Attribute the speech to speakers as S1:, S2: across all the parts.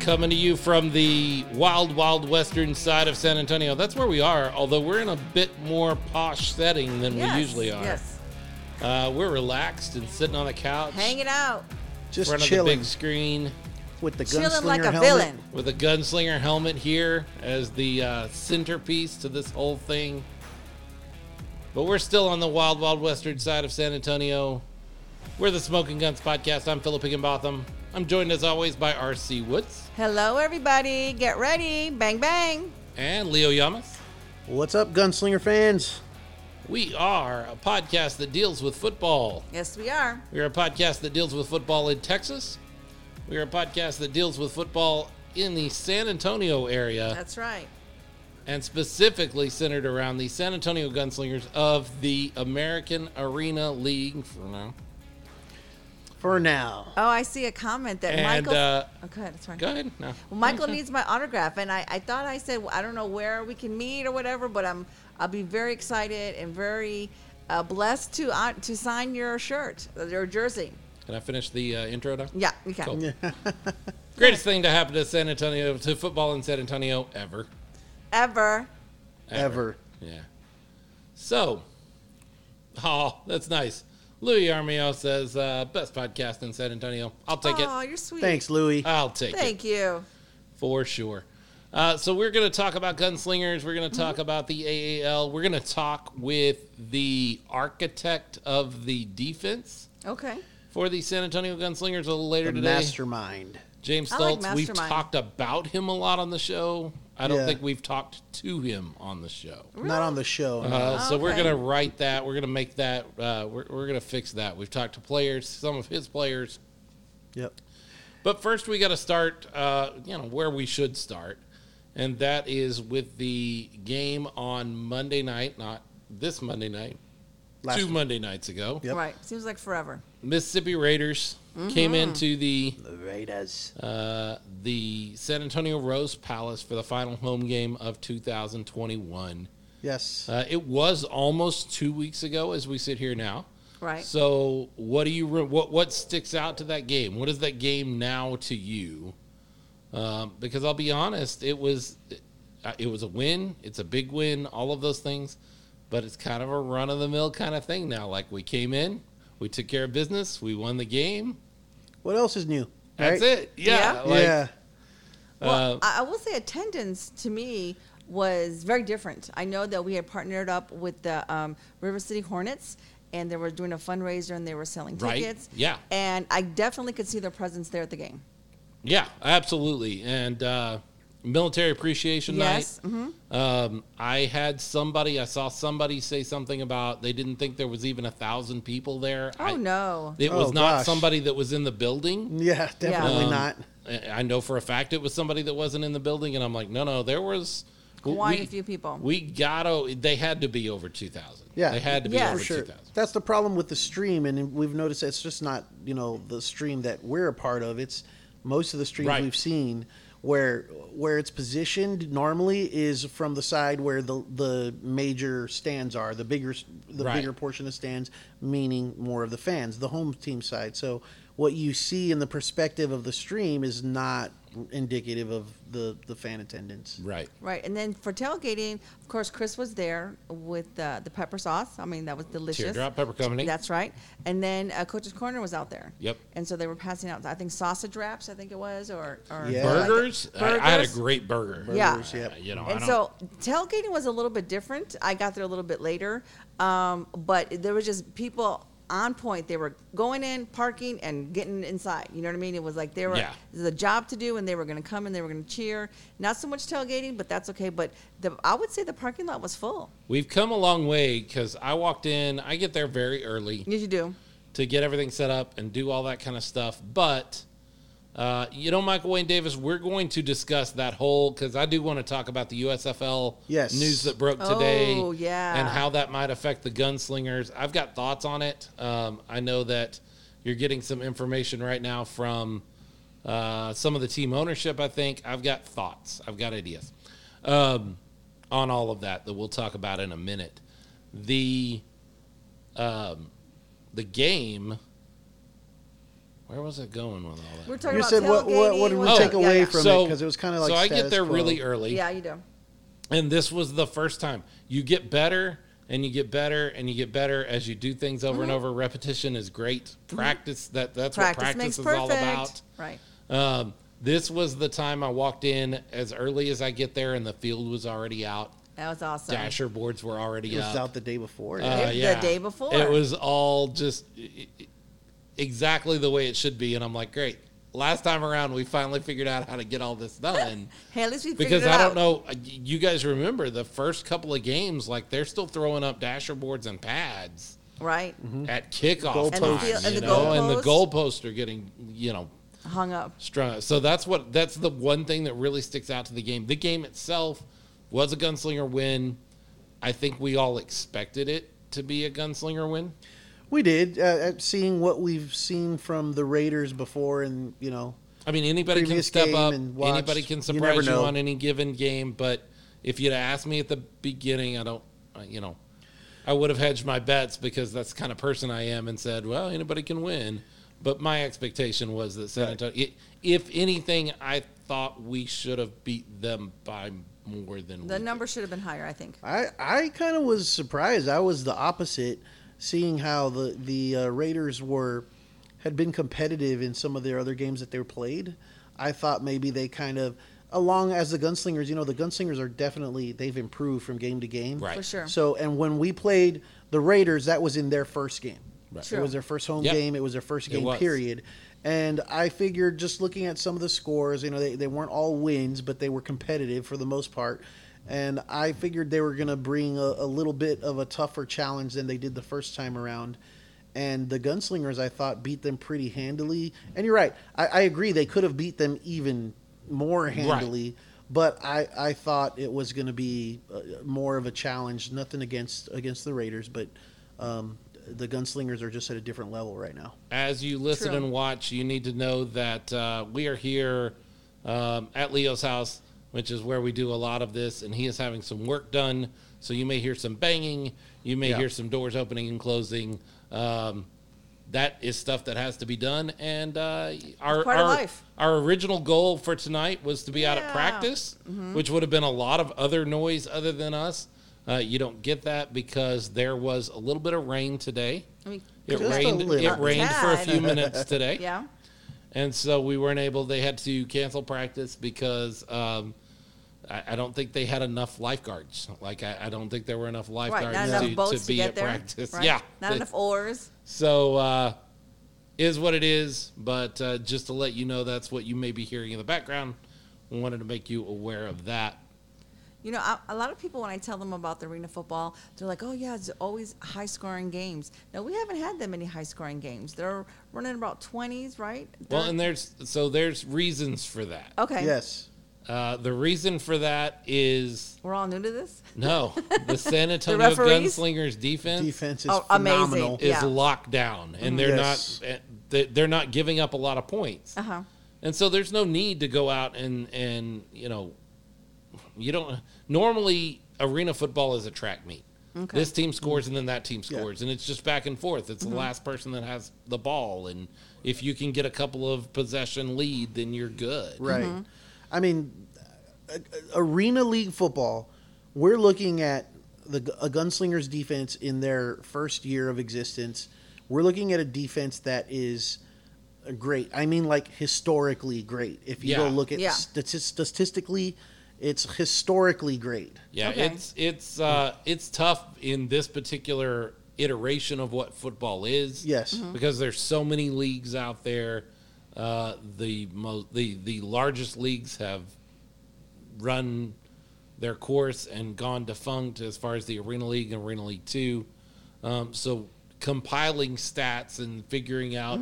S1: coming to you from the wild, wild western side of San Antonio. That's where we are, although we're in a bit more posh setting than
S2: Yes,
S1: we usually are.
S2: Yes.
S1: Uh, we're relaxed and sitting on the couch
S2: Hanging out.
S1: in
S3: Just
S1: front of the
S3: chilling
S1: big screen
S3: with the gunslinger
S2: Chilling like a
S3: helmet.
S2: villain.
S1: with a gunslinger helmet here as the uh, centerpiece to this whole thing. But we're still on the wild, wild western side of San Antonio. We're the Smoking Guns Podcast. I'm Philip Higginbotham. I'm joined as always by R.C. Woods
S2: Hello, everybody. Get ready. Bang, bang.
S1: and Leo Yamas.
S3: What's up, gunslinger fans?
S1: We are a podcast that deals with football.
S2: Yes, we are.
S1: We are a podcast that deals with football in Texas. We are a podcast that deals with football in the San Antonio area
S2: That's right.
S1: and specifically centered around the San Antonio Gunslingers of the American Arena League for now.
S3: For now,
S2: Oh, I see a comment that
S1: And,
S2: Michael.
S1: uh,
S2: oh, go ahead. It's fine.
S1: Go ahead. No.
S2: Well, Michael needs my autograph, and I, I thought I said well, I don't know where we can meet or whatever, but I'm I'll be very excited and very uh, blessed to uh, to sign your shirt, uh, your jersey.
S1: Can I finish the uh, intro now?
S2: Yeah, you can.
S1: Cool. Greatest thing to happen to San Antonio to football in San Antonio ever.
S2: Ever.
S3: ever.
S1: Yeah. So, oh, that's nice. Louis Armio says, uh, best podcast in San Antonio. I'll take
S2: Oh,
S1: it.
S2: you're sweet.
S3: Thanks, Louie.
S1: I'll take it
S2: Thank you.
S1: for sure. Uh, so we're going to talk about gunslingers. We're
S2: Mm-hmm.
S1: going to talk about the AAL. We're going to talk with the architect of the defense
S2: Okay.
S1: for the San Antonio Gunslingers a little later
S3: the
S1: today.
S3: mastermind.
S1: James
S2: I like
S1: Stoltz. we've
S2: mastermind.
S1: talked about him a lot on the show. I don't
S3: Yeah.
S1: think we've talked to him on the show.
S3: Not on the show.
S1: Uh, So we're
S2: Okay.
S1: gonna write that. We're gonna make that. Uh, we're we're gonna fix that. We've talked to players, some of his players,
S3: Yep.
S1: but first we got to start. Uh, you know where we should start, and that is with the game on Monday night, not this Monday night,
S3: Last
S1: two Monday nights ago.
S3: Yep.
S2: Right. Seems like forever.
S1: Mississippi Raiders came into the
S3: the Raiders.
S1: uh, the San Antonio Rose Palace for the final home game of 2021.
S3: Yes.
S1: Uh, it was almost two weeks ago as we sit here now.
S2: Right.
S1: So, what do you re- what what sticks out to that game? What is that game now to you? Um, because I'll be honest, it was uh, it was a win. It's a big win. All of those things, but it's kind of a run of the mill kind of thing now. Like we came in, we took care of business, we won the game.
S3: what else is new?
S1: That's
S3: right?
S1: it. Yeah.
S2: Yeah.
S1: like,
S3: yeah.
S2: Well,
S1: Uh,
S2: I I will say attendance to me was very different. I know that we had partnered up with the um, River City Hornets, and they were doing a fundraiser and they were selling
S1: Right.
S2: tickets.
S1: Yeah.
S2: and I definitely could see their presence there at the game.
S1: Yeah, absolutely. And uh, military appreciation
S2: Yes, mm-hmm.
S1: night. Um, I had somebody. I saw somebody say something about they didn't think there was even a thousand people there.
S2: Oh
S1: I,
S2: no!
S1: It was
S3: Oh,
S1: not
S3: gosh.
S1: somebody that was in the building.
S3: Yeah. Definitely
S1: Um,
S3: not.
S1: I I know for a fact it was somebody that wasn't in the building, and I'm like, no, no, there was
S2: Quite a few people.
S1: We gotta. They had to be over two thousand.
S3: Yeah.
S1: they had to be
S2: Yeah.
S1: over
S2: For
S3: Sure.
S1: two thousand.
S3: That's the problem with the stream, and we've noticed it's just not you know the stream that we're a part of. It's most of the streams
S1: Right.
S3: we've seen where where it's positioned normally is from the side where the the major stands are, the bigger s- the
S1: Right.
S3: bigger portion of stands, meaning more of the fans, the home team side. So what you see in the perspective of the stream is not indicative of the the fan attendance.
S1: Right.
S2: Right, and then for tailgating, of course, Chris was there with uh, the pepper sauce. I mean, that was delicious.
S1: Teardrop Pepper Company.
S2: That's right. And then uh, Coach's Corner was out there.
S1: Yep.
S2: And so they were passing out, I think, sausage wraps. I think it was, or, or something like
S3: Yeah.
S2: that.
S1: Burgers? I, I had a
S2: Burgers.
S1: great burger.
S2: Yeah.
S3: Burgers, yep.
S1: You know, I
S2: and
S1: don't-
S2: so tailgating was a little bit different. I got there a little bit later, um, but there was just people on point. They were going in, parking, and getting inside. You know what I mean? It was like they were
S1: Yeah.
S2: there's a job to do, and they were going to come and they were going to cheer. Not so much tailgating, but that's okay. But the, I would say the parking lot was full.
S1: We've come a long way because I walked in, I get there very early
S2: Yes, you do.
S1: to get everything set up and do all that kind of stuff. But, uh, you know, Michael Wayne Davis, we're going to discuss that whole because I do want to talk about the USFL
S3: Yes.
S1: news that broke today.
S2: Oh, yeah.
S1: And how that might affect the gunslingers. I've got thoughts on it. Um, I know that you're getting some information right now from uh, some of the team ownership, I think. I've got thoughts, I've got ideas um, on all of that that we'll talk about in a minute. The the game Where was it going with all that?
S2: We're talking
S3: You
S2: about
S3: said what, what, what did we
S1: Oh,
S3: take
S2: yeah,
S3: away
S2: yeah.
S3: from it? Because it was kind of like
S1: so I get
S3: status
S1: there
S3: quo.
S1: really early.
S2: Yeah, you do.
S1: And this was the first time. You get better and you get better and you get better as you do things over and over. Repetition is great. Practice that that's
S2: Mm-hmm.
S1: what
S2: Practice,
S1: practice
S2: makes
S1: is
S2: perfect.
S1: all about.
S2: Right.
S1: Um, this was the time I walked in as early as I get there and the field was already out.
S2: That was awesome.
S1: Dasher boards were already
S3: It was
S1: up.
S3: out the day before.
S1: Uh,
S2: The day before.
S1: It was all just i- i- exactly the way it should be and I'm like, "Great. Last time around we finally figured out how to get all this done."
S2: Hey, at least we figured
S1: because
S2: it
S1: I don't
S2: out.
S1: know. uh, You guys remember the first couple of games? Like they're still throwing up dasher boards and pads
S2: Right.
S1: at kickoff
S3: Goalposts.
S1: time,
S3: And the field-
S1: you
S2: and the
S1: know, and the
S2: goalposts.
S1: goalposts are getting you know
S2: Hung up.
S1: strung. So that's what that's the one thing that really sticks out to the game. The game itself was a gunslinger win. I think we all expected it to be a gunslinger win.
S3: We did. Uh, at seeing what we've seen from the Raiders before, and you know,
S1: I mean, anybody
S3: Previous
S1: can step
S3: game
S1: up.
S3: and watched.
S1: Anybody
S3: You
S1: can
S3: never
S1: surprise you,
S3: know.
S1: on any given game. But if you'd asked me at the beginning, I don't, I- you know, I would have hedged my bets because that's the kind of person I am and said, well, anybody can win. But my expectation was that San Antonio, i if anything, I thought we should have beat them by more than we
S2: The
S1: did.
S2: number should have been higher, I think.
S3: I I kind of was surprised. I was the opposite, seeing how the the uh, Raiders were had been competitive in some of their other games that they played. I thought maybe they kind of along as the Gunslingers. You know, the Gunslingers are definitely they've improved from game to game.
S1: Right.
S2: For sure.
S3: So and when we played the Raiders, that was in their first game.
S1: Right.
S3: It
S2: Sure.
S3: was their first home
S1: Yep.
S3: game. It was their first
S1: It
S3: game
S1: was.
S3: period. And I figured just looking at some of the scores, you know, they, they weren't all wins, but they were competitive for the most part. And I figured they were going to bring a, a little bit of a tougher challenge than they did the first time around. And the Gunslingers, I thought, beat them pretty handily. And you're right. I, I agree. They could have beat them even more handily. But I, I thought it was going to be uh, more of a challenge. Nothing against against the Raiders, but um, the Gunslingers are just at a different level right now.
S1: as you listen
S2: True.
S1: and watch, you need to know that uh, we are here um, at Leo's house, which is where we do a lot of this, and he is having some work done. So you may hear some banging, you may
S3: Yeah.
S1: hear some doors opening and closing. Um, that is stuff that has to be done, and uh, our
S2: part
S1: our,
S2: of life.
S1: our original goal for tonight was to be out at
S2: Yeah. Mm-hmm.
S1: practice, which would have been a lot of other noise other than us. Uh, you don't get that because there was a little bit of rain today.
S2: I mean,
S1: It
S3: Just a
S1: rained.
S3: little.
S1: It rained for a
S2: Tad.
S1: few minutes today,
S2: yeah.
S1: and so we weren't able. They had to cancel practice because um, I, I don't think they had enough lifeguards. Like I, I don't think there were enough
S2: Right.
S1: lifeguards
S2: Not enough
S1: to,
S2: boats
S1: to
S2: to,
S1: be
S2: get
S1: at
S2: there.
S1: practice.
S2: Right?
S1: Yeah,
S2: Not enough oars.
S1: So uh, is what it is. But uh, just to let you know, that's what you may be hearing in the background. We wanted to make you aware of that.
S2: You know, I, a lot of people when I tell them about the arena football, they're like, "Oh yeah, it's always high scoring games." No, we haven't had that many high scoring games. They're running about twenties, right?
S1: Well,
S2: They're-
S1: and there's so there's reasons for that.
S2: okay,
S3: Yes.
S1: Uh, the reason for that is
S2: we're all new to this.
S1: No, the San Antonio
S2: referees?
S1: Gunslingers defense,
S3: Defense is
S2: Oh, amazing.
S3: phenomenal.
S1: is
S2: Yeah.
S1: locked down, and they're
S3: Yes.
S1: not eh, they- they're not giving up a lot of points,
S2: Uh huh.
S1: and so there's no need to go out and and you know, you don't normally arena football is a track meet.
S2: Okay. Mm-hmm.
S1: This team scores and then that team
S3: Mm. Yeah.
S1: scores, and it's just back and forth. It's the last person that has the ball, and if you can get a couple of possession lead, then you're good.
S3: Right.
S2: Mm-hmm.
S3: I mean, a- a- arena league football, we're looking at the gu- a gunslinger's defense in their first year of existence. We're looking at a defense that is great. I mean, like historically great. If you
S1: Yeah.
S3: go look at
S2: Yeah.
S3: statis- statistically, it's historically great.
S1: Yeah,
S2: Okay.
S1: it's it's uh, it's tough in this particular iteration of what football is.
S3: Yes. Mhm.
S1: because there's so many leagues out there. Uh, the most the the largest leagues have run their course and gone defunct as far as the Arena League and Arena League Two. Um, so compiling stats and figuring out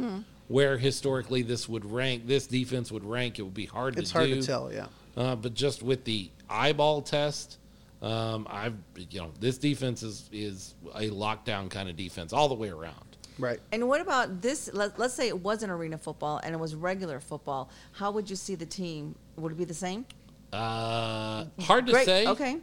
S1: where historically this would rank, this defense would rank, it would be hard
S3: It's
S1: to
S3: hard
S1: do.
S3: to tell. Yeah.
S1: Uh, but just with the eyeball test, um, I've you know this defense is is a lockdown kind of defense all the way around.
S3: Right.
S2: And what about this? Let, let's say it wasn't arena football and it was regular football. How would you see the team? Would it be the same?
S1: Uh, hard to
S2: Great.
S1: say.
S2: Okay.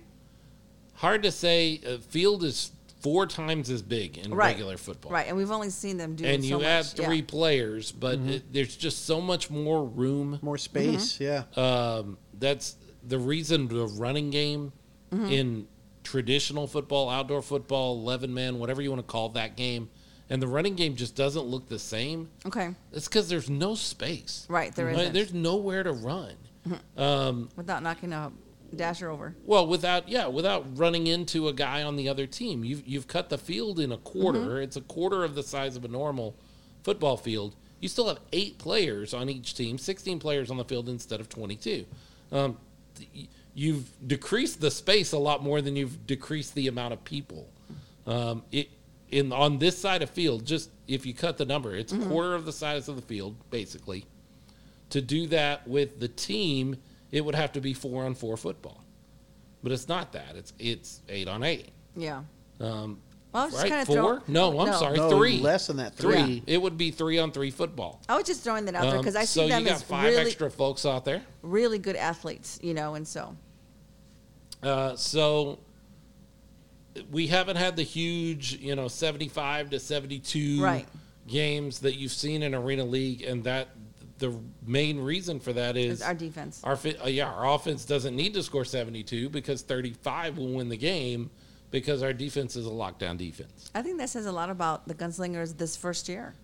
S1: Hard to say. Uh, field is four times as big in
S2: Right.
S1: regular football.
S2: Right, and we've only seen them do.
S1: And
S2: so
S1: you
S2: much.
S1: add
S2: yeah.
S1: three players, but it, there's just so much more room.
S3: more
S2: Mm-hmm.
S3: space. Yeah,
S1: Um, that's the reason the running game
S2: Mm-hmm.
S1: in traditional football, outdoor football, 11 man, whatever you want to call that game, and the running game just doesn't look the same.
S2: Okay,
S1: It's because there's no space.
S2: Right, there
S1: Like,
S2: isn't.
S1: There's nowhere to run.
S2: without knocking a dasher over.
S1: Well, without yeah, without running into a guy on the other team, you've you've cut the field in a quarter. It's a quarter of the size of a normal football field. You still have eight players on each team, sixteen players on the field instead of twenty-two. Um, y- you've decreased the space a lot more than you've decreased the amount of people. Um, it in on this side of field, just if you cut the number, it's a quarter of the size of the field basically. To do that with the team, it would have to be four on four football but it's not that. It's it's eight on eight.
S2: Yeah.
S1: Um,
S2: Well, I was just
S1: right?
S2: kind of
S1: Four? no, I'm sorry,
S3: No,
S1: three.
S3: less than that, three.
S1: It would be three on three football.
S2: I was just throwing that out there
S1: Um,
S2: because I see
S1: so
S2: them
S1: you got
S2: as
S1: five
S2: really,
S1: extra folks out there.
S2: really good athletes, you know, and so
S1: Uh, so we haven't had the huge, you know, seventy-five to seventy-two
S2: Right.
S1: games that you've seen in Arena League, and that the main reason for that is
S2: it's our defense.
S1: Our fi- uh, yeah, our offense doesn't need to score seventy-two because thirty-five will win the game because our defense is a lockdown defense.
S2: I think that says a lot about the Gunslingers this first year.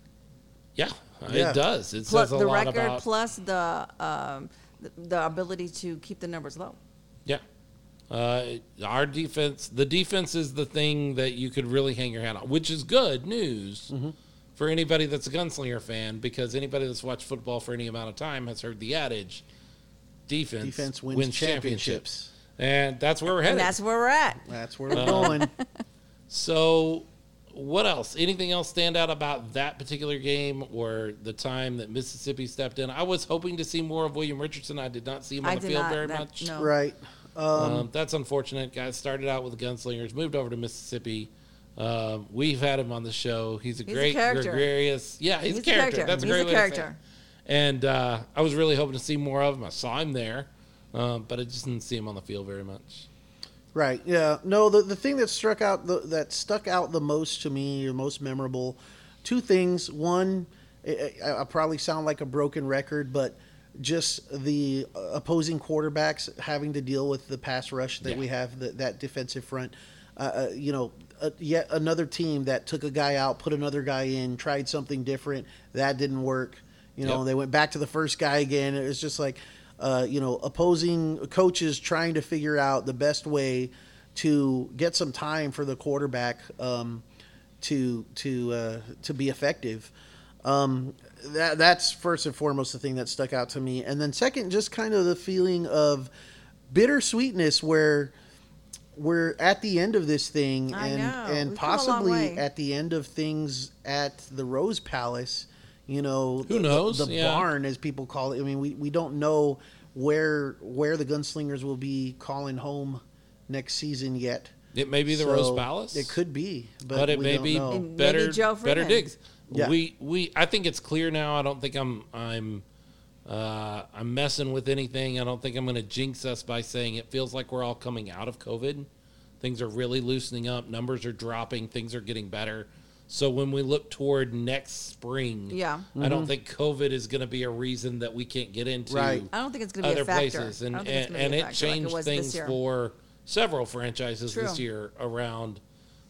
S1: Yeah,
S3: Yeah.
S1: it does. It
S2: Plus
S1: says a
S2: the
S1: lot
S2: record,
S1: about
S2: plus the, um, the the ability to keep the numbers low.
S1: yeah. Uh, our defense, the defense is the thing that you could really hang your hat on, which is good news
S3: Mm-hmm.
S1: for anybody that's a gunslinger fan because anybody that's watched football for any amount of time has heard the adage: defense,
S3: Defense wins championships.
S1: and that's where we're
S2: And
S1: headed.
S2: that's where we're at.
S3: That's where we're going.
S1: So, what else? Anything else stand out about that particular game or the time that Mississippi stepped in? I was hoping to see more of William Richardson. I did not see him on
S2: I
S1: the
S2: did
S1: field
S2: not.
S1: very
S2: that-
S1: much.
S2: No.
S3: right. Um,
S1: Um, that's unfortunate. Guys started out with gunslingers, moved over to Mississippi. Um, we've had him on the show. He's a
S2: He's a
S1: great,
S2: character.
S1: gregarious. Yeah, he's, a character. That's a
S2: He's
S1: great
S2: a
S1: way to say it.
S2: character.
S1: And uh, I was really hoping to see more of him. I saw him there, um, but I just didn't see him on the field very much.
S3: Right. Yeah. No. The the thing that struck out the, that stuck out the most to me, or most memorable, two things. One, I, I, I probably sound like a broken record, but just the uh, opposing quarterbacks having to deal with the pass rush that
S1: Yeah.
S3: we have, that that defensive front. Uh, uh, you know, uh, yet another team that took a guy out, put another guy in, tried something different. That didn't work. You know,
S1: Yep.
S3: they went back to the first guy again. It was just like, uh, you know, opposing coaches trying to figure out the best way to get some time for the quarterback um, to to uh, to be effective. Um, that that's first and foremost the thing that stuck out to me, and then second, just kind of the feeling of bittersweetness where we're at the end of this thing
S2: I
S3: and
S2: know.
S3: and
S2: We've come a long
S3: possibly
S2: way.
S3: at the end of things at the Rose Palace, you know,
S1: Who
S3: the-
S1: knows?
S3: the,
S1: Yeah.
S3: barn as people call it. I mean, we, we don't know where where the gunslingers will be calling home next season yet.
S1: It may be the
S3: So,
S1: Rose Palace.
S3: It could be, but,
S1: but, it
S3: we
S1: may
S3: don't
S1: be
S3: know.
S2: And
S1: better
S2: maybe Joe
S1: better
S2: Freeman.
S1: digs.
S3: Yeah.
S1: We we I think it's clear now. I don't think I'm I'm uh, I'm messing with anything. I don't think I'm going to jinx us by saying it feels like we're all coming out of COVID. Things are really loosening up. Numbers are dropping. Things are getting better. So when we look toward next spring,
S2: Yeah.
S1: I don't think COVID is going to be a reason that we can't get into
S3: Mm-hmm. Right.
S2: I don't think it's going to be
S1: other
S2: a factor.
S1: places,
S2: I
S1: and
S2: don't think it's
S1: and,
S2: gonna
S1: and
S2: be a
S1: it
S2: factor like
S1: changed
S2: was this
S1: things
S2: year.
S1: for several franchises this
S2: True.
S1: year around,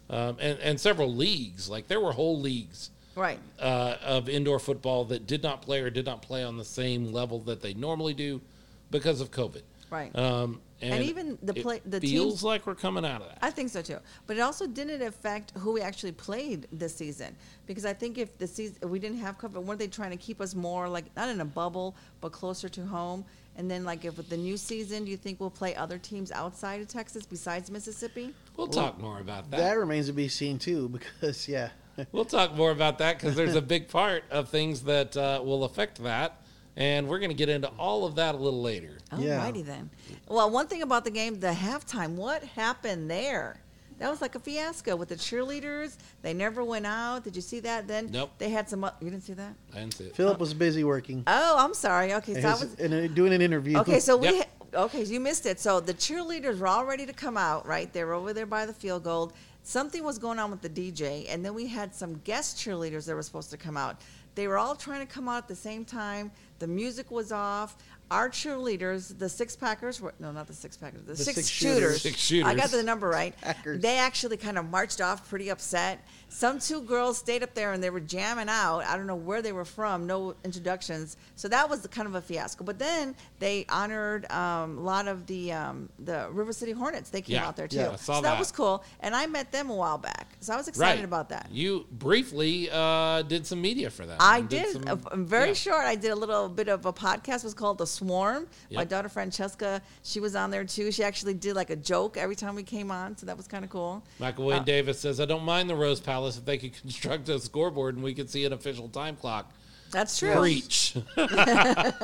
S1: um, and and several leagues. Like there were whole leagues
S2: right.
S1: uh, of indoor football that did not play or did not play on the same level that they normally do because of COVID.
S2: Right.
S1: Um, and,
S2: And even the
S1: it
S2: play- the
S1: feels
S2: teams-
S1: like we're coming out of that.
S2: I think so too. But it also didn't affect who we actually played this season because I think if the season if we didn't have COVID, weren't they trying to keep us more like not in a bubble but closer to home? And then like if with the new season, do you think we'll play other teams outside of Texas besides Mississippi?
S1: We'll talk more about
S3: that remains to be seen too, because yeah,
S1: We'll talk more about that because there's a big part of things that uh, will affect that, and we're going to get into all of that a little later.
S3: Yeah.
S2: Alrighty then. Well, one thing about the game, the halftime, what happened there? That was like a fiasco with the cheerleaders. They never went out. Did you see that? Then
S1: Nope.
S2: they had some. o- You didn't see that?
S1: I didn't see it.
S3: Philip was busy working
S2: Oh, I'm sorry. Okay, so I
S3: His-
S2: was
S3: and uh, doing an interview.
S2: Okay, so we
S1: Yep.
S2: ha- okay, so you missed it. So the cheerleaders were all ready to come out, right? They were over there by the field goal. Something was going on with the DJ, and then we had some guest cheerleaders that were supposed to come out. They were all trying to come out at the same time. The music was off. Our cheerleaders, the six packers, were no, not the six packers, the, six,
S3: six
S2: shooters.
S3: shooters.
S1: Six shooters.
S2: I got the number right.
S3: Packers.
S2: They actually kind of marched off pretty upset. Some two girls stayed up there and they were jamming out. I don't know where they were from, no introductions. So that was the kind of a fiasco. But then they honored um, a lot of the um, the River City Hornets. They came
S1: Yeah.
S2: out there too.
S1: Yeah, I
S2: so
S1: saw
S2: that,
S1: that.
S2: was cool. And I met them a while back. So I was excited
S1: Right.
S2: about that.
S1: You briefly uh, did some media for that.
S2: I
S1: and
S2: did.
S1: some-
S2: uh, I'm very
S1: yeah.
S2: short. I did a little bit of a podcast. It was called The Swarm. My
S1: Yep.
S2: daughter Francesca, she was on there too. She actually did like a joke every time we came on. So that was kind of cool.
S1: Michael
S2: Uh,
S1: Wayne Davis says, I don't mind the Rose Palace if they could construct a scoreboard and we could see an official time clock.
S2: That's true.
S1: Preach.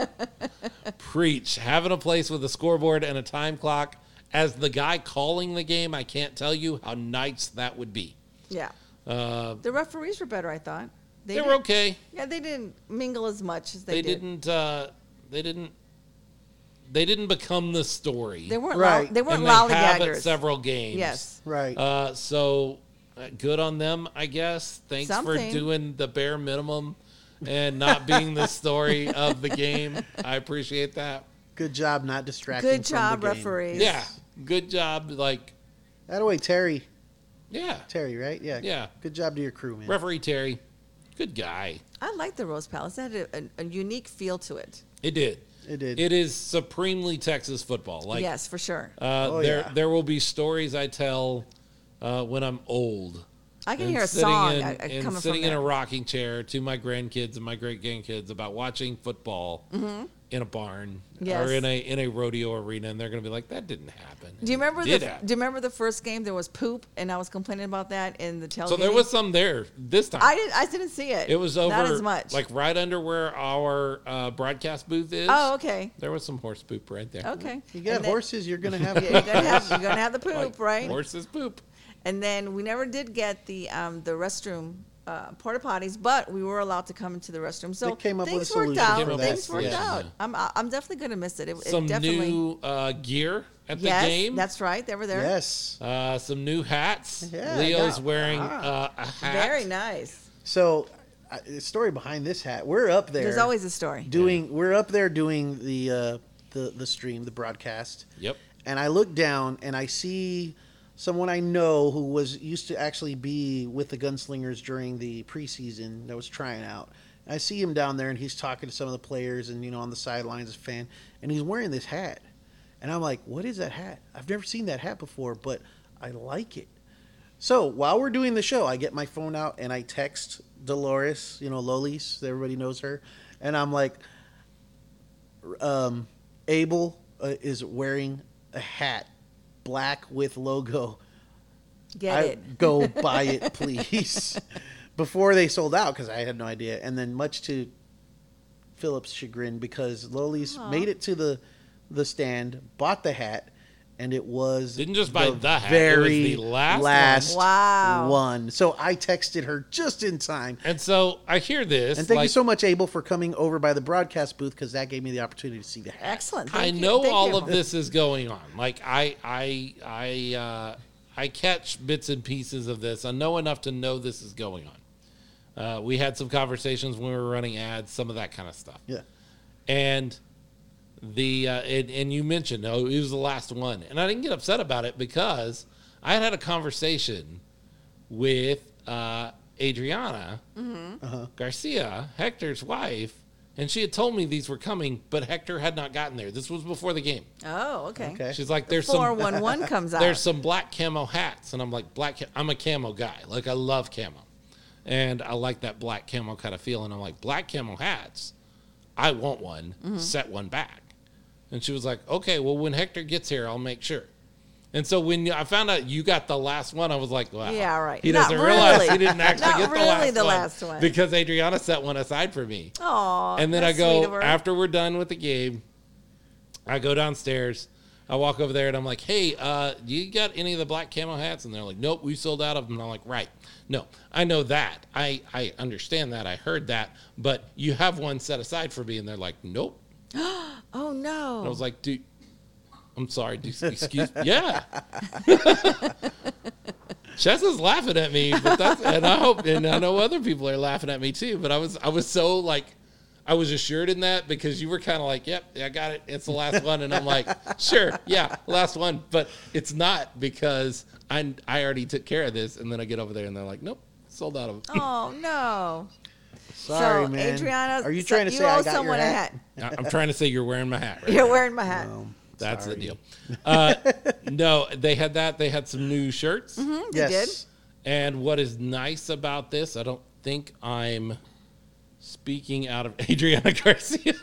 S1: Preach. Having a place with a scoreboard and a time clock. As the guy calling the game, I can't tell you how nice that would be.
S2: Yeah. the referees were better, I thought.
S1: Uh, They were
S2: didn't-
S1: okay.
S2: Yeah, they didn't mingle as much as they,
S1: They,
S2: did.
S1: didn't. Uh, they didn't. They didn't become the story.
S2: They weren't.
S3: Right.
S2: Lo- they weren't
S1: and they have
S2: lollygaggers.
S1: at several games.
S2: yes.
S3: Right.
S1: Uh, so uh, good on them, I guess. Thanks
S2: Something.
S1: for doing the bare minimum and not being the story of the game. I appreciate that.
S3: Good job not distracting.
S2: Good
S3: from
S2: job,
S3: the game.
S2: referees.
S1: Yeah, good job. Like,
S3: By the way, Terry.
S1: yeah,
S3: Terry, right? Yeah.
S1: Yeah.
S3: Good job to your crew, man.
S1: referee Terry, good guy.
S2: I liked the Rose Palace. It had a, a, a unique feel to it.
S1: It did.
S3: It did.
S1: It is supremely Texas football. Like,
S2: yes, for sure.
S1: uh,
S3: Oh,
S1: there
S3: yeah.
S1: there will be stories I tell uh, when I'm old.
S2: I can
S1: and
S2: hear a
S1: sitting
S2: song
S1: in-
S2: uh, uh,
S1: and
S2: coming
S1: sitting
S2: from
S1: in a
S2: there.
S1: rocking chair to my grandkids and my great grandkids about watching football in a barn
S2: Mm-hmm. Yes.
S1: or in a in a rodeo arena, and they're going to be like, "That didn't happen."
S2: do you
S1: It
S2: remember the
S1: did
S2: Do
S1: happen.
S2: you remember the first game? There was poop, and I was complaining about that in the tailgate.
S1: so there was some there this time.
S2: I didn't. I didn't see it.
S1: it was over
S2: Not as much.
S1: like right under where our uh, broadcast booth is.
S2: oh, okay,
S1: There was some horse poop right there.
S2: okay.
S3: You got
S2: And then-
S3: horses, you're gonna have.
S2: Yeah, you're gonna have, you're gonna have the poop,
S1: Like,
S2: right?
S1: Horses poop.
S2: And then we never did get the um, the restroom uh, porta potties, but we were allowed to come into the restroom. So
S3: They came up with
S2: things
S3: a
S2: worked
S3: solution
S1: for
S2: out.
S1: that.
S2: Things worked
S1: Yeah.
S2: out. I'm I'm definitely gonna miss it. It, it
S1: Some
S2: definitely.
S1: new uh, gear at
S2: yes,
S1: the game.
S2: that's right. They were there.
S3: Yes.
S1: uh, some new hats.
S3: Yeah, I
S1: Leo's
S3: got-
S1: wearing uh, a hat.
S2: Very nice.
S3: So, I- the story behind this hat. We're up there.
S2: There's always a story.
S3: doing. We're up there doing the uh, the the stream, the broadcast.
S1: Yep.
S3: and I look down and I see someone I know who was used to actually be with the Gunslingers during the preseason that was trying out. And I see him down there and he's talking to some of the players and you know on the sidelines as a fan and he's wearing this hat. And I'm like, "What is that hat? I've never seen that hat before, but I like it." So while we're doing the show, I get my phone out and I text Dolores, you know, Lolis, everybody knows her, and I'm like, um, Abel uh, is wearing a hat, black with logo.
S2: Get
S3: I
S2: it.
S3: go buy it, please, before they sold out because I had no idea. And then much to Philip's chagrin, because Lolis
S2: Aw.
S3: made it to the the stand, bought the hat, and it was
S1: Didn't just buy the hat, it was
S3: very
S1: the last one.
S3: last
S2: Wow.
S3: one. So I texted her just in time.
S1: And so I hear this.
S3: And thank you
S1: like,
S3: so much, Abel, for coming over by the broadcast booth because that gave me the opportunity to see the hat.
S2: Excellent.
S1: I
S2: Thank you.
S1: know
S2: Thank
S1: all
S2: you.
S1: of this is going on. Like I, I, I, uh, I catch bits and pieces of this. I know enough to know this is going on. Uh, we had some conversations when we were running ads, some of that kind of stuff.
S3: Yeah.
S1: and the uh, and, and you mentioned oh it was the last one and i didn't get upset about it because i had had a conversation with uh, adriana garcia hector's wife and she had told me these were coming but hector had not gotten there this was before the game
S2: Oh, okay.
S3: Okay.
S1: she's like there's
S2: Four
S1: some
S2: one one comes out.
S1: there's some black camo hats and i'm like black ca- i'm a camo guy like i love camo and i like that black camo kind of feel and i'm like black camo hats i want one
S2: Mm-hmm.
S1: set one back and she was like okay well when hector gets here i'll make sure and so when I found out you got the last one, I was like, "Wow,
S2: Yeah, right.
S1: He doesn't
S2: Not
S1: realize
S2: really.
S1: he didn't actually
S2: Not
S1: get the,
S2: really
S1: last,
S2: the
S1: one
S2: last one. Oh,
S1: because Adriana set one aside for me."
S2: Aw,
S1: and then I
S2: that's sweet of
S1: go
S2: her.
S1: after we're done with the game. I go downstairs. I walk over there and I'm like, "Hey, uh, you got any of the black camo hats?" And they're like, "Nope, we sold out of them." And I'm like, "Right, no, I know that. I I understand that. I heard that, but you have one set aside for me." And they're like, "Nope."
S2: Oh no.
S1: And I was like, "Dude, I'm sorry. Do, excuse me. Yeah, Chess is laughing at me, but that's and I hope and I know other people are laughing at me too. But I was I was so like I was assured in that because you were kind of like, "Yep, I got it. It's the last one," and I'm like, "Sure, yeah, last one." But it's not because I I already took care of this, and then I get over there and they're like, "Nope, sold out of." it."
S2: Oh no.
S3: Sorry,
S2: so
S3: man.
S2: Adriana,
S3: are you
S2: so
S3: trying to
S2: you
S3: say
S2: owe
S3: I got your
S2: someone a
S3: hat?
S2: hat?
S1: I- I'm trying to say you're wearing my hat. Right
S2: You're wearing my hat.
S3: Um,
S1: That's
S3: sorry.
S1: the deal. Uh, no, they had that. They had some new shirts.
S2: You
S3: Yes.
S1: And what is nice about this, I don't think I'm speaking out of Adriana Garcia.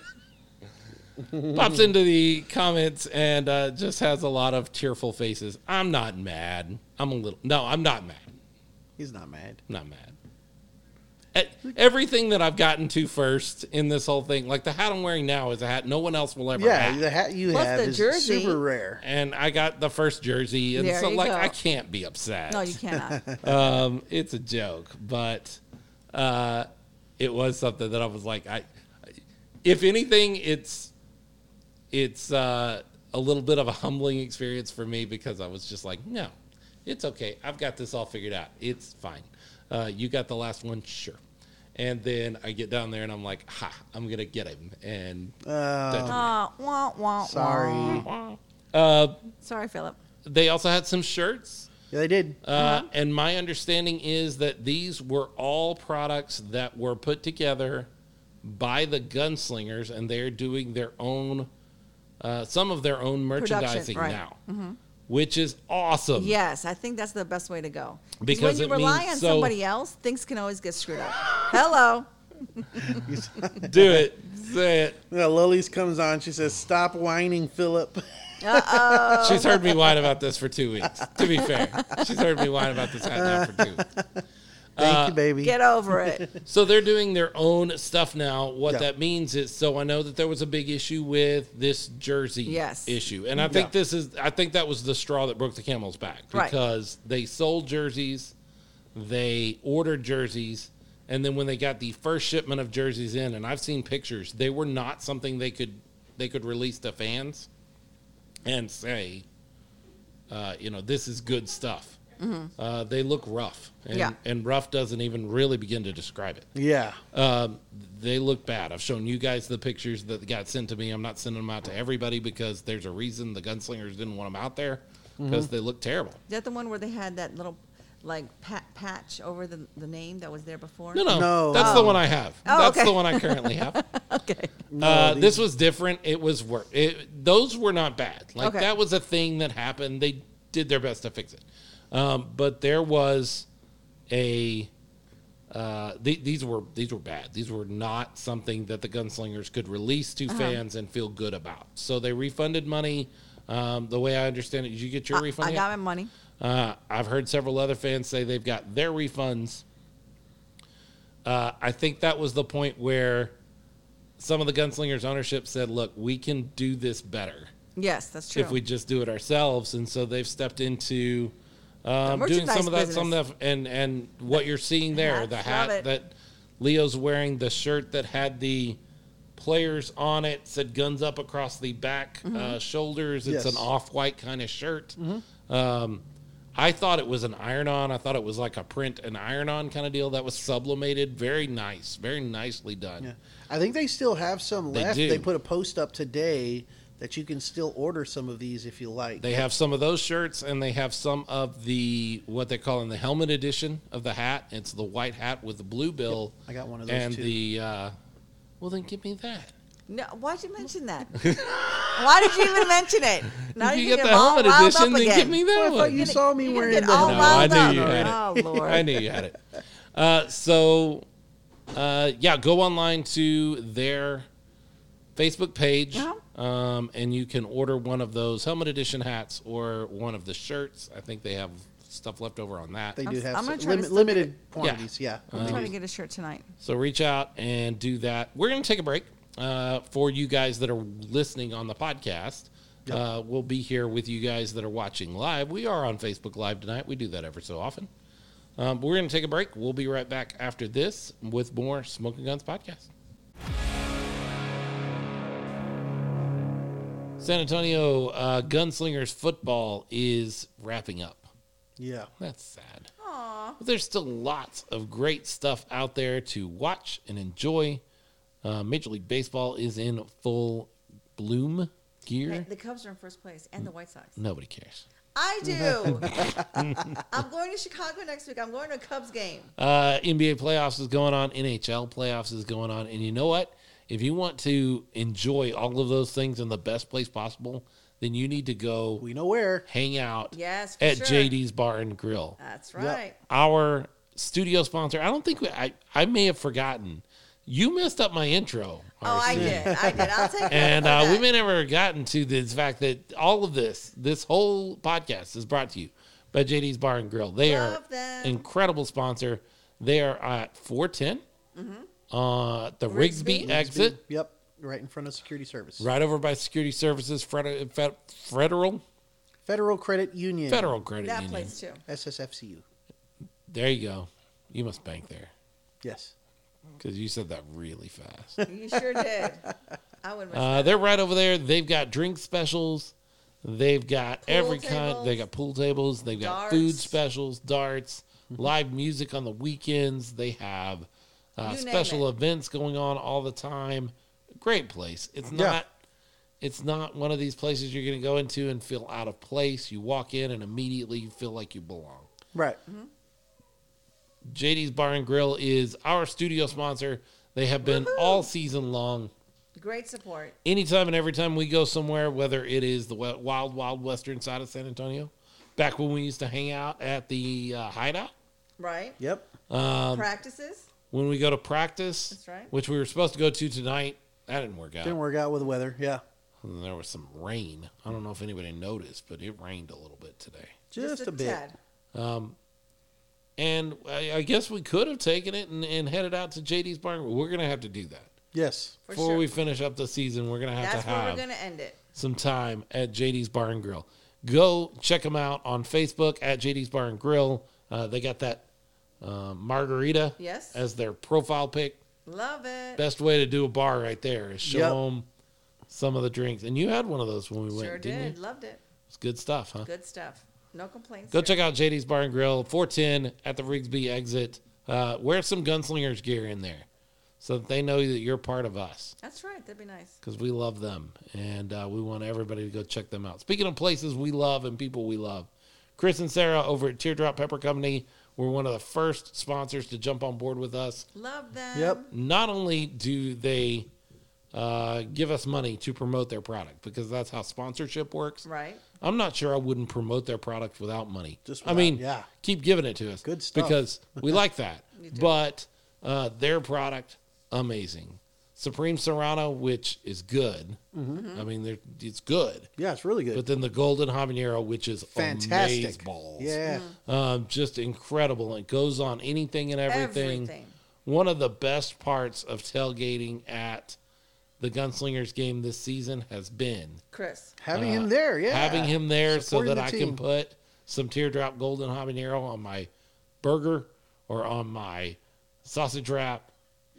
S1: Pops into the comments and uh, just has a lot of tearful faces. I'm not mad. I'm a little. No, I'm not mad.
S3: He's not mad.
S1: Not mad. E- Everything that I've gotten to first in this whole thing, like the hat I'm wearing now, is a hat no one else will ever.
S3: Yeah,
S1: have.
S3: the hat you
S2: Plus
S3: have
S2: the
S3: is
S2: jersey.
S3: super rare.
S1: and I got the first jersey, and
S2: There
S1: so
S2: you
S1: like
S2: go.
S1: I can't be upset.
S2: did. No, you cannot.
S1: Um, it's a joke, but uh, it was something that I was like, I. If anything, it's it's uh, a little bit of a humbling experience for me because I was just like, no, it's okay. I've got this all figured out. It's fine. Uh, you got the last one, sure. And then I get down there and I'm like, ha, I'm gonna get him. And
S3: Uh,
S2: Aw, wah, wah, wah.
S3: sorry.
S2: Sorry, Philip.
S1: they also had some shirts.
S3: Yeah, they did.
S2: Uh-huh.
S1: Uh, and my understanding is that these were all products that were put together by the gunslingers, and they're doing their own, uh, some of their own
S2: Production,
S1: merchandising
S2: right. Mm-hmm.
S1: now, which is awesome.
S2: Yes, I think that's the best way to go.
S1: Because
S2: when
S1: it
S2: you rely
S1: means
S2: on
S1: so-
S2: somebody else, things can always get screwed up. Hello.
S1: Do it. Say it.
S3: Yeah, Lully's comes on. She says, "Stop whining, Philip."
S2: Oh.
S1: She's heard me whine about this for two weeks, to be fair. She's heard me whine about this hat now for two weeks.
S3: Thank
S1: Uh,
S3: you, baby.
S2: Get over it.
S1: So they're doing their own stuff now. What
S3: Yeah.
S1: that means is, so I know that there was a big issue with this jersey
S2: Yes.
S1: issue, and I think
S3: Yeah.
S1: this is, I think that was the straw that broke the camel's back
S2: Right.
S1: because they sold jerseys, they ordered jerseys, and then when they got the first shipment of jerseys in, and I've seen pictures, they were not something they could they could release to fans and say, uh, you know, this is good stuff. Uh, they look rough, and,
S2: Mm-hmm. Yeah.
S1: and rough doesn't even really begin to describe it.
S3: yeah.
S1: Um, they look bad. I've shown you guys the pictures that got sent to me. I'm not sending them out to everybody because there's a reason the gunslingers didn't want them out there because they look terrible.
S2: Is that the one where they had that little like pat, patch over the, the name that was there before?
S1: No, no,
S3: No.
S1: that's the one I have.
S2: Oh,
S1: that's
S2: okay.
S1: the one I currently have.
S2: Okay.
S1: uh,
S3: these-
S1: this was different. It was worse. It, those were not bad. Like
S2: Okay.
S1: that was a thing that happened. They did their best to fix it, um, but there was a. Uh, the- these were these were bad. These were not something that the gunslingers could release
S2: Uh-huh.
S1: to fans and feel good about. So they refunded money. Um, the way I understand it, did you get your refund?
S2: I
S1: yet?
S2: got my money.
S1: Uh, I've heard several other fans say they've got their refunds. Uh, I think that was the point where some of the Gunslingers ownership said, look, we can do this better
S2: Yes, that's true.
S1: if we just do it ourselves. And so they've stepped into um,
S2: The
S1: doing some of that,
S2: merchandise
S1: some of that, and, and what you're seeing there,
S2: hats,
S1: the
S2: love
S1: hat
S2: it.
S1: that Leo's wearing, the shirt that had the players on it, said guns up across the back
S2: Mm-hmm.
S1: uh, shoulders. It's
S3: Yes. Mm-hmm.
S1: an off white kind of shirt. Um, I thought it was an iron on. I thought it was like a print and iron on kind of deal that was sublimated. Very nice, very nicely done.
S3: Yeah. I think they still have some
S1: Uh, They
S3: left.
S1: do.
S3: They put a post up today that you can still order some of these if you like.
S1: They have some of those shirts, and they have some of the what they call in the helmet edition of the hat. It's the white hat with the blue bill.
S3: I got one of those,
S1: And
S3: too.
S1: the uh, well, then give me that.
S2: no, why'd you mention that? Why did you even mention it? Now
S1: if you
S2: you're
S1: get the
S2: gonna get all
S1: helmet
S2: riled
S1: edition,
S2: up
S1: then
S2: again.
S1: give me that
S3: Well, Oh, I thought
S1: one.
S3: you saw me
S2: You're gonna
S3: wearing
S2: get
S3: the
S2: all
S1: No,
S3: helmet.
S1: I
S2: riled
S1: knew
S2: up.
S1: you had
S2: Oh
S1: it.
S2: lord.
S1: I knew you had it. Uh, so, uh, yeah, go online to their Facebook page,
S2: Uh-huh.
S1: um, and you can order one of those helmet edition hats or one of the shirts. I think they have stuff left over on that.
S3: They do
S2: I'm-
S3: have
S2: I'm
S3: some,
S2: gonna try to
S3: limit,
S2: still
S3: limited quantities. Yeah.
S2: I'm
S1: Uh-huh.
S2: trying to get a shirt tonight.
S1: So reach out and do that. We're going to take a break uh, for you guys that are listening on the podcast. Uh, we'll be here with you guys that are watching live. We are on Facebook Live tonight. We do that ever so often. Um, but we're going to take a break. We'll be right back after this with more Smoking Guns podcast. San Antonio uh, Gunslingers football is wrapping up.
S3: Yeah.
S1: That's sad.
S2: Aw.
S1: But there's still lots of great stuff out there to watch and enjoy. Uh, Major League Baseball is in full bloom
S2: Hey,
S1: gear.
S2: the Cubs are in first place, and the White Sox.
S1: Nobody cares.
S2: I do. I'm going to Chicago next week. I'm going to a Cubs game.
S1: Uh, NBA playoffs is going on. NHL playoffs is going on. And you know what? If you want to enjoy all of those things in the best place possible, then you need to go
S3: We know where.
S1: hang out
S2: Yes, for
S1: at
S2: sure.
S1: JD's Bar and Grill.
S2: That's
S3: Yep.
S2: right.
S1: Our studio sponsor. I don't think we, I I may have forgotten. You messed up my intro.
S2: Oh, I
S1: RC.
S2: did. I did. I'll take it.
S1: And uh, we may never have gotten to the fact that all of this, this whole podcast, is brought to you by JD's Bar and Grill. They
S2: Love
S1: are
S2: them.
S1: incredible sponsor. They are at 410
S2: Mm-hmm.
S1: uh, the Rigsby,
S2: Rigsby.
S1: exit,
S3: Yep. Right in front of security service.
S1: right over by Security Services Fred- Fed- Federal
S3: Federal Credit Union.
S1: Federal Credit
S2: that
S1: Union.
S2: place too.
S3: SSFCU.
S1: There you go. You must bank there
S3: Yes.
S1: because you said that really fast.
S2: You sure did. I would.
S1: Uh, they're right over there. They've got drink specials. They've got
S2: Pool
S1: every
S2: tables.
S1: kind. They got pool tables. They've got
S2: Darts. Mm-hmm.
S1: food specials, darts, live music on the weekends. They have uh,
S2: You name
S1: special
S2: it.
S1: events going on all the time. Great place. It's not. It's not one of these places you're going to go into and feel out of place. You walk in and immediately you feel like you belong.
S3: Right.
S2: Mm-hmm.
S1: JD's Bar and Grill is our studio sponsor. They have been all season long.
S2: Great support.
S1: anytime and every time we go somewhere, whether it is the we- wild, wild western side of San Antonio, back when we used to hang out at the uh, hideout,
S2: Right.
S3: Yep.
S1: um,
S2: Practices.
S1: when we go to practice,
S2: That's right.
S1: which we were supposed to go to tonight, that didn't work out.
S3: Didn't work out with the weather. Yeah.
S1: And there was some rain. I don't know if anybody noticed, but it rained a little bit today.
S3: Just, a, bit.
S2: tad.
S1: And I, I guess we could have taken it and, and headed out to JD's Barn. We're going to have to do that.
S3: Yes.
S2: For
S1: Before
S2: sure.
S1: we finish up the season, we're going to have
S2: That's
S1: to
S2: where
S1: have.
S2: we're gonna end it.
S1: some time at JD's Bar and Grill. Go check them out on Facebook at JD's Bar and Grill. Uh, they got that uh, margarita
S2: Yes.
S1: as their profile pic.
S2: Love it.
S1: Best way to do a bar right there is show
S3: Yep.
S1: them some of the drinks. And you had one of those when we
S2: sure
S1: went, didn't
S2: did.
S1: you?
S2: Loved it.
S1: It's good stuff, huh?
S2: Good stuff. No complaints.
S1: Go
S2: here.
S1: check out JD's Bar and Grill, 410 at the Rigsby exit. Uh, wear some gunslingers gear in there so that they know that you're part of us
S2: That's right. That'd be nice.
S1: because we love them and uh, we want everybody to go check them out. Speaking of places we love and people we love, Chris and Sarah over at Teardrop Pepper Company were one of the first sponsors to jump on board with us.
S2: Love them.
S3: Yep.
S1: Not only do they uh, give us money to promote their product because that's how sponsorship works.
S2: Right.
S1: I'm not sure I wouldn't promote their product without money.
S3: Just
S1: I
S3: without-
S1: mean,
S3: yeah.
S1: keep giving it to us.
S3: Good stuff.
S1: Because we like that.
S2: You do.
S1: but uh, their product, amazing. Supreme Serrano, which is good. I mean, they're- it's good.
S3: Yeah, it's really good.
S1: But then the Golden Habanero, which is
S3: Fantastic.
S1: balls.
S3: Yeah.
S2: Mm.
S1: Um, just incredible. It goes on anything and everything.
S2: Everything.
S1: One of the best parts of tailgating at the Gunslingers game this season has been
S2: Chris.
S3: Having
S1: uh,
S3: him there. Yeah.
S1: having him there so that
S3: Supporting the
S1: I can
S3: team.
S1: put some teardrop golden habanero on my burger or on my sausage wrap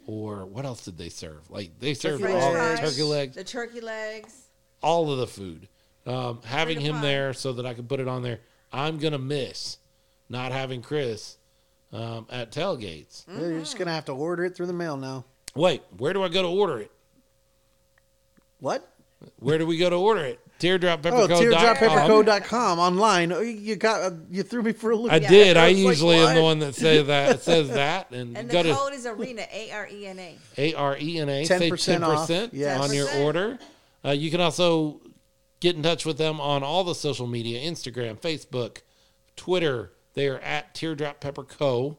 S1: or what else did they serve? Like they served
S3: French
S1: all
S3: fries.
S1: turkey legs,
S2: The turkey legs.
S1: all of the food. Um, having
S2: to
S1: him
S2: five.
S1: there so that I can put it on there. I'm gonna miss not having Chris um, at tailgates.
S3: You're just gonna have to order it through the mail now.
S1: Wait, where do I go to order it?
S3: What?
S1: Where do we go to order it? Teardrop
S3: Oh,
S1: pepperco.com.
S3: teardroppepperco.com online. Oh, You got uh, you threw me for a loop.
S1: I
S2: Yeah.
S1: did. I
S3: It's like,
S1: usually am the
S3: what?
S1: one that say that says that and,
S2: And
S1: go
S2: the
S1: to
S2: code is arena. A R E N A.
S1: A R E N A.
S3: 10%
S1: Save ten
S3: off.
S1: percent
S3: Yes.
S1: on your
S2: 10%.
S1: order. Uh, you can also get in touch with them on all the social media: Instagram, Facebook, Twitter. They are at Teardrop Pepper Co.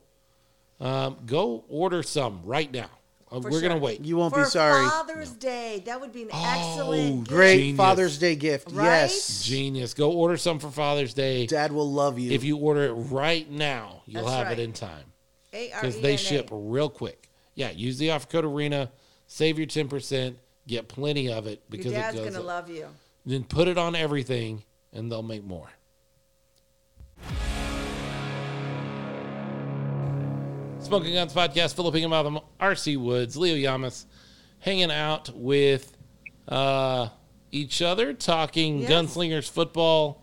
S1: Um, go order some right now. Uh,
S2: For
S1: we're gonna
S2: sure.
S1: wait.
S3: You won't
S2: For
S3: be sorry.
S2: Father's Day, that would be
S1: Oh,
S2: an excellent. gift.
S3: Great
S1: Genius.
S3: Father's Day gift.
S2: Right?
S3: Yes.
S1: Genius. Go order some for Father's Day.
S3: Dad will love you.
S1: If you order it right now, you'll
S2: That's
S1: have
S2: right. E
S1: it in time.
S2: A-R-E-N-A.
S1: because they ship real quick. Yeah, use the offer code arena, save your ten percent, get plenty of it because
S2: Your dad's
S1: it goes.
S2: gonna
S1: up.
S2: love you.
S1: Then put it on everything, and they'll make more. Smoking Guns Podcast, Filipino Malcolm, RC Woods, Leo Yamas, hanging out with uh, each other, talking
S2: Yes.
S1: Gunslingers football.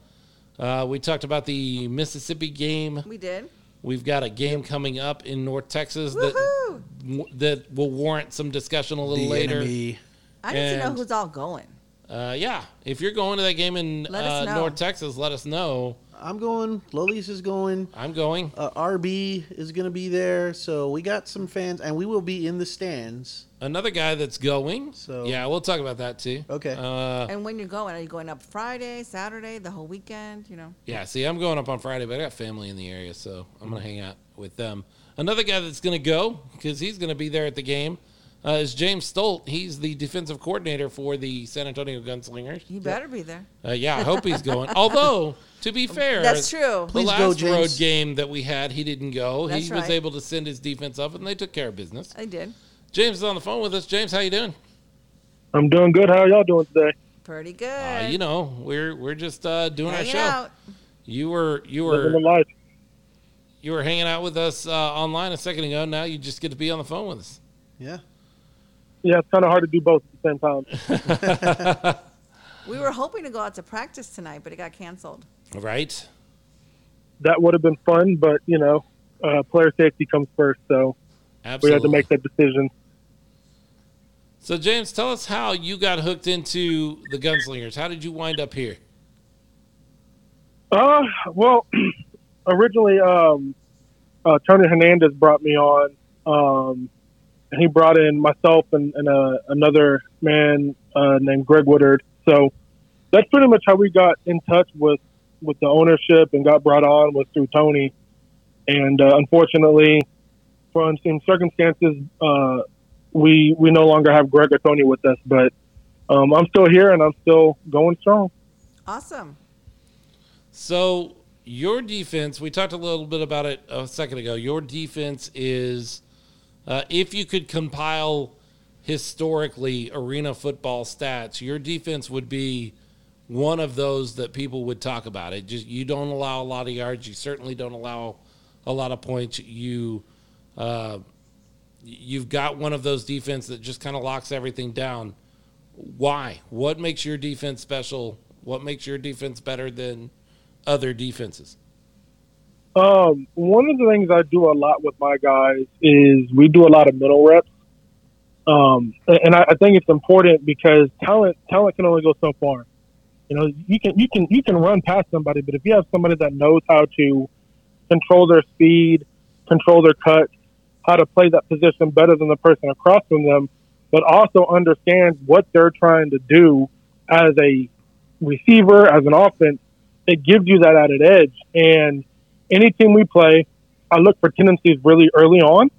S1: Uh, we talked about the Mississippi game.
S2: We did.
S1: We've got a game coming up in North Texas that,
S2: Woohoo!
S1: that will warrant some discussion a little
S3: The
S1: later.
S3: enemy.
S2: I need to know
S1: And-
S2: who's all going.
S1: Uh, yeah, if you're going to that game in
S2: Let us
S1: uh,
S2: know.
S1: North Texas, let us know.
S3: I'm going. Lolis is going.
S1: I'm going.
S3: Uh, RB is going to be there. So we got some fans, and we will be in the stands.
S1: Another guy that's going.
S3: So-
S1: yeah, we'll talk about that too.
S3: Okay.
S1: Uh,
S2: And when you're going, are you going up Friday, Saturday, the whole weekend? You know,
S1: yeah. See, I'm going up on Friday, but I got family in the area, so I'm gonna hang out with them. Another guy that's gonna go because he's gonna be there at the game uh, is James Stolt. He's the defensive coordinator for the San Antonio Gunslingers.
S2: he better be there.
S1: Uh, yeah, I hope he's going. Although, to be fair,
S2: That's true.
S1: The
S3: Please
S1: last
S3: go,
S1: road
S3: James.
S1: game that we had, he didn't go.
S2: That's
S1: he was
S2: right.
S1: able to send his defense up, and they took care of business.
S2: I did.
S1: James is on the phone with us. James, how you doing?
S4: I'm doing good. How are y'all doing today?
S2: Pretty good.
S1: Uh, you know, we're we're just uh, doing our
S2: Hanging
S1: show.
S2: out.
S1: You were you
S4: Living the
S1: were
S4: life.
S1: you were hanging out with us uh, online a second ago. Now you just get to be on the phone with us.
S3: Yeah.
S4: Yeah, it's kind of hard to do both at the same time.
S2: We were hoping to go out to practice tonight, but it got canceled.
S1: Right?
S4: That would have been fun, but you know, uh, player safety comes first, so we
S1: Absolutely.
S4: had to make that decision.
S1: so James, tell us how you got hooked into the Gunslingers. How did you wind up here?
S4: Uh, well, originally, um, uh, Tony Hernandez brought me on. Um, and he brought in myself and, and uh, another man uh, named Greg Woodard. So that's pretty much how we got in touch with, with the ownership and got brought on was through Tony. And uh, unfortunately, for unseen circumstances, uh, we we no longer have Greg or Tony with us. But um, I'm still here and I'm still going strong.
S2: Awesome.
S1: So your defense, we talked a little bit about it a second ago. Your defense is, uh, if you could compile historically arena football stats, your defense would be one of those that people would talk about. It just you don't allow a lot of yards. You certainly don't allow a lot of points. You uh, you've got one of those defense that just kind of locks everything down. Why? What makes your defense special? What makes your defense better than other defenses?
S4: Um, one of the things I do a lot with my guys is we do a lot of middle reps, um, and I, I think it's important because talent talent can only go so far. You know, you can you can you can run past somebody, but if you have somebody that knows how to control their speed, control their cuts, how to play that position better than the person across from them, but also understands what they're trying to do as a receiver, as an offense, it gives you that added edge and any team we play, I look for tendencies really early on.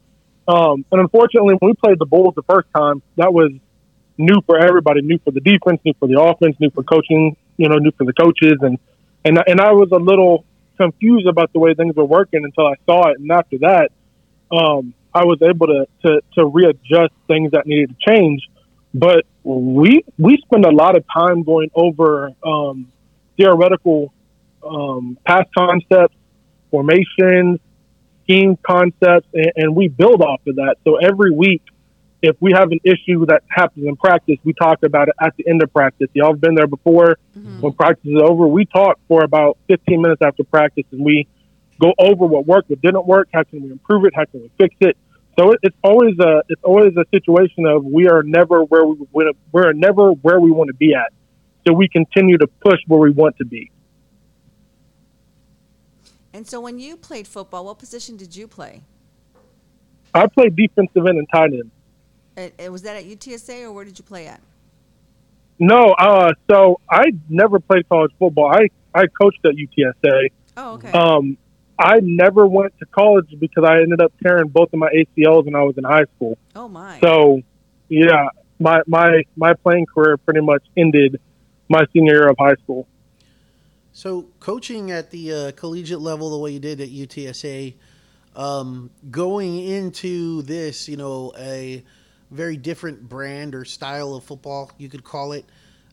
S4: Um, and unfortunately, when we played the Bulls the first time, that was new for everybody, new for the defense, new for the offense, new for coaching, you know, new for the coaches, and and and I was a little confused about the way things were working until I saw it, and after that, um, I was able to, to to readjust things that needed to change. But we we spend a lot of time going over um, theoretical um, pass concepts formations, scheme concepts, and, and we build off of that. So every week, if we have an issue that happens in practice, we talk about it at the end of practice. Y'all have been there before. When practice is over, we talk for about 15 minutes after practice and we go over what worked, what didn't work, how can we improve it, how can we fix it. So it, it's always a it's always a situation of we are never where we wanna- we're never where we want to be at. So we continue to push where we want to be.
S2: And so when you played football, what position did you play?
S4: I play defensive end and tight end.
S2: It, it- Uh, was that at UTSA or where did you play at?
S4: No, uh, so I never played college football. I, I coached at UTSA.
S2: Oh, okay.
S1: Uh,
S4: Um, I never went to college because I ended up tearing both of my ACLs when I was in high school.
S2: oh my.
S4: So, yeah, my my my playing career pretty much ended my senior year of high school.
S3: So coaching at the uh, collegiate level, the way you did at UTSA, um, going into this, you know, a very different brand or style of football, you could call it.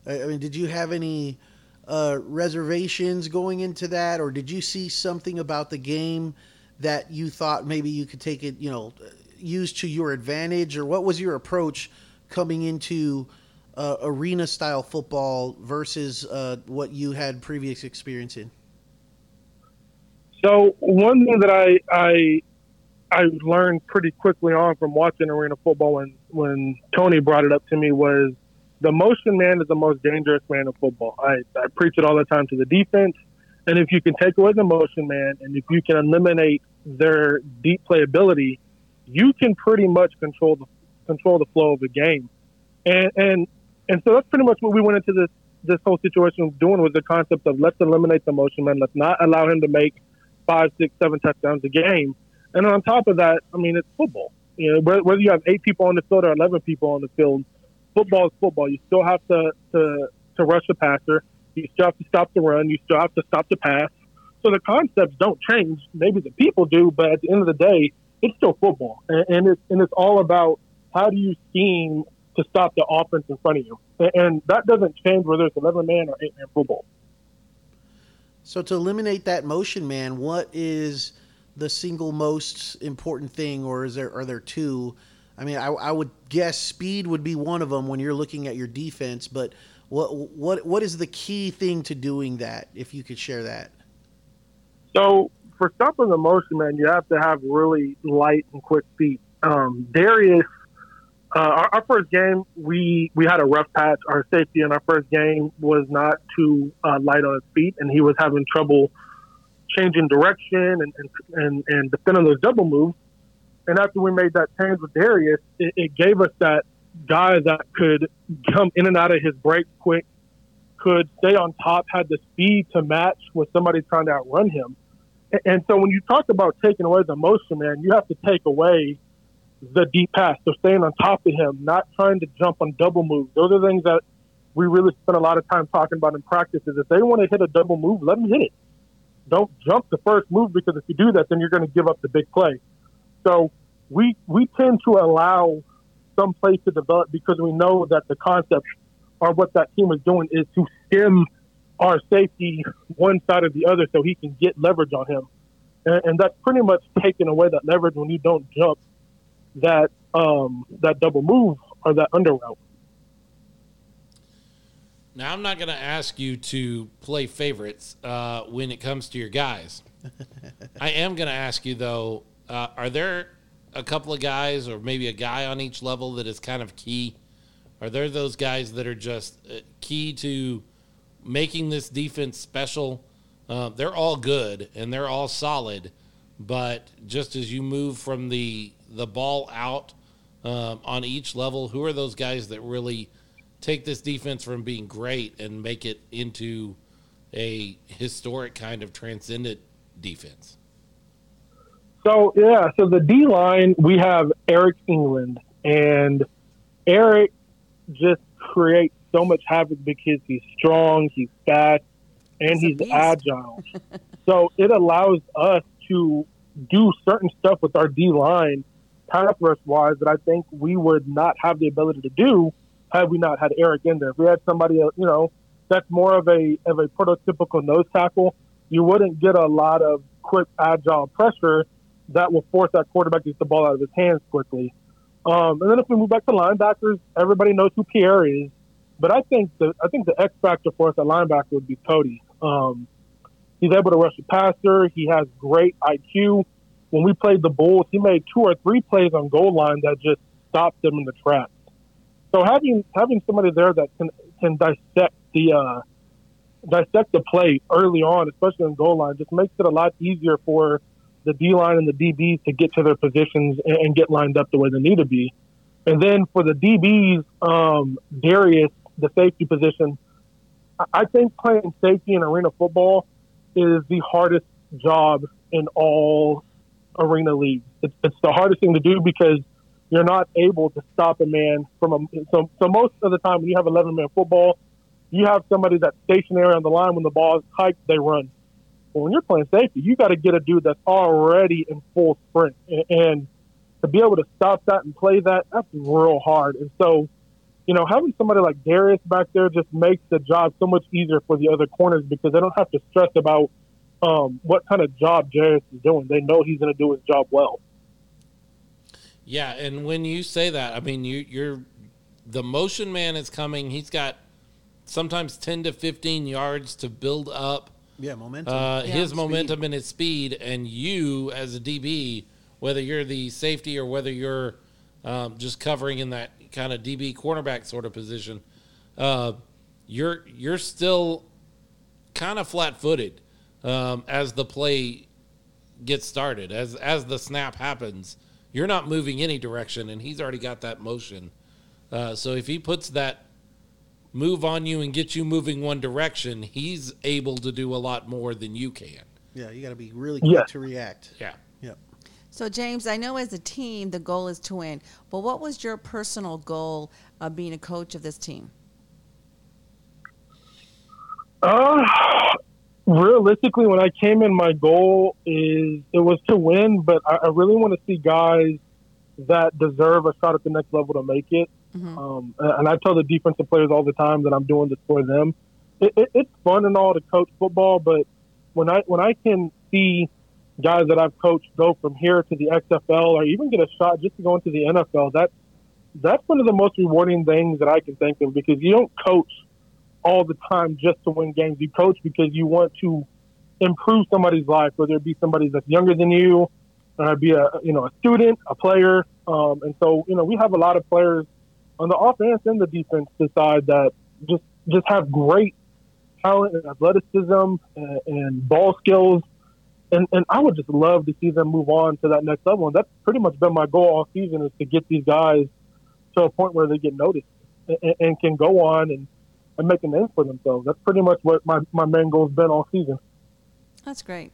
S3: I I mean, did you have any uh, reservations going into that, or did you see something about the game that you thought maybe you could take it, you know, use to your advantage, or what was your approach coming into uh, arena style football versus uh, what you had previous experience in?
S4: So one thing that I I I learned pretty quickly on from watching arena football when when Tony brought it up to me was the motion man is the most dangerous man in football. I, I preach it all the time to the defense, and if you can take away the motion man and if you can eliminate their deep playability, you can pretty much control the control the flow of the game, and and and so that's pretty much what we went into this this whole situation was doing was the concept of let's eliminate the motion man, let's not allow him to make five, six, seven touchdowns a game, and on top of that, I mean it's football. You know, whether whether you have eight people on the field or eleven people on the field, football is football. You still have to to to rush the passer. You still have to stop the run. You still have to stop the pass. So the concepts don't change. Maybe the people do, but at the end of the day, it's still football, and, and it's and it's all about how do you scheme to stop the offense in front of you, and, and that doesn't change whether it's eleven man or eight man football.
S3: So to eliminate that motion man, what is the single most important thing, or is there are there two? I mean, I, I would guess speed would be one of them when you're looking at your defense, but what what what is the key thing to doing that? If you could share that.
S4: So for stopping the motion man, you have to have really light and quick feet. Um, Darius, uh, our, our first game, we we had a rough patch. Our safety in our first game was not too uh, light on his feet, and he was having trouble changing direction and and, and, and defending those double moves. And after we made that change with Darius, it, it gave us that guy that could come in and out of his break quick, could stay on top, had the speed to match with somebody trying to outrun him. And so when you talk about taking away the motion, man, you have to take away the deep pass. So staying on top of him, not trying to jump on double moves. Those are things that we really spend a lot of time talking about in practice is if they want to hit a double move, let them hit it. Don't jump the first move because if you do that, then you're going to give up the big play. So we, we tend to allow some plays to develop because we know that the concept or what that team is doing is to stem our safety one side or the other so he can get leverage on him. And, and that's pretty much taking away that leverage when you don't jump that um, that double move or that under route.
S1: Now, I'm not going to ask you to play favorites uh, when it comes to your guys. I am going to ask you, though, uh, are there a couple of guys or maybe a guy on each level that is kind of key? Are there those guys that are just uh, key to making this defense special. Uh, they're all good and they're all solid, but just as you move from the the ball out um, on each level, who are those guys that really take this defense from being great and make it into a historic kind of transcendent defense?
S4: So yeah, so the D line we have Eric England and Eric just creates so much havoc because he's strong, he's fast, and he's, he's agile. so it allows us to do certain stuff with our D line, pass rush wise, that I think we would not have the ability to do had we not had Eric in there. If we had somebody, uh, you know, that's more of a of a prototypical nose tackle, you wouldn't get a lot of quick agile pressure that will force that quarterback to get the ball out of his hands quickly. Um, and then if we move back to linebackers, everybody knows who Pierre is. But I think the I think the X factor for us at linebacker would be Cody. Um, he's able to rush the passer. He has great IQ. When we played the Bulls, he made two or three plays on goal line that just stopped them in the trap. So having having somebody there that can can dissect the uh, dissect the play early on, especially on goal line, just makes it a lot easier for the D line and the DBs to get to their positions and, and, get lined up the way they need to be. And then for the DBs, um, Darius the safety position. I think playing safety in arena football is the hardest job in all arena leagues. It's, it's the hardest thing to do because you're not able to stop a man from a. So, so most of the time when you have 11 man football, you have somebody that's stationary on the line when the ball is hiked, they run. But when you're playing safety, you got to get a dude that's already in full sprint. And, and to be able to stop that and play that, that's real hard. And so, you know, having somebody like Darius back there just makes the job so much easier for the other corners because they don't have to stress about um, what kind of job Darius is doing. They know he's going to do his job well.
S1: Yeah, and when you say that, I mean you, are the motion man is coming. He's got sometimes ten to fifteen yards to build up
S3: Yeah, momentum.
S1: uh,
S2: Yeah.
S1: his
S2: Speed.
S1: momentum and his speed, and you as a DB, whether you're the safety or whether you're um, just covering in that kind of DB cornerback sort of position, uh, you're you're still kind of flat-footed um, as the play gets started. As as the snap happens, you're not moving any direction, and he's already got that motion. Uh, so if he puts that move on you and get you moving one direction, he's able to do a lot more than you can.
S3: yeah, you got to be really quick
S4: Yeah.
S3: to react.
S1: Yeah.
S3: Yep.
S2: So, James, I know as a team the goal is to win, but what was your personal goal of being a coach of this team?
S4: Uh, realistically, when I came in, my goal is it was to win, but I, I really want to see guys that deserve a shot at the next level to make it.
S2: Mhm.
S4: Um, and and I tell the defensive players all the time that I'm doing this for them. It, it, it's fun and all to coach football, but when I when I can see guys that I've coached go from here to the XFL or even get a shot just to go into the NFL, that's that's one of the most rewarding things that I can think of because you don't coach all the time just to win games. You coach because you want to improve somebody's life, whether it be somebody that's younger than you, uh, be a you know a student, a player. Um, and so you know we have a lot of players on the offense and the defense decide that just just have great talent and athleticism and, and ball skills. And, and I would just love to see them move on to that next level. And that's pretty much been my goal all season is to get these guys to a point where they get noticed and, and can go on and, and make a name for themselves. That's pretty much what my, my main goal has been all season.
S2: That's great.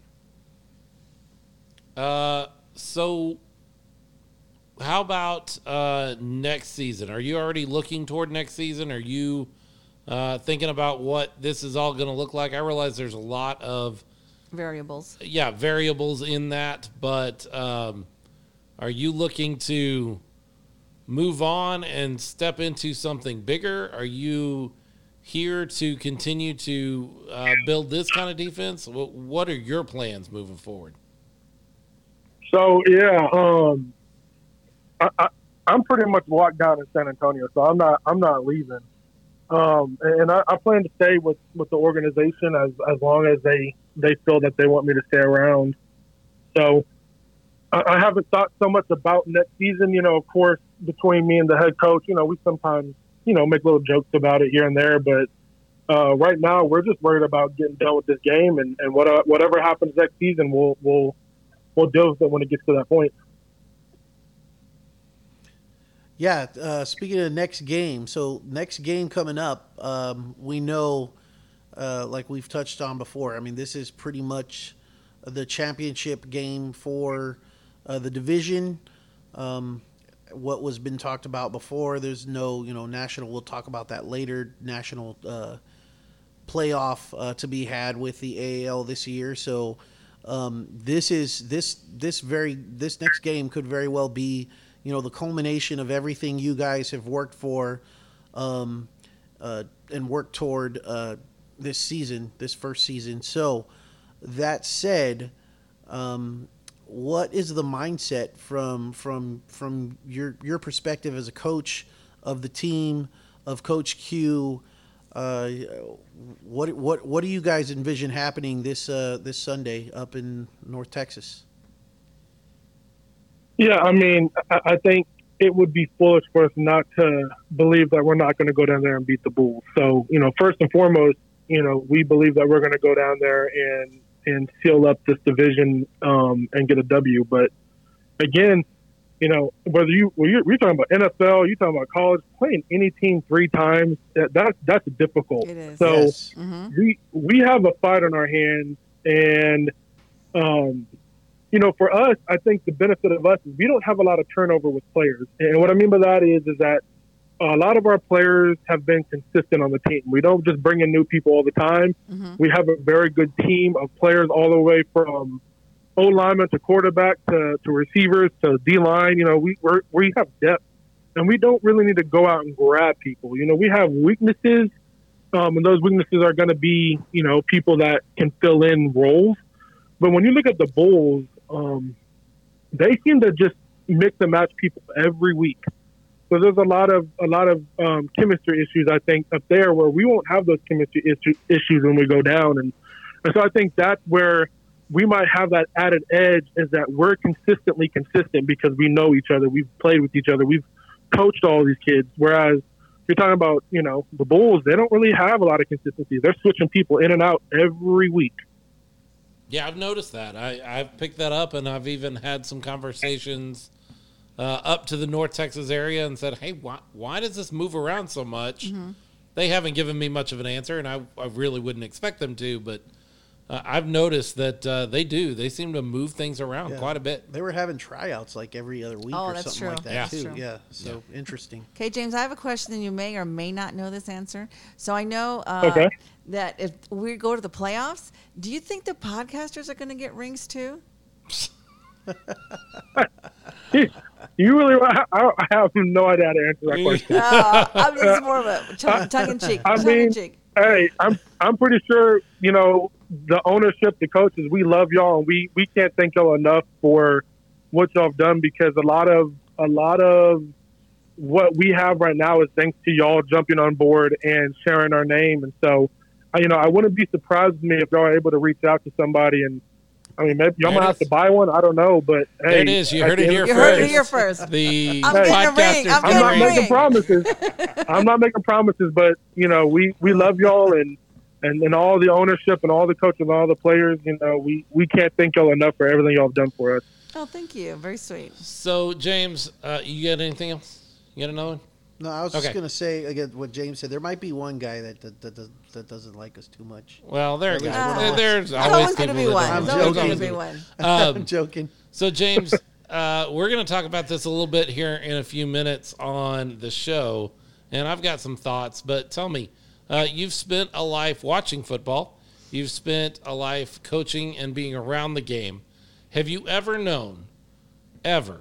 S1: Uh, so, how about uh, next season? Are you already looking toward next season? Are you uh, thinking about what this is all going to look like? I realize there's a lot of
S2: Variables.
S1: yeah variables in that, but um, are you looking to move on and step into something bigger? Are you here to continue to uh, build this kind of defense? What, what are your plans moving forward?
S4: So yeah, um, I, I, I'm pretty much locked down in San Antonio, so I'm not I'm not leaving. Um, and I, I plan to stay with, with the organization as, as long as they, they feel that they want me to stay around. So I, I haven't thought so much about next season. You know, of course, between me and the head coach, you know, we sometimes you know make little jokes about it here and there, but uh, right now we're just worried about getting done with this game and, and what, uh, whatever happens next season, we'll we'll we'll deal with it when it gets to that point.
S3: Yeah, uh, speaking of next game, so next game coming up, um, we know, uh, like we've touched on before, I mean, this is pretty much the championship game for uh, the division. Um, what was been talked about before, there's no, you know, national, we'll talk about that later, national uh, playoff uh, to be had with the AAL this year. So um, this is this this very this next game could very well be you know the culmination of everything you guys have worked for um, uh, and worked toward uh, this season, this first season. So that said. Um, what is the mindset from from from your your perspective as a coach of the team of Coach Q? Uh, what what what do you guys envision happening this uh, this Sunday up in North Texas?
S4: Yeah, I mean, I, I think it would be foolish for us not to believe that we're not going to go down there and beat the Bulls. So, you know, first and foremost, you know, we believe that we're going to go down there and and seal up this division um, and get a W. But again, you know, whether you well, you're, you're talking about NFL, you're talking about college, playing any team three times that, that that's difficult.
S2: It is.
S4: So-
S3: Yes.
S2: hmm
S4: we we have a fight on our hands, and um, you know, for us, I think the benefit of us is we don't have a lot of turnover with players, and what I mean by that is is that a lot of our players have been consistent on the team. We don't just bring in new people all the time.
S2: hmm
S4: We have a very good team of players all the way from O lineman to quarterback to, to receivers to D line. You know, we we're, we have depth, and we don't really need to go out and grab people. You know, we have weaknesses, um, and those weaknesses are going to be you know people that can fill in roles. But when you look at the Bulls, um, they seem to just mix and match people every week. So there's a lot of a lot of um, chemistry issues I think up there where we won't have those chemistry issue, issues when we go down and And so I think that's where we might have that added edge is that we're consistently consistent because we know each other. We've played with each other. We've coached all these kids. Whereas you're talking about, you know, the Bulls, they don't really have a lot of consistency. They're switching people in and out every week.
S1: Yeah, I've noticed that. I, I've picked that up, and I've even had some conversations uh, up to the North Texas area and said, "Hey, why why does this move around so much?"
S2: Mm-hmm.
S1: They haven't given me much of an answer, and I I really wouldn't expect them to. But uh, I've noticed that uh, they do. They seem to move things around
S3: Yeah.
S1: quite a bit.
S3: They were having tryouts like every other week
S2: Oh,
S3: or
S2: that's
S3: something
S2: true.
S3: like that
S1: Yeah.
S3: too.
S2: That's true.
S3: Yeah. So interesting.
S2: Okay, James, I have a question, and you may or may not know this answer. So I know uh,
S4: Okay.
S2: that if we go to the playoffs, do you think the podcasters are going to get rings too?
S4: You really, I, I have no idea how to answer that question.
S2: Uh, I'm just more of a tongue, tongue in cheek.
S4: I
S2: tongue
S4: mean,
S2: in cheek.
S4: hey, I'm I'm pretty sure you know the ownership, the coaches. We love y'all, and we we can't thank y'all enough for what y'all have done because a lot of a lot of what we have right now is thanks to y'all jumping on board and sharing our name. And so, I, you know, I wouldn't be surprised me if y'all are able to reach out to somebody and. I mean, maybe y'all
S1: There it
S4: might have
S1: is.
S4: to buy one. I don't know, but hey,
S1: There it is. You
S4: at
S1: heard it
S4: the end
S1: here
S4: of
S2: You
S4: the
S1: first.
S2: heard it here first.
S1: The
S2: I'm getting a ring.
S1: podcasters
S2: I'm
S1: get
S4: I'm not
S1: rings.
S2: ring.
S4: making promises. I'm not making promises, but you know, we we love y'all and and and all the ownership and all the coaches and all the players. You know, we we can't thank y'all enough for everything y'all have done for us.
S2: Oh, thank you. Very sweet.
S1: So, James, uh, you got anything else? You got another one?
S3: No, I was
S1: Okay.
S3: just gonna say again what James said. There might be one guy that that, that, does- that doesn't like us too much.
S1: Well, there
S3: At
S1: goes.
S3: least
S2: one
S1: There-
S2: of us.
S1: There's
S2: There's
S1: always
S2: always going to
S1: people
S2: be
S1: that
S2: one.
S1: don't
S2: There's
S1: like
S3: I'm
S2: always
S1: us.
S2: going to
S3: joking.
S2: be one.
S1: Um,
S3: I'm joking.
S1: So, James, uh, we're going to talk about this a little bit here in a few minutes on the show. And I've got some thoughts, but tell me, uh, you've spent a life watching football, you've spent a life coaching and being around the game. Have you ever known, ever,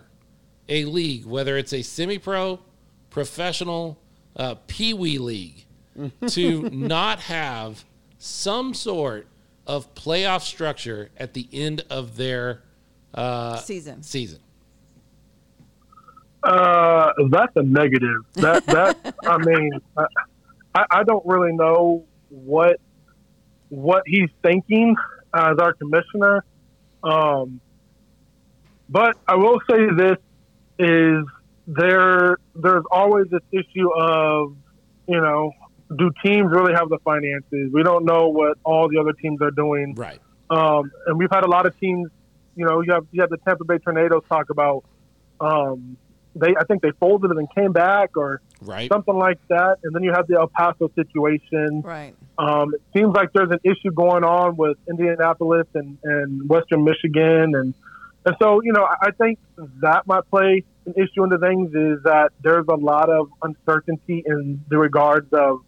S1: a league, whether it's a semi pro, professional, uh, pee wee league, to not have some sort of playoff structure at the end of their uh,
S2: Season.
S1: season.
S4: Uh, that's a negative. That that I mean, I, I I don't really know what what he's thinking as our commissioner. Um, but I will say this is there there's always this issue of you know do teams really have the finances? We don't know what all the other teams are doing.
S1: Right.
S4: Um, and we've had a lot of teams, you know, you have you have the Tampa Bay Tornadoes talk about um, they I think they folded and then came back or
S1: Right.
S4: something like that. And then you have the El Paso situation.
S2: Right.
S4: Um, it seems like there's an issue going on with Indianapolis and, and Western Michigan and and so, you know, I I think that might play an issue into things is that there's a lot of uncertainty in the regards of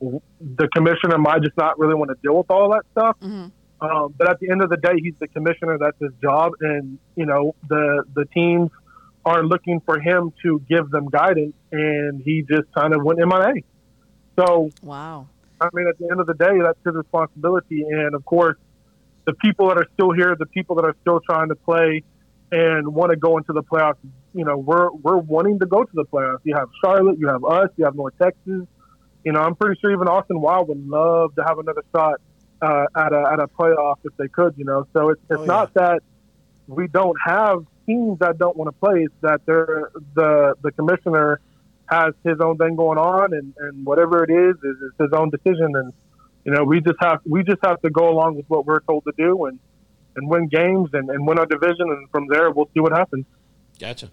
S4: the commissioner might just not really want to deal with all that stuff.
S2: Mhm.
S1: Mm-hmm.
S4: Um, but at the end of the day, he's the commissioner. That's his job, and you know the the teams are looking for him to give them guidance, and he just kind of went MIA. So
S2: Wow.
S4: I mean, at the end of the day, that's his responsibility. And of course, the people that are still here, the people that are still trying to play and want to go into the playoffs, you know, we're we're wanting to go to the playoffs. You have Charlotte, you have us, you have North Texas. You know, I'm pretty sure even Austin Wild would love to have another shot uh, at a at a playoff if they could. You know, so it's it's
S3: Oh, yeah.
S4: not that we don't have teams that don't want to play. It's that they're the the commissioner has his own thing going on, and, and whatever it is, is it's his own decision. And you know, we just have we just have to go along with what we're told to do and and win games and, and win our division, and from there we'll see what happens.
S1: Gotcha.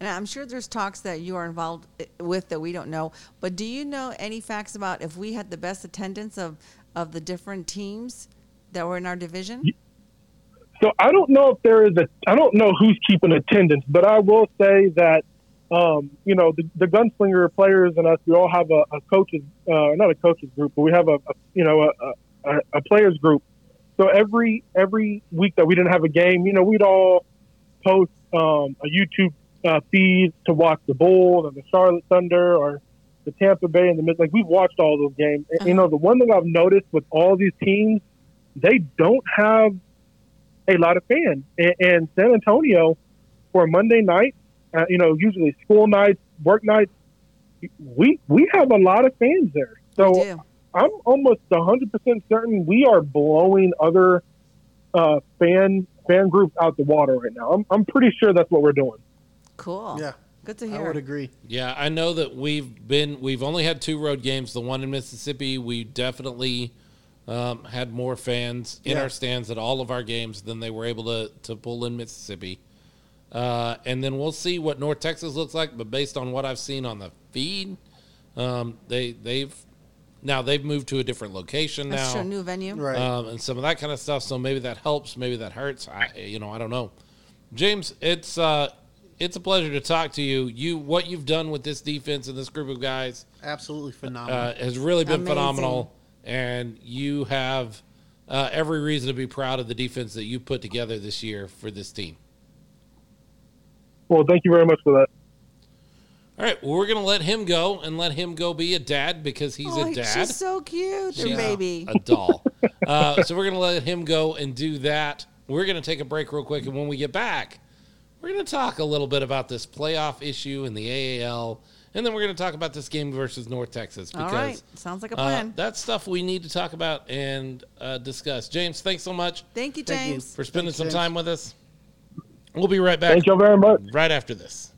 S2: And I'm sure there's talks that you are involved i- with that we don't know. But do you know any facts about if we had the best attendance of, of the different teams that were in our division?
S4: So I don't know if there is a I don't know who's keeping attendance, but I will say that um, you know the, the gunslinger players and us we all have a, a coaches uh, not a coaches group, but we have a, a you know a, a, a players group. So every every week that we didn't have a game, you know we'd all post um, a YouTube uh, feed to watch the Bulls and the Charlotte Thunder or the Tampa Bay and the Mid. Like we've watched all those games. And, You know the one thing I've noticed with all these teams, they don't have a lot of fans. And, and San Antonio for Monday night, uh, you know, usually school nights, work nights, we we have a lot of fans there.
S2: We
S3: oh,
S4: So
S2: do.
S4: I'm almost 100 percent certain we are blowing other uh, fan fan groups out the water right now. I'm I'm pretty sure that's what we're doing.
S2: Cool.
S3: Yeah.
S2: Good to
S3: I
S2: hear.
S3: would agree.
S1: Yeah, I know that we've been we've only had two road games. The one in Mississippi, we definitely um, had more fans in
S3: Yeah.
S1: our stands at all of our games than they were able to to pull in Mississippi. Uh, and then we'll see what North Texas looks like. But based on what I've seen on the feed, um, they they've now they've moved to a different location
S2: That's
S1: now
S2: true. New venue.
S3: Right.
S1: um, and some of that kind of stuff. So maybe that helps, maybe that hurts. I, you know, I don't know. James, it's uh, it's a pleasure to talk to you. You what you've done with this defense and this group of guys
S3: Absolutely phenomenal.
S1: uh, has really been
S2: Amazing.
S1: phenomenal, and you have uh, every reason to be proud of the defense that you put together this year for this team.
S4: Well, thank you very much for that.
S1: All right, well, we're gonna let him go and let him go be a dad because he's
S2: oh,
S1: a
S2: he-
S1: dad.
S2: she's so cute, their
S1: She's
S2: baby.
S1: A doll. Uh, so we're going to let him go and do that. We're going to take a break real quick. And when we get back, we're going to talk a little bit about this playoff issue in the AAL. And then we're going to talk about this game versus North Texas
S2: All
S1: because
S2: right. Sounds like a
S1: uh,
S2: plan.
S1: that's stuff we need to talk about and uh, discuss. James, thanks so much
S2: Thank you,
S3: Thank you.
S2: James.
S1: for spending
S3: Thanks,
S1: some
S3: James.
S1: time with us. We'll be right back
S4: Thank you very much.
S1: right after this.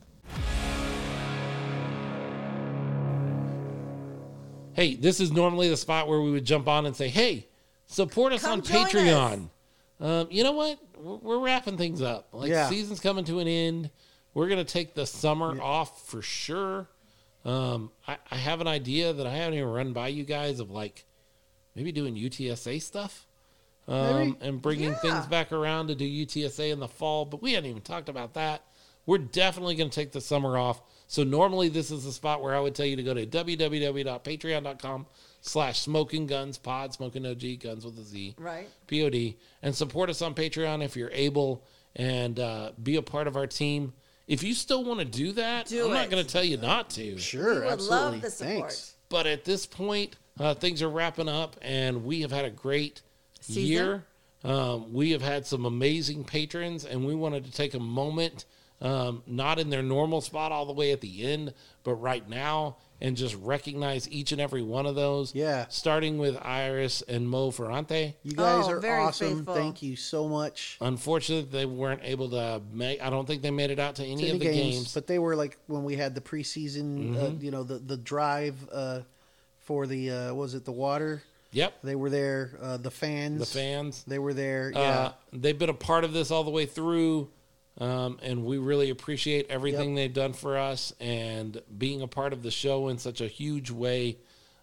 S1: Hey, this is normally the spot where we would jump on and say, "Hey, support us
S2: Come
S1: on
S2: join
S1: Patreon." Um, you know what? We're, we're wrapping things up. Like
S3: Yeah.
S1: season's coming to an end. We're gonna take the summer off for sure. Um, I, I have an idea that I haven't even run by you guys of like maybe doing UTSA stuff um, and bringing
S2: Yeah.
S1: things back around to do UTSA in the fall, but we hadn't even talked about that. We're definitely going to take the summer off. So normally this is the spot where I would tell you to go to www.patreon.com slash smoking guns pod, smoking OG guns with a Z
S2: Right.
S1: pod and support us on patreon if you're able and uh, be a part of our team if you still want to do that
S2: Do
S1: i'm not
S2: it.
S1: going to tell you not to
S3: sure.
S2: we would
S3: absolutely.
S2: love the support.
S3: Thanks.
S1: but at this point uh, things are wrapping up and we have had a great
S2: Season.
S1: year um, we have had some amazing patrons and we wanted to take a moment um, not in their normal spot all the way at the end but right now and just recognize each and every one of those
S3: Yeah.
S1: starting with iris and mo ferrante
S3: You guys
S2: Oh,
S3: are
S2: very
S3: awesome.
S2: faithful.
S3: Thank you so much.
S1: Unfortunately, they weren't able to make. I don't think they made it out to any
S3: to
S1: of the games. Mm-hmm.
S3: but they were like when we had the preseason, uh, you know, the the drive uh, for the uh, was it the water?
S1: yep,
S3: They were there. Uh, the fans,
S1: the fans.
S3: they were there.
S1: Uh, they've been a part of this all the way through, um, and we really appreciate everything they've done for us and being a part of the show in such a huge way.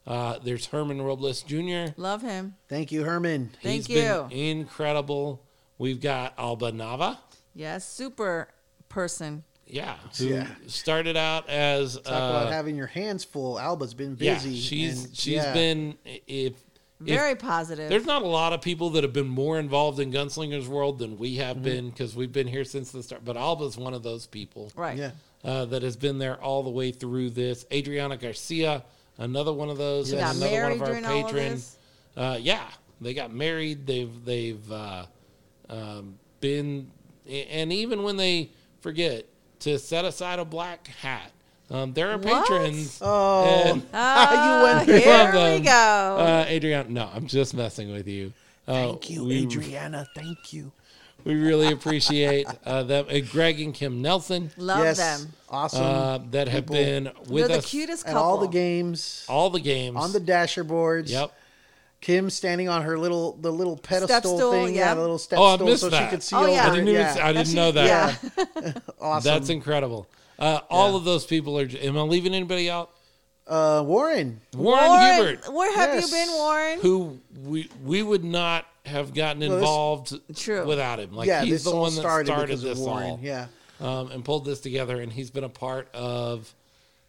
S1: Uh, there's Herman Robles Jr.
S2: Love him.
S3: yeah, thank you, Herman.
S2: Thank
S1: He's been incredible. We've got Alba Nava.
S2: Yes, super person.
S1: Yeah, who
S3: Yeah.
S1: started out as
S3: Talk about
S1: uh,
S3: having your hands full. Alba's been
S1: yeah,
S3: busy.
S1: she's
S3: and-
S1: she's
S3: yeah.
S1: been if if
S2: Very positive.
S1: There's not a lot of people that have been more involved in Gunslinger's World than we
S3: Mm-hmm.
S1: have been because we've been here since the start. But Alba's one of those people
S2: right.
S3: Yeah,
S1: uh, that has been there all the way through this. Adriana Garcia, another one of those,
S2: She got
S1: and another one
S2: married
S1: of our
S2: during all of
S1: patrons.
S2: this.
S1: Uh, yeah, they got married. They've they've uh, um, been, and even when they forget to set aside a black hat, um, there are
S2: What?
S1: patrons.
S3: Oh.
S1: and-
S2: Ah,
S3: You went
S2: here
S1: Love them.
S2: we go.
S1: Uh, Adriana, no, I'm just messing with you. Uh,
S3: thank you,
S1: we-
S3: Adriana. Thank you.
S1: We really appreciate uh, them, uh, Greg and Kim Nelson,
S2: Love
S3: yes,
S2: them.
S3: awesome.
S1: uh, that have
S3: People.
S1: been with
S2: They're the
S1: us
S2: cutest
S3: At
S2: couple.
S3: all the games,
S1: all the games.
S3: on the dasher boards.
S1: yep.
S3: Kim standing on her little the little pedestal
S2: stool,
S3: thing,
S2: yeah.
S3: yeah, the little step
S1: Oh, I
S3: stool,
S1: missed
S3: so
S1: that.
S3: she could see
S2: Oh,
S3: over.
S2: yeah.
S1: I didn't
S3: it.
S1: even
S3: yeah.
S1: I didn't know that.
S2: Yeah.
S3: awesome.
S1: That's incredible. Uh, all of those people are. Am I leaving anybody out?
S3: uh, Warren.
S1: Warren,
S2: Warren,
S1: Hubert,
S2: where have
S3: Yes.
S2: you been, Warren?
S1: who we we would not have gotten
S3: this-
S1: involved
S2: True.
S1: without him. Like
S3: yeah,
S1: he's
S3: this
S1: the
S3: all
S1: one that
S3: started,
S1: started,
S3: because
S1: this
S3: of Warren.
S1: all.
S3: Yeah,
S1: um, and pulled this together. And he's been a part of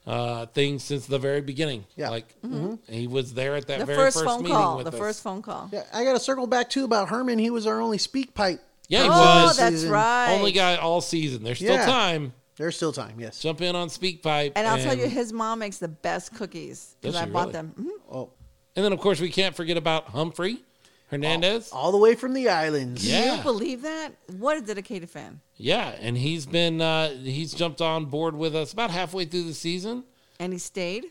S1: uh, things since the very beginning.
S3: Yeah. Mm-hmm.
S1: like he was there at that
S2: the
S1: very
S2: first,
S1: first,
S2: phone
S1: meeting
S2: call.
S1: with
S2: The
S1: us.
S2: first phone call.
S3: yeah. I got to circle back too about Herman. He was our only speak pipe.
S1: Yeah, he
S2: oh,
S1: was
S2: that's
S3: Season.
S2: right.
S1: only guy all season. There's still
S3: Yeah.
S1: time.
S3: There's still time. Yes.
S1: Jump in on SpeakPipe,
S2: and I'll tell you, his mom makes the best cookies
S1: Does
S2: because I
S1: she
S2: bought
S1: really?
S2: them. Mhm.
S3: oh,
S1: and then of course we can't forget about Humphrey Hernandez.
S3: all the way from the islands.
S1: Yeah.
S2: Can you believe that? What a dedicated fan.
S1: Yeah, and he's been uh, he's jumped on board with us about halfway through the season.
S2: And he stayed.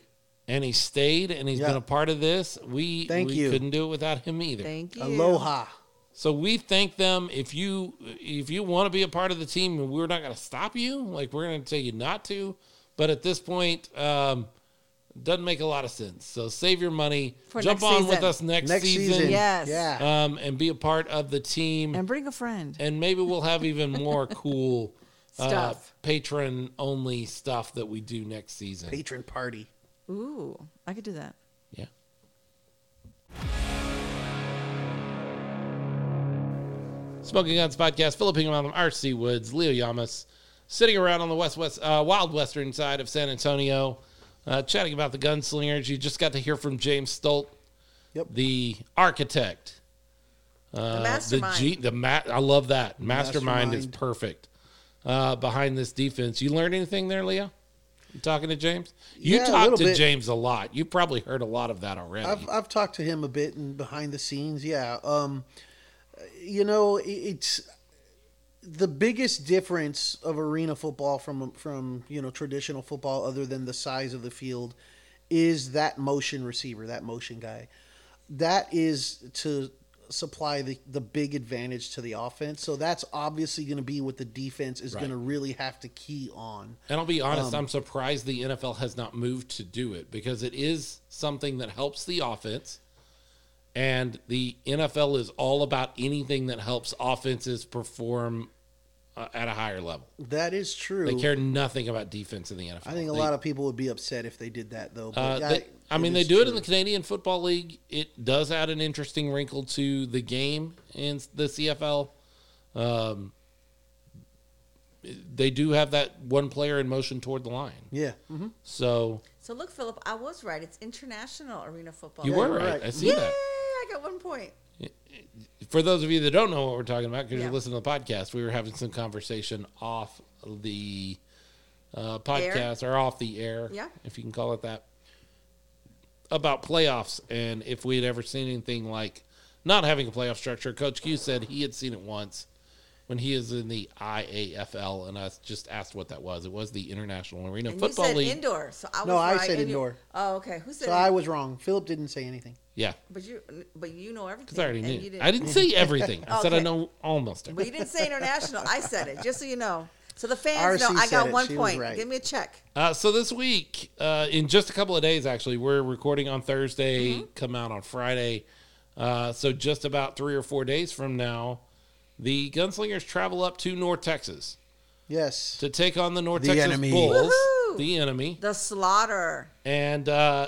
S1: and he stayed and he's
S3: Yeah.
S1: been a part of this. We
S3: Thank
S1: we
S3: you.
S1: couldn't do it without him either.
S2: Thank you.
S3: Aloha.
S1: so we thank them. If you if you want to be a part of the team, and we're not going to stop you. Like we're going to tell you not to. But at this point, um, doesn't make a lot of sense. So save your money.
S2: For
S1: Jump
S2: next
S1: on with
S2: season.
S1: us next,
S3: Next
S1: season,
S3: season.
S2: Yes.
S3: Yeah.
S1: um, and be a part of the team.
S2: And bring a friend.
S1: and maybe we'll have even more cool
S2: Stuff.
S1: uh, patron only stuff that we do next season.
S3: Patron party.
S2: Ooh, I could do that.
S1: yeah. Smoking Guns Podcast, Philip Ingham, R.C. Woods, Leo Yamas, sitting around on the west west uh, wild western side of San Antonio, uh, chatting about the gunslingers. You just got to hear from James Stolt,
S3: Yep.
S1: the architect. Uh,
S2: mastermind.
S1: The, G, the ma- I love that. Mastermind, is
S3: Mastermind.
S1: perfect uh, behind this defense. You learned anything there, Leo? You talking to James? You
S3: Yeah, a
S1: talked
S3: little
S1: to
S3: bit.
S1: James a lot. You probably heard a lot of that already.
S3: I've, I've talked to him a bit and behind the scenes. Yeah. Um, you know, it- it's the biggest difference of arena football from from you know traditional football, other than the size of the field, is that motion receiver, that motion guy. That is to supply the, the big advantage to the offense. So that's obviously going to be what the defense is
S1: Right.
S3: going to really have to key on.
S1: and I'll be honest,
S3: um,
S1: I'm surprised the NFL has not moved to do it because it is something that helps the offense. And the NFL is all about anything that helps offenses perform uh, at a higher level.
S3: That is true.
S1: They care nothing about defense in the NFL.
S3: I think a
S1: They-
S3: lot of people would be upset if they did that, though. But
S1: Uh, they- I mean, they
S3: is
S1: do it in
S3: true.
S1: the Canadian Football League. It does add an interesting wrinkle to the game in the CFL. Um, they do have that one player in motion toward the line.
S3: Yeah. Mm-hmm.
S1: So
S2: So look, Philip, I was right. It's international arena football.
S1: you
S3: Yeah,
S1: were
S3: you're
S1: right.
S3: right.
S1: I see
S2: Yay!
S1: that.
S2: I got one point.
S1: For those of you that don't know what we're talking about, because
S2: Yeah.
S1: you listen to the podcast, we were having some conversation off the uh, podcast or off the air,
S2: Yeah.
S1: if you can call it that, about playoffs and if we had ever seen anything like not having a playoff structure. Coach Q said he had seen it once when he is in the IAFL, and I just asked what that was. It was the International Arena
S2: And
S1: Football
S2: you said
S1: League.
S2: indoor, so I was
S3: No, I
S2: right,
S3: said
S2: and you-
S3: indoor.
S2: oh, okay. Who said?
S3: So I was wrong. Philip didn't say anything.
S1: yeah,
S2: but you, but you know everything.
S1: because I already
S2: and
S1: knew.
S2: you
S1: I didn't say everything. I said I
S2: Okay.
S1: know almost everything.
S2: But you didn't say international. I said it, just so you know. So the fans
S3: RC
S2: know I
S3: said
S2: got
S3: it.
S2: one
S3: She was
S2: point.
S3: right.
S2: Give me a check.
S1: Uh, so this week, uh, in just a couple of days, actually, we're recording on Thursday, come out on Friday. Uh, so just about three or four days from now, the Gunslingers travel up to North Texas
S3: Yes.
S1: to take on the North
S3: The
S1: Texas
S3: enemy.
S1: Bulls,
S2: Woohoo!
S1: the enemy.
S2: The slaughter.
S1: And uh,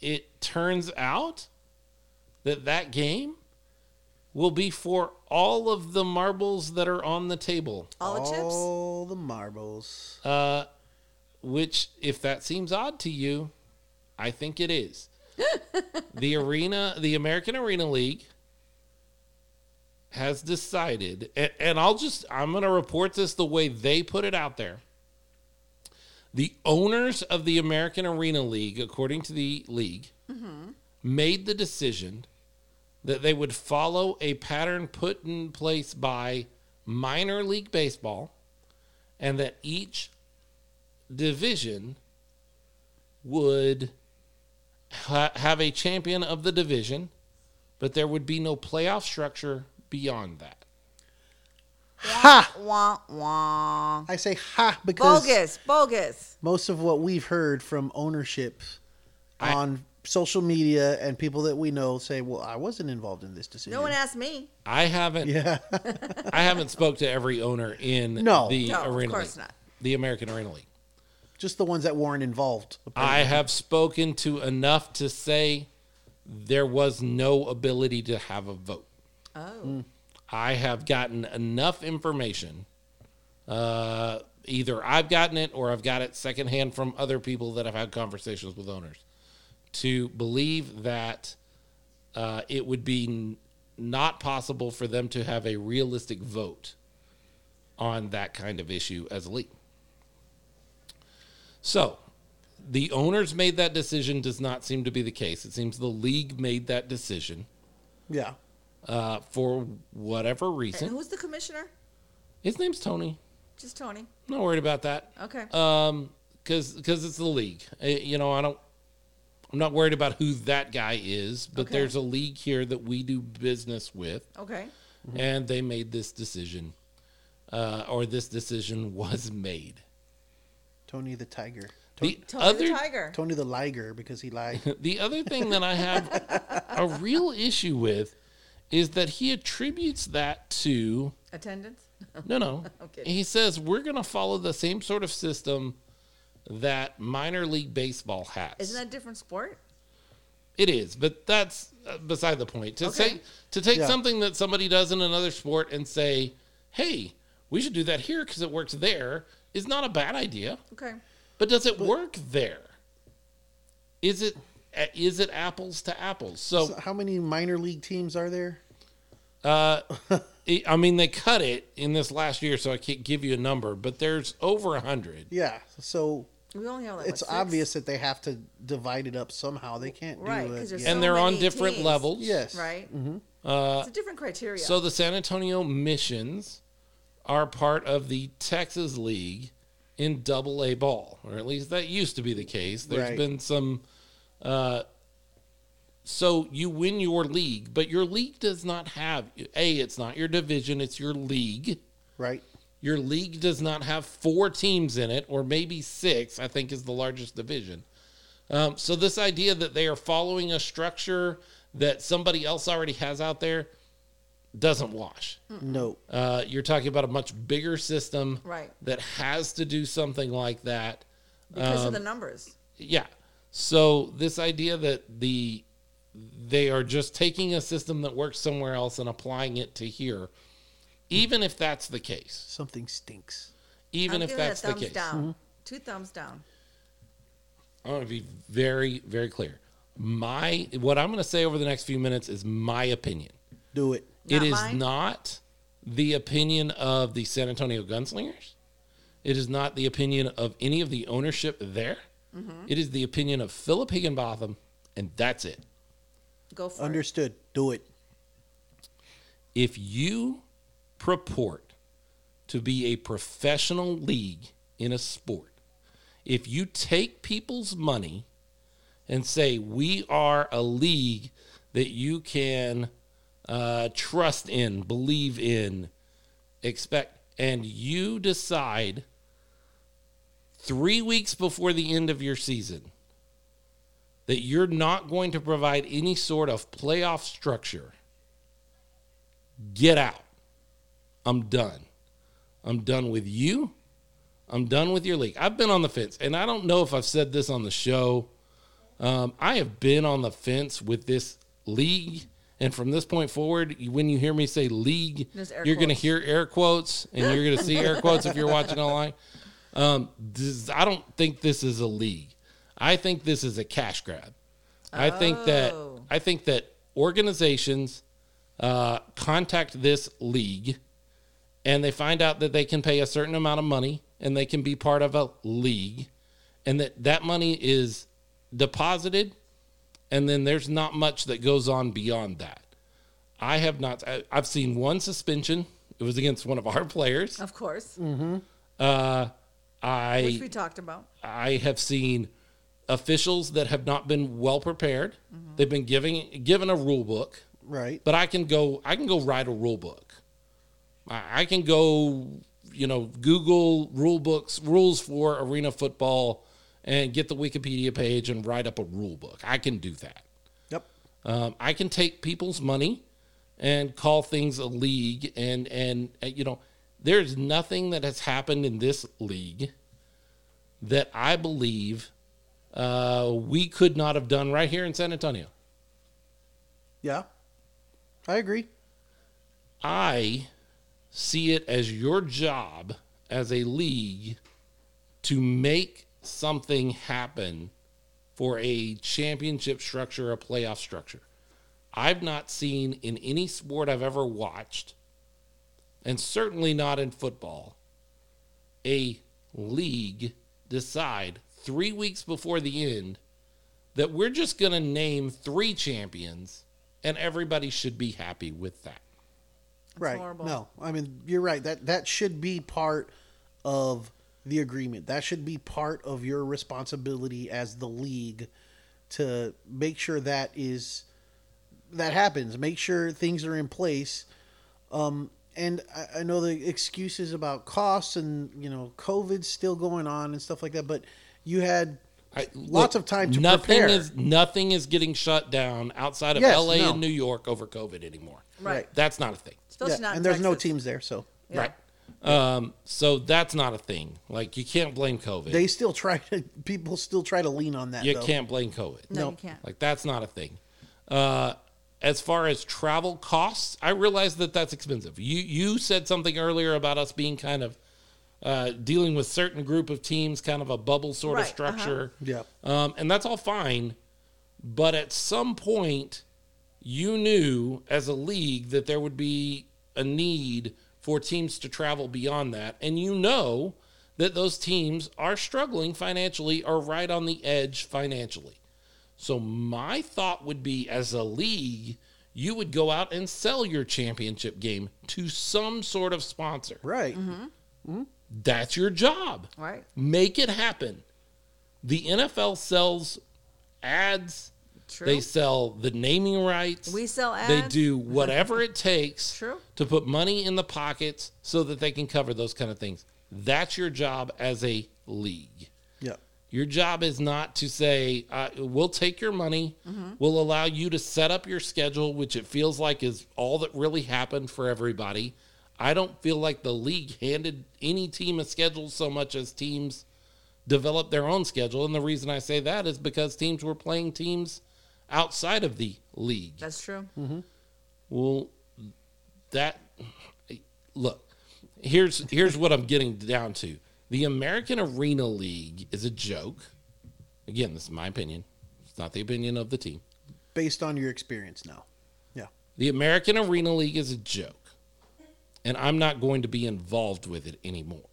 S1: it turns out that that game will be for all of the marbles that are on the table.
S2: All the chips. Uh-huh.
S3: All the marbles.
S1: Uh, which, if that seems odd to you, I think it is. the arena, the American Arena League, has decided, and, and I'll just, I'm going to report this the way they put it out there. The owners of the American Arena League, according to the league, made the decision that they would follow a pattern put in place by minor league baseball and that each division would ha- have a champion of the division, but there would be no playoff structure beyond that.
S3: Ha!
S2: Wah wah.
S3: I say ha because
S2: Bogus. Bogus.
S3: most of what we've heard from ownership on social media and people that we know say, well, I wasn't involved in this decision.
S2: No one asked me.
S1: I haven't
S3: Yeah.
S1: I haven't spoke to every owner in
S3: No.
S1: the
S2: No, of
S1: arena
S2: course
S1: league,
S2: not.
S1: the American Arena League.
S3: Just the ones that weren't involved.
S1: I have spoken to enough to say there was no ability to have a vote.
S2: Oh.
S3: Mm.
S1: I have gotten enough information. Uh, either I've gotten it or I've got it secondhand from other people that have had conversations with owners to believe that uh, it would be n- not possible for them to have a realistic vote on that kind of issue as a league. So the owners made that decision, does not seem to be the case. It seems the league made that decision
S3: Yeah.
S1: uh, for whatever
S2: And
S1: reason.
S2: who's the commissioner?
S1: His name's Tony.
S2: Just Tony.
S1: I'm not worried about that.
S2: Okay.
S1: Um, cause, 'cause it's the league. Eh, you know, I don't I'm not worried about who that guy is, but
S2: Okay.
S1: there's a league here that we do business with,
S2: Okay.
S1: and they made this decision, uh, or this decision was made.
S3: Tony the Tiger.
S1: The
S2: Tony
S1: other
S2: the Tiger.
S3: Tony the Liger because he lied.
S1: The other thing that I have a real issue with is that he attributes that to
S2: Attendance.
S1: no, no.
S2: Okay.
S1: He says we're going to follow the same sort of system that minor league baseball has.
S2: Isn't that a different sport?
S1: it is, but that's uh, beside the point. To
S2: Okay.
S1: say to take
S3: Yeah.
S1: something that somebody does in another sport and say, "Hey, we should do that here because it works there," is not a bad idea.
S2: Okay.
S1: But does it work there? Is it uh, is it apples to apples? So,
S3: So how many minor league teams are there?
S1: I- I mean, they cut it in this last year, so I can't give you a number, but there's over a hundred.
S3: Yeah. So
S2: We only have like
S3: it's
S2: what, six?
S3: obvious that they have to divide it up somehow. They can't
S2: Right,
S3: do
S2: 'cause
S3: it.
S2: there's
S3: yeah.
S1: and
S2: So
S1: they're on
S2: many
S1: different
S2: teams.
S1: levels.
S3: yes.
S2: right?
S3: Mm-hmm.
S2: it's a different criteria.
S1: Uh, So the San Antonio Missions are part of the Texas League in Double A ball, or at least that used to be the case. There's
S3: Right.
S1: been some. Uh, so you win your league, but your league does not have a. It's not your division; it's your league.
S3: Right.
S1: Your league does not have four teams in it, or maybe six, I think is the largest division. Um, so, this idea that they are following a structure that somebody else already has out there doesn't wash.
S2: Mm.
S3: No.
S1: Uh, you're talking about a much bigger system
S2: Right.
S1: that has to do something like that.
S2: because of the
S1: um,
S2: numbers.
S1: Yeah. So this idea that the they are just taking a system that works somewhere else and applying it to here, even if that's the case,
S3: Something stinks.
S1: even
S2: I'm
S1: if
S2: giving it a
S1: that's the
S2: thumbs
S1: case,
S2: down.
S3: Mm-hmm.
S2: Two thumbs down.
S1: I want to be very, very clear. My what I'm going to say over the next few minutes is my opinion.
S3: Do it.
S1: it
S2: Not
S1: is
S2: mine?
S1: not the opinion of the San Antonio Gunslingers. It is not the opinion of any of the ownership there.
S2: Mm-hmm.
S1: It is the opinion of Philip Higginbotham, and that's it.
S2: Go for it.
S3: Understood. Do it.
S1: If you purport to be a professional league in a sport, if you take people's money and say, we are a league that you can uh, trust in, believe in, expect, and you decide three weeks before the end of your season that you're not going to provide any sort of playoff structure get out. I'm done. I'm done with you. I'm done with your league. I've been on the fence, and I don't know if I've said this on the show. Um, I have been on the fence with this league, and from this point forward, you- when you hear me say league,
S2: There's air
S1: you're going to
S2: quotes.
S1: hear air quotes, and you're going to see air quotes if you're watching online. Um, this, I don't think this is a league. I think this is a cash grab. I think that
S2: Oh.
S1: I think that organizations uh, contact this league and they find out that they can pay a certain amount of money and they can be part of a league and that that money is deposited and then there's not much that goes on beyond that i have not I, i've seen one suspension it was against one of our players
S2: Of course,
S1: i
S2: which we talked about.
S1: I have seen officials that have not been well prepared. They've been giving given a rule book,
S3: Right.
S1: but I can go I can go write a rule book. I, I can go you know Google rule books rules for arena football and get the Wikipedia page and write up a rule book. I can do that.
S3: Yep.
S1: Um, I can take people's money and call things a league, and and uh, you know, there's nothing that has happened in this league that I believe uh, we could not have done right here in San Antonio.
S3: Yeah. I agree.
S1: I see it as your job as a league to make something happen for a championship structure, a playoff structure. I've not seen in any sport I've ever watched, and certainly not in football, a league decide three weeks before the end that we're just going to name three champions and everybody should be happy with that.
S3: right.
S2: horrible.
S3: No. I mean, you're right. That that should be part of the agreement. That should be part of your responsibility as the league to make sure that is that happens. Make sure things are in place. Um, and I, I know the excuses about costs and you know COVID's still going on and stuff like that, but you had
S1: I, look,
S3: Lots of time to
S1: nothing
S3: prepare.
S1: Is, nothing is getting shut down outside of
S3: Yes,
S1: LA
S3: no.
S1: and New York over COVID anymore.
S2: Right.
S1: That's not a thing.
S2: Especially
S3: yeah,
S2: not in
S3: and there's no
S2: Texas.
S3: teams there, so
S2: Yeah.
S1: Right. Um, so that's not a thing. Like you can't blame COVID.
S3: they still try to people still try to lean on that.
S1: you
S3: though.
S1: can't blame COVID.
S2: No, you
S3: No.
S2: can't.
S1: Like that's not a thing. Uh, as far as travel costs, I realize that that's expensive. You you said something earlier about us being kind of uh, dealing with certain group of teams, kind of a bubble sort of
S2: Right, uh-huh.
S1: structure.
S3: Yeah.
S1: um, and that's all fine. But at some point, you knew as a league that there would be a need for teams to travel beyond that, and you know that those teams are struggling financially or right on the edge financially. So my thought would be as a league, you would go out and sell your championship game to some sort of sponsor.
S3: Right.
S1: That's your job.
S2: Right.
S1: Make it happen. The NFL sells ads.
S2: True.
S1: They sell the naming rights.
S2: We sell
S1: They
S2: ads.
S1: do whatever it takes
S2: True.
S1: to put money in the pockets so that they can cover those kind of things. That's your job as a league.
S3: Yeah.
S1: Your job is not to say, uh, we'll take your money, we'll allow you to set up your schedule, which it feels like is all that really happened for everybody. I don't feel like the league handed any team a schedule so much as teams developed their own schedule. And the reason I say that is because teams were playing teams outside of the league.
S2: That's true.
S3: Hmm.
S1: Well, that look here's here's what I'm getting down to. The American Arena League is a joke. Again, this is my opinion. It's not the opinion of the team.
S3: Based on your experience now. Yeah.
S1: The American Arena League is a joke, and I'm not going to be involved with it anymore.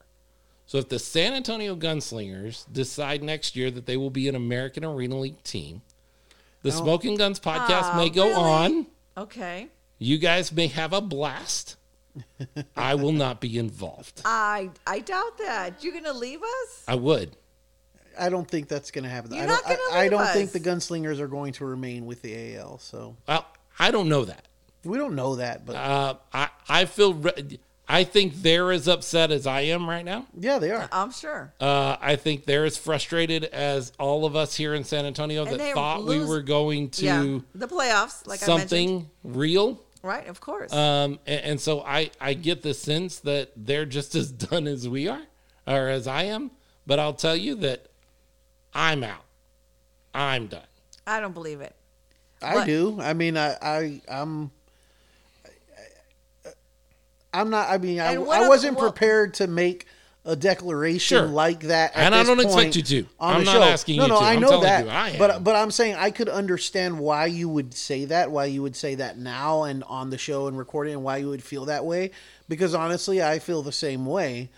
S1: So if the San Antonio Gunslingers decide next year that they will be an American Arena League team, the Smoking Guns podcast
S2: Oh. Aw,
S1: may go
S2: really?
S1: on.
S2: Okay.
S1: You guys may have a blast. I will not be involved.
S2: I I doubt that. You're gonna leave us?
S1: I would.
S3: I don't think that's going to happen.
S2: You're
S3: I
S2: not
S3: don't, I-
S2: gonna
S3: I,
S2: leave
S3: don't
S2: us.
S3: think the gunslingers are going to remain with the AL. So
S1: Well, I don't know that.
S3: we don't know that, but
S1: Uh, I I feel re- I think they're as upset as I am right now.
S3: yeah, they are.
S2: I'm sure.
S1: Uh, I think they're as frustrated as all of us here in San Antonio
S2: And
S1: that
S2: they
S1: thought we
S2: lose-
S1: were going to
S2: yeah. The playoffs, like I mentioned.
S1: something real.
S2: Right, of course.
S1: Um, and, and so I, I get the sense that they're just as done as we are, or as I am. But I'll tell you that I'm out. I'm done.
S2: I don't believe it.
S3: I
S2: But-
S3: do. I mean, I, I I'm. I- I'm not. I mean, I,
S2: And what
S3: I
S2: oth-
S3: wasn't
S2: what-
S3: prepared to make a declaration
S1: Sure.
S3: like that. at
S1: And I
S3: this
S1: don't expect
S3: point
S1: you to.
S3: on
S1: I'm
S3: the
S1: not
S3: show.
S1: asking
S3: no,
S1: you
S3: No,
S1: to.
S3: I
S1: I'm
S3: know
S1: telling
S3: that.
S1: you, I am.
S3: But but I'm saying I could understand why you would say that, why you would say that now and on the show and recording, and why you would feel that way. Because honestly, I feel the same way.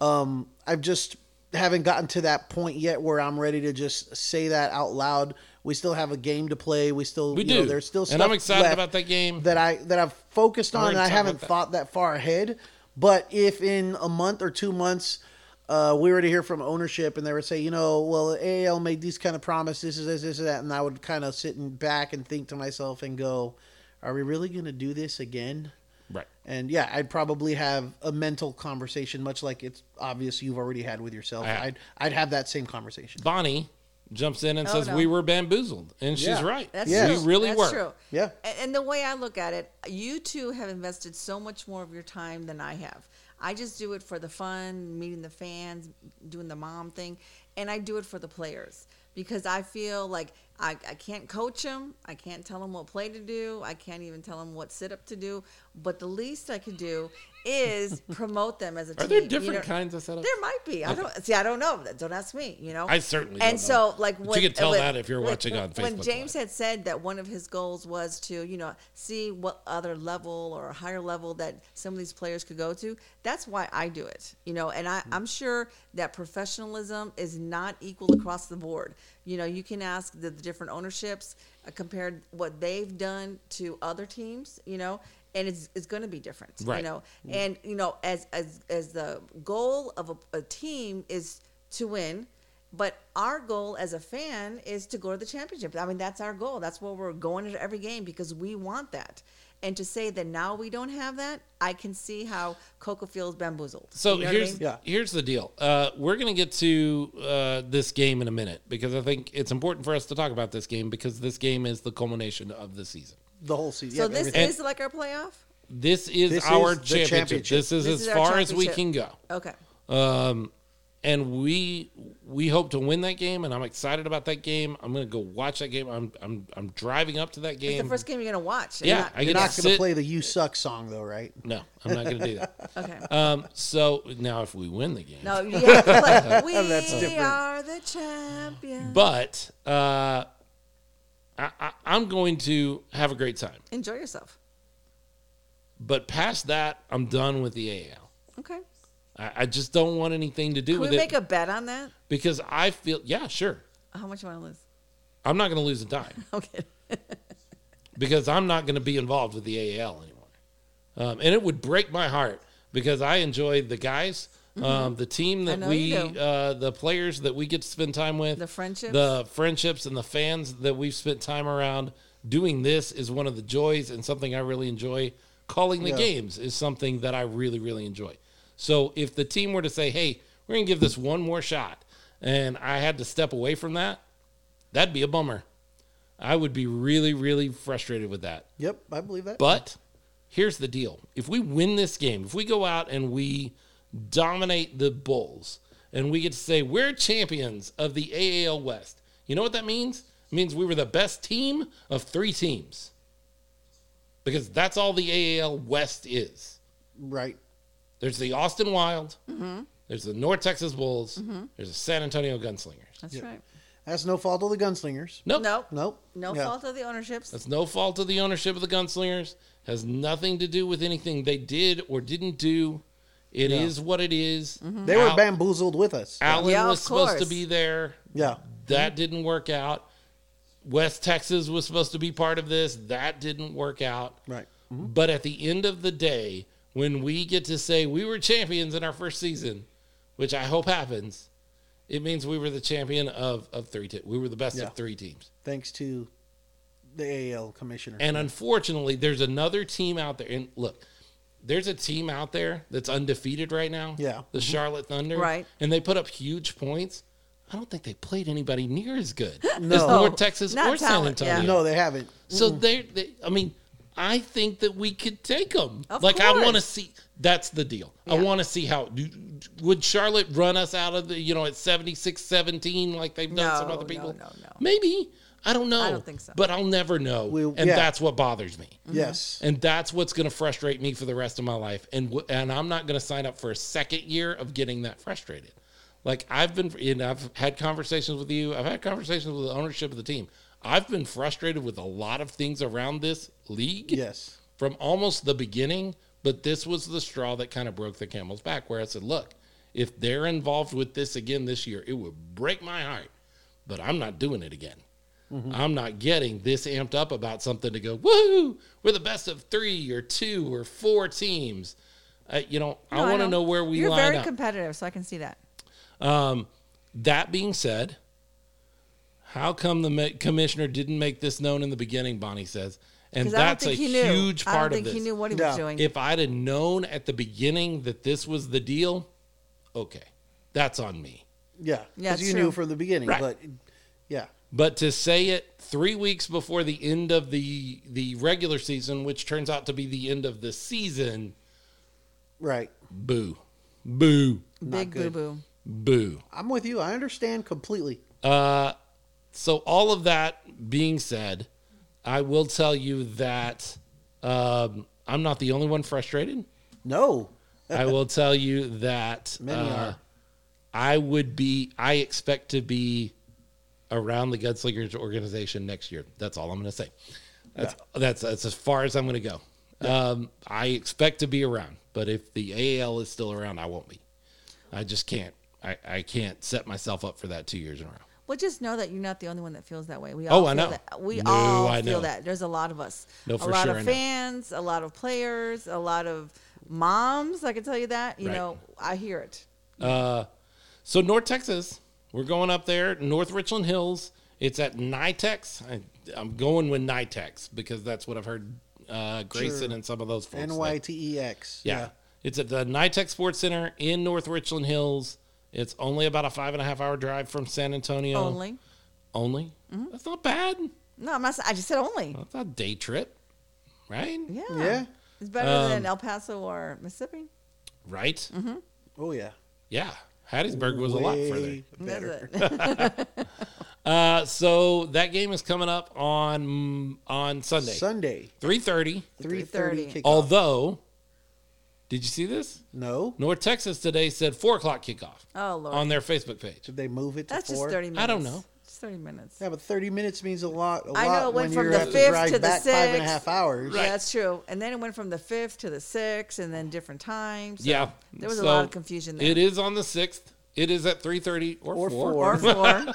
S3: Um, I've just haven't gotten to that point yet where I'm ready to just say that out loud. We still have a game to play. We still
S1: We
S3: you
S1: do.
S3: Know, there's still
S1: and I'm
S3: stuff
S1: excited
S3: left
S1: about that game.
S3: that I that I've focused on.
S1: gonna
S3: And I
S1: talk
S3: haven't
S1: about that.
S3: thought that far ahead. But if in a month or two months, uh, we were to hear from ownership and they would say, you know, well, AAL made these kind of promises, this is this, this is that, and I would kind of sit and back and think to myself and go, are we really going to do this again?
S1: right.
S3: And yeah, I'd probably have a mental conversation, much like it's obvious you've already had with yourself.
S1: I have.
S3: I'd I'd have that same conversation.
S1: Bonnie jumps in and
S2: Oh,
S1: says
S2: no.
S1: we were bamboozled, and she's
S3: Yeah.
S1: right.
S2: That's
S3: Yeah.
S1: We
S2: true.
S1: really
S2: That's
S1: were.
S2: true.
S3: Yeah.
S2: A- And, the way I look at it, you two have invested so much more of your time than I have. I just do it for the fun, meeting the fans, doing the mom thing, and I do it for the players because I feel like I, I can't coach them. I can't tell them what play to do. I can't even tell them what sit up to do. But the least I could do is promote them as a team.
S1: Are there
S2: you
S1: different
S2: know?
S1: kinds of setups?
S2: There might be. I don't see. I don't know. Don't ask me. You know.
S1: I certainly
S2: And
S1: don't know.
S2: so, like,
S1: But
S2: when-
S1: you can tell
S2: when-
S1: that if you're
S2: when-
S1: watching on Facebook.
S2: When James
S1: Live.
S2: had said that one of his goals was to, you know, see what other level or higher level that some of these players could go to, that's why I do it, you know. And I, I'm sure that professionalism is not equal across the board. You know, you can ask the, the different ownerships, uh, compared what they've done to other teams, you know, and it's, it's going to be different,
S1: Right.
S2: you know. Mm-hmm. And you know, as as as the goal of a, a team is to win But our goal as a fan is to go to the championship. I mean, that's our goal. That's where we're going into every game because we want that. And to say that now we don't have that, I can see how Coca feels bamboozled.
S1: So
S2: You know what I
S1: here's
S2: mean?
S3: Yeah.
S1: here's the deal. Uh, we're gonna get to uh, this game in a minute because I think it's important for us to talk about this game because this game is the culmination of the season.
S3: the whole season.
S2: so
S3: yeah,
S2: this
S3: everything.
S2: is like our playoff.
S1: This is
S3: This
S1: our
S3: is the
S1: championship.
S3: championship.
S1: This is
S2: This
S1: as
S2: is our
S1: far as we can
S2: championship.
S1: go,
S2: Okay.
S1: um, and we we hope to win that game. And I'm excited about that game. I'm gonna go watch that game. I'm I'm I'm driving up to that game.
S2: It's the first game you're gonna watch.
S1: yeah, I
S3: You're
S1: get
S3: not
S1: to
S3: going to
S1: sit-
S3: play the "You Suck" song though, right?
S1: No, I'm not gonna do that.
S2: okay.
S1: Um, so now if we win the game,
S2: No, you have to play. We
S3: That's different.
S2: are the champions.
S1: but uh, I, I, I'm going to have a great time.
S2: Enjoy yourself.
S1: But past that, I'm done with the AL.
S2: Okay.
S1: I, I just don't want anything to do
S2: Can we
S1: with
S2: make
S1: it
S2: a bet on that?
S1: because I feel yeah, sure.
S2: How much you want to lose?
S1: I'm not going to lose a dime
S2: Okay.
S1: because I'm not going to be involved with the AL anymore. Um, and it would break my heart because I enjoy the guys, um, the team that
S2: Mm-hmm. know
S1: we,
S2: you do.
S1: uh, the players that we get to spend time with,
S2: The friendships.
S1: the friendships, and the fans that we've spent time around. Doing this is one of the joys and something I really enjoy. Calling the
S3: Yeah.
S1: games is something that I really, really enjoy. So if the team were to say, "Hey, we're going to give this one more shot," and I had to step away from that, that'd be a bummer. I would be really, really frustrated with that.
S3: Yep, I believe that.
S1: But here's the deal: if we win this game, if we go out and we dominate the Bulls, and we get to say we're champions of the AAL West, you know what that means? It means we were the best team of three teams, because that's all the AAL West is.
S3: right.
S1: There's the Austin Wild, there's the North Texas Bulls, there's the San Antonio Gunslingers.
S2: That's right.
S3: That's no fault of the gunslingers.
S1: Nope.
S2: No.
S3: Nope.
S2: No
S3: Yeah.
S2: fault of the ownerships.
S1: That's no fault of the ownership of the Gunslingers. Has nothing to do with anything they did or didn't do. It is
S3: Yeah.
S1: what it is.
S3: They were
S1: Al-
S3: bamboozled with us.
S1: Allen
S2: Mm-hmm. Yeah, of
S1: was supposed to
S2: course. Mm-hmm.
S1: be there.
S3: Yeah.
S1: That didn't work out. West Texas was supposed to be part of this. That didn't work out.
S3: Right.
S2: Mm-hmm.
S1: But at the end of the day, when we get to say we were champions in our first season, which I hope happens, it means we were the champion of, of three. Te- we were the best
S3: Yeah.
S1: of three teams.
S3: Thanks to the AL commissioner.
S1: And unfortunately, there's another team out there. And look, there's a team out there that's undefeated right now.
S3: Yeah. Mm-hmm.
S1: The Charlotte Thunder.
S2: Right.
S1: And they put up huge points. I don't think they played anybody near as good as
S3: No.
S1: North Texas
S2: Not
S1: or San
S2: talent,
S1: Antonio.
S2: yeah.
S3: no, they haven't.
S2: Mm-hmm.
S1: So they're, they, I mean, I think that we could take them.
S2: Of
S1: like I
S2: course.
S1: want to see. That's the deal. I
S2: Yeah.
S1: want to see how would Charlotte run us out of the you know at 76-17 like they've done some
S2: No,
S1: other
S2: no,
S1: people.
S2: no, no.
S1: Maybe I don't know.
S2: I don't think so.
S1: But I'll never know,
S3: We-
S1: and
S3: yeah.
S1: that's what bothers me.
S3: Yes.
S1: And that's what's going to frustrate me for the rest of my life. And w- and I'm not going to sign up for a second year of getting that frustrated. Like I've been, and I've had conversations with you. I've had conversations with the ownership of the team. I've been frustrated with a lot of things around this league
S3: Yes.
S1: from almost the beginning. But this was the straw that kind of broke the camel's back. Where I said, look, if they're involved with this again this year, it would break my heart. But I'm not doing it again.
S2: Mm-hmm.
S1: I'm not getting this amped up about something to go, woohoo, we're the best of three or two or four teams. Uh, you know,
S2: No,
S1: I want to know. where we
S2: You're
S1: line
S2: very
S1: up.
S2: competitive, so I can see that.
S1: um, that being said, how come the ma- commissioner didn't make this known in the beginning? Bonnie says, and
S2: Because I don't
S1: that's a
S2: think he knew.
S1: huge
S2: I
S1: part
S2: don't think
S1: of this.
S2: he knew what he
S3: Yeah.
S2: was doing.
S1: If I'd have known at the beginning that this was the deal, okay, that's on me.
S3: Yeah.
S2: Yeah,
S3: Because
S2: it's
S3: you
S2: true.
S3: knew from the beginning.
S1: Right.
S3: But yeah.
S1: But to say it three weeks before the end of the the regular season, which turns out to be the end of the season,
S3: Right.
S1: boo, boo,
S2: Big boo
S3: good.
S2: boo.
S1: boo.
S3: I'm with you. I understand completely.
S1: Uh, so all of that being said, I will tell you that um, I'm not the only one frustrated.
S3: No.
S1: I will tell you that
S3: Many
S1: uh,
S3: are.
S1: I would be. I expect to be around the Gunslingers organization next year. That's all I'm going to say. That's, that's that's as far as I'm going to go. Um, I expect to be around, but if the AL is still around, I won't be. I just can't. I, I can't set myself up for that two years in a row.
S2: Well, just know that you're not the only one that feels that way. We
S1: Oh,
S2: all
S1: I
S2: feel
S1: know.
S2: That. We
S1: No,
S2: all
S1: I
S2: feel
S1: know.
S2: that. There's a lot of us.
S1: No,
S2: a
S1: for
S2: lot
S1: sure I
S2: of
S1: know.
S2: fans, a lot of players, a lot of moms. I can tell you that. You
S1: Right.
S2: know, I hear it.
S1: So North Texas, we're We're going up there, North Richland Hills. It's at Nitex. I, I'm going with Nitex because that's what I've heard uh, Grayson
S3: Sure.
S1: and some of those folks.
S3: N
S1: say.
S3: Y T E X.
S1: Yeah. It's at the Nitech Sports Center in North Richland Hills. It's only about a five and a half hour drive from San Antonio.
S2: Only. Mm-hmm.
S1: Only? That's not bad.
S2: No, I'm not. s- I just said only.
S1: That's not a day trip, right?
S2: Yeah.
S3: Yeah.
S2: It's better
S1: Um,
S2: than El Paso or Mississippi.
S1: Right?
S2: Mm-hmm.
S3: Oh yeah.
S1: Yeah. Hattiesburg was a lot
S3: Way
S1: further.
S2: That's
S3: Better.
S2: it.
S1: Uh, so that game is coming up on on Sunday,
S3: Sunday,
S1: three thirty.
S3: three thirty.
S2: 3:30.
S1: Although, did you see this?
S3: no,
S1: North Texas today said four o'clock kickoff
S2: Oh lord.
S1: on their Facebook page.
S3: did they move it to
S2: That's just
S3: four?
S2: thirty minutes.
S1: I don't know.
S2: Just thirty minutes.
S3: Yeah, but thirty minutes means a lot. A
S2: I know,
S3: lot
S2: it went
S3: when
S2: from
S3: you
S2: the
S3: have to
S2: fifth
S3: drive
S2: to the
S3: back five and a
S2: sixth.
S3: half hours.
S1: Right.
S2: Yeah, that's true. And then it went from the fifth to the sixth, and then different times. So
S1: yeah,
S2: There was
S1: So
S2: a lot of confusion there.
S1: It is on the sixth. It is at three thirty or,
S3: Or
S1: four,
S3: four.
S2: Or four.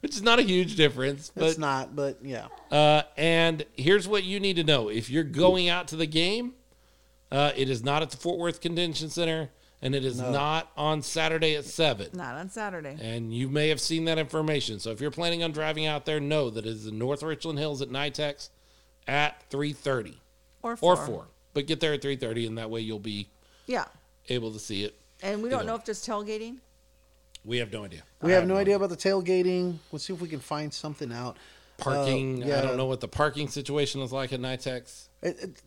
S1: which is not a huge difference. But
S3: It's not, but yeah,
S1: Uh, and here's what you need to know: if you're going out to the game, uh, it is not at the Fort Worth Convention Center, and it is not on Saturday at seven.
S2: Not on Saturday.
S1: And you may have seen that information. So if you're planning on driving out there, know that it is in North Richland Hills at Nitex at three thirty
S2: Or four.
S1: or four. But get there at three thirty, and that way you'll be
S2: Yeah.
S1: able to see it.
S2: And we don't
S1: Either
S2: know
S1: way.
S2: if there's tailgating.
S1: We have no idea.
S3: we uh, have no idea about the tailgating. Let's see if we can find something out.
S1: Parking.
S3: Uh, yeah.
S1: I don't know what the parking situation is like at Nitex.
S3: It, it,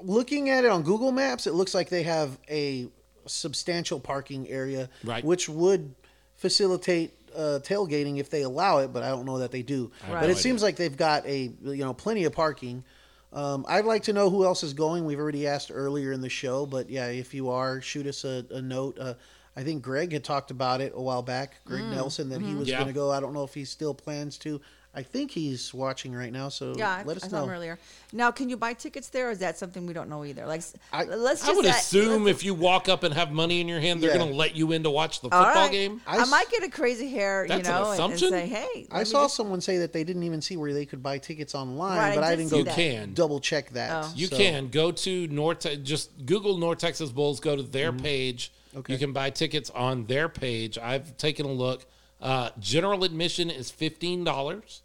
S3: looking at it on Google Maps, it looks like they have a substantial parking area,
S1: Right.
S3: which would facilitate uh, tailgating if they allow it. But I don't know that they do.
S1: have
S3: But
S1: no
S3: it seems like they've got a you know plenty of parking. Um, I'd like to know who else is going. We've already asked earlier in the show, but yeah, if you are, shoot us a, a note. Uh, I think Greg had talked about it a while back. Greg
S2: Mm,
S3: Nelson that he
S2: mm-hmm.
S3: was
S1: Yeah.
S3: going to go. I don't know if he still plans to. I think he's watching right now, so
S2: Yeah, I- I
S3: let us
S2: saw
S3: know.
S2: them earlier. Now, can you buy tickets there, or is that something we don't know either? Like, s-
S3: I-
S2: let's just
S1: I would
S2: that-
S1: assume
S2: let's-
S1: if you walk up and have money in your hand, they're
S3: Yeah.
S1: going to let you in to watch the
S2: All
S1: football
S2: right.
S1: game.
S2: I,
S3: I s-
S2: might get a crazy hair, you
S1: That's an
S2: know, and- and,
S1: assumption?
S2: say, "Hey, let
S3: I
S2: me
S3: saw
S2: just-
S3: someone say that they didn't even see where they could buy tickets online,
S2: Right, I
S3: but I,
S2: did
S3: didn't
S2: see
S3: go
S1: You
S2: that.
S1: can.
S3: double check that.
S2: Oh.
S1: You
S3: so-
S1: can go to North. Te- Just Google North Texas Bulls. Go to their page.
S3: Mm-hmm. Okay.
S1: You can buy tickets on their page. I've taken a look. Uh, general admission is fifteen dollars.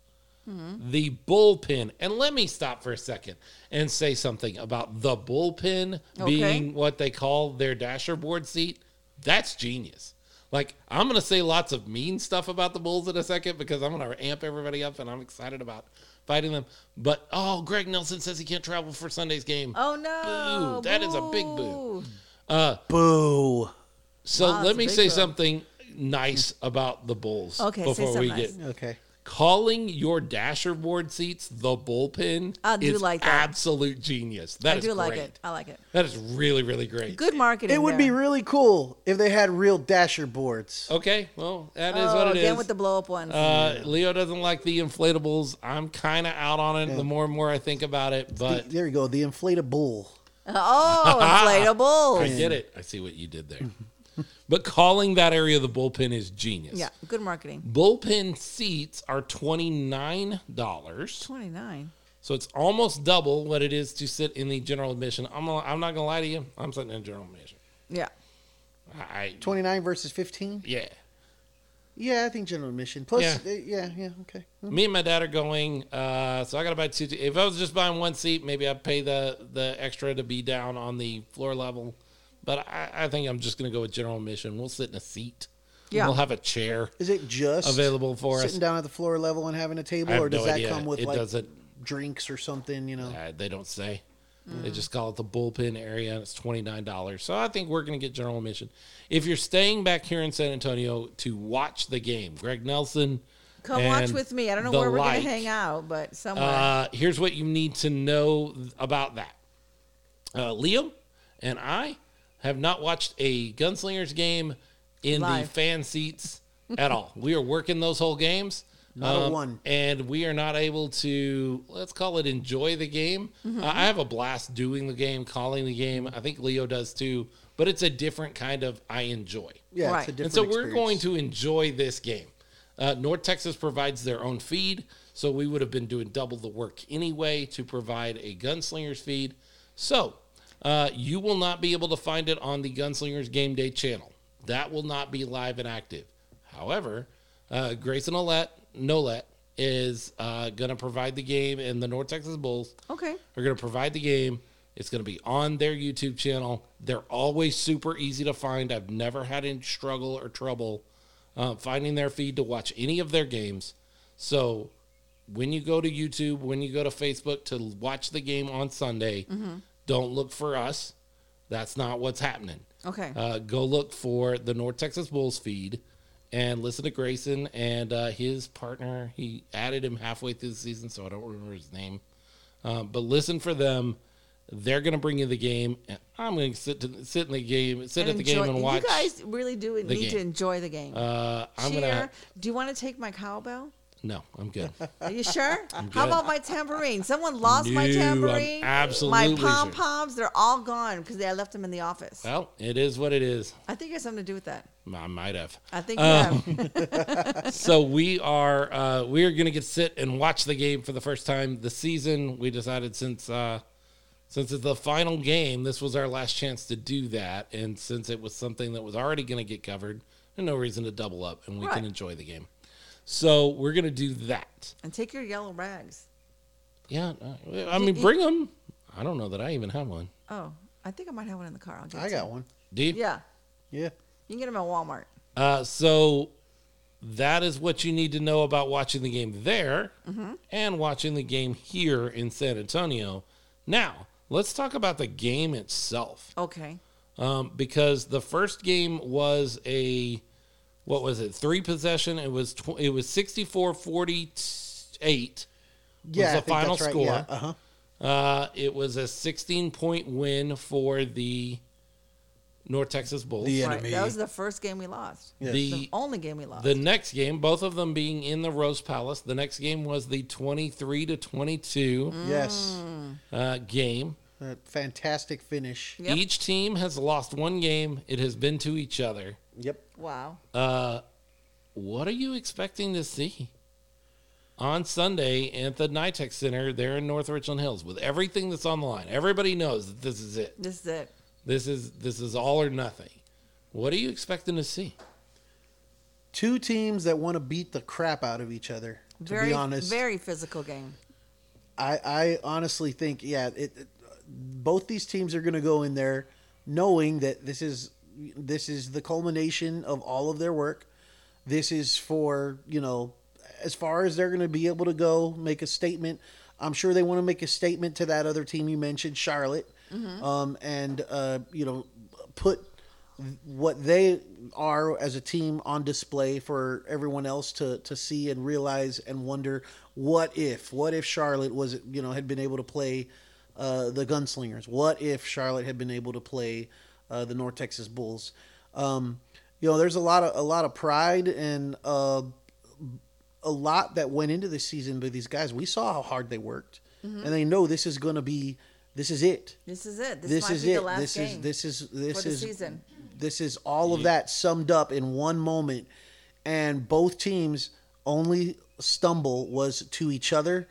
S3: Mm-hmm.
S1: The bullpen, and let me stop for a second and say something about the bullpen
S2: Okay.
S1: being what they call their dasher board seat. That's genius. Like I'm gonna say lots of mean stuff about the Bulls in a second because I'm gonna amp everybody up and I'm excited about fighting them. But oh, Greg Nelson says he can't travel for Sunday's game.
S2: Oh no!
S1: Boo. That is a big boo.
S2: boo.
S3: Boo.
S1: So
S2: that's
S1: let
S2: a
S1: me
S2: big
S1: say
S2: one.
S1: something nice about the Bulls
S2: Okay, say
S1: before we
S2: something nice.
S1: get
S3: Okay.
S1: calling your dasher board seats the bullpen.
S2: I do
S1: is
S2: like that.
S1: Absolute genius. That
S2: I
S1: is
S2: do like
S1: great.
S2: it. I like it.
S1: That is really really great.
S2: Good marketing.
S3: It would be
S2: there.
S3: really cool if they had real dasher boards.
S1: Okay, well that is
S2: oh,
S1: what it is.
S2: again with the blow up ones.
S1: Uh, Leo doesn't like the inflatables. I'm kind of out on it the more and more I think about it, but
S3: The- there you go, the inflatable.
S2: oh, inflatables.
S1: I get it. I see what you did there. but calling that area the bullpen is genius.
S2: Yeah, good marketing.
S1: Bullpen seats are $29.
S2: Twenty nine.
S1: So it's almost double what it is to sit in the general admission. I'm, gonna- I'm not going to lie to you. I'm sitting in general admission.
S2: Yeah.
S1: I,
S3: 29 versus 15?
S1: yeah.
S3: Yeah, I think general admission. Plus,
S1: Yeah.
S3: uh, yeah, yeah, okay.
S1: Me and my dad are going, uh, so I got to buy two. If I was just buying one seat, maybe I'd pay the the extra to be down on the floor level. But I, I think I'm just going to go with general admission. We'll sit in a seat.
S2: Yeah.
S1: We'll have a chair
S3: Is it just
S1: available for
S3: sitting
S1: us.
S3: down at the floor level and having a
S1: I
S3: table,
S1: have
S3: or does
S1: no
S3: that
S1: idea.
S3: come with
S1: It
S3: like
S1: doesn't-
S3: drinks or something? You know,
S1: Uh, they don't say. They
S2: Mm.
S1: just call it the bullpen area, and it's twenty nine dollars. So I think we're going to get general admission. If you're staying back here in San Antonio to watch the game, Greg Nelson,
S2: Come
S1: and
S2: watch with me. I don't know
S1: the
S2: where we're
S1: like.
S2: gonna hang out, but somewhere.
S1: Uh, here's what you need to know about that. Uh, Liam and I have not watched a Gunslingers game in
S2: Live.
S1: the fan seats at all. We are working those whole games. Um,
S3: Not a one.
S1: And we are not able to, let's call it enjoy the game.
S3: Mm-hmm.
S1: Uh, I have a blast doing the game, calling the game. I think Leo does too, but it's a different kind of I enjoy.
S3: yeah,
S2: Right.
S3: it's a
S2: And
S3: different.
S1: And so we're
S3: experience.
S1: going to enjoy this game. Uh, North Texas provides their own feed, so we would have been doing double the work anyway to provide a Gunslingers feed. So uh, you will not be able to find it on the Gunslingers Game Day channel. That will not be live and active. However, Uh, Grayson Olet, Nolet is uh, going to provide the game, and the North Texas Bulls
S2: Okay.
S1: are going to provide the game. It's going to be on their YouTube channel. They're always super easy to find. I've never had any struggle or trouble uh, finding their feed to watch any of their games. So when you go to YouTube, when you go to Facebook to watch the game on Sunday, don't look for us. That's not what's happening.
S2: Okay.
S1: Uh, go look for the North Texas Bulls feed and listen to Grayson and uh, his partner. He added him halfway through the season, so I don't remember his name. Um, but listen for them. They're going to bring you the game, and I'm going to sit to, sit in the game, sit at the game, and watch.
S2: You guys really do need to
S1: game.
S2: enjoy the game.
S1: uh, I'm
S2: Cheer.
S1: going to
S2: Do you want to take my cowbell?
S1: no, I'm good.
S2: Are you sure? How about my tambourine? Someone lost my
S1: No, I'm
S2: tambourine.
S1: absolutely
S2: My
S1: sure. Uh,
S2: pom poms, they're all gone because I left them in the office.
S1: well, it is what it is.
S2: I think it has something to do with that.
S1: I might have.
S2: I think you have.
S1: so we are uh, we are going to get sit and watch the game for the first time this season. We decided since uh, since it's the final game, this was our last chance to do that, and since it was something that was already going to get covered, there's no reason to double up, and we
S2: Right.
S1: can enjoy the game. So we're going to do that.
S2: and take your yellow rags.
S1: Yeah, uh, I mean, bring them. I don't know that I even have one.
S2: Oh, I think I might have one in the car. I'll get
S3: I
S2: it to
S3: got
S2: you.
S3: one.
S1: Do you?
S2: Yeah.
S3: Yeah.
S2: You can get them at Walmart.
S1: Uh, so that is what you need to know about watching the game there and watching the game here in San Antonio. Now, let's talk about the game itself
S2: Okay.
S1: um, because the first game was a what was it three possession it was tw- it was 64 48
S3: Yeah.
S1: was
S3: I
S1: the
S3: think that's
S1: final
S3: right.
S1: score
S3: Yeah. Uh huh.
S1: uh, it was a 16 point win for the north texas bulls
S3: The
S2: Right.
S3: enemy.
S2: That was the first game we lost.
S3: Yes.
S1: the
S2: The only game we lost.
S1: The next game, both of them being in the Rose Palace, the next game was the 23 to 22
S3: Yes.
S2: Mm.
S1: uh, game.
S3: That fantastic finish.
S2: Yep.
S1: Each team has lost one game. It has been to each other.
S3: Yep.
S2: wow.
S1: What are you expecting to see on Sunday at the Nitech Center there in North Richland Hills with everything that's on the line? Everybody knows that this is it.
S2: This is it.
S1: This is this is all or nothing. What are you expecting to see?
S3: Two teams that want to beat the crap out of each other. To
S2: Very,
S3: be honest,
S2: very physical game.
S3: I, I honestly think, yeah, it, it- both these teams are going to go in there knowing that this is this is the culmination of all of their work. This is for you know, as far as they're going to be able to go make a statement. I'm sure they want to make a statement to that other team you mentioned, Charlotte,
S2: Mm-hmm.
S3: um, and uh, you know, put what they are as a team on display for everyone else to to see and realize and wonder what if what if Charlotte was you know had been able to play uh, the Gunslingers what if Charlotte had been able to play uh, the North Texas Bulls um, you know there's a lot of a lot of pride and uh, a lot that went into this season by these guys we saw how hard they worked
S2: Mm-hmm.
S3: and they know this is going to be this is it
S2: This is it. This,
S3: this
S2: might
S3: is
S2: be
S3: it.
S2: the last
S3: This
S2: game.
S3: is this is this
S2: the
S3: is
S2: season.
S3: this is all of that summed up in one moment, and both teams only stumble was to each other.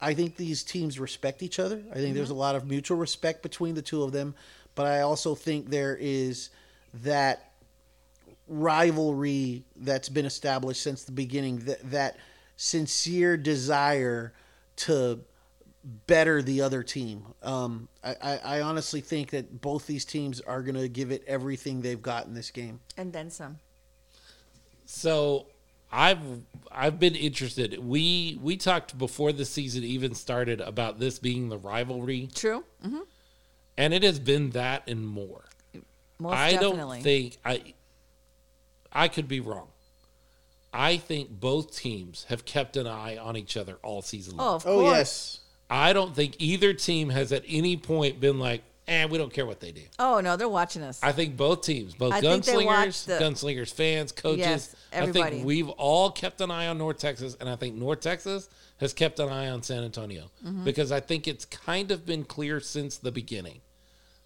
S3: I think these teams respect each other. I think there's a lot of mutual respect between the two of them, but I also think there is that rivalry that's been established since the beginning that that sincere desire to better the other team um, I, I, I honestly think that both these teams are going to give it everything they've got in this game
S2: and then some.
S1: So I've I've been interested. We we talked before the season even started about this being the rivalry,
S2: True.
S3: Mm-hmm.
S2: hmm
S1: and it has been that and more.
S2: Most
S1: I
S2: definitely.
S1: don't think I I could be wrong. I think both teams have kept an eye on each other all season long.
S2: oh, of course.
S1: I don't think either team has at any point been like, "And we don't care what they do."
S2: Oh no, they're watching us.
S1: I think both teams, both
S2: I think they
S1: gunslingers,
S2: watch the-
S1: gunslingers fans, coaches,
S2: Yes,
S1: I
S2: everybody.
S1: think we've all kept an eye on North Texas, and I think North Texas has kept an eye on San Antonio
S2: Mm-hmm.
S1: because I think it's kind of been clear since the beginning.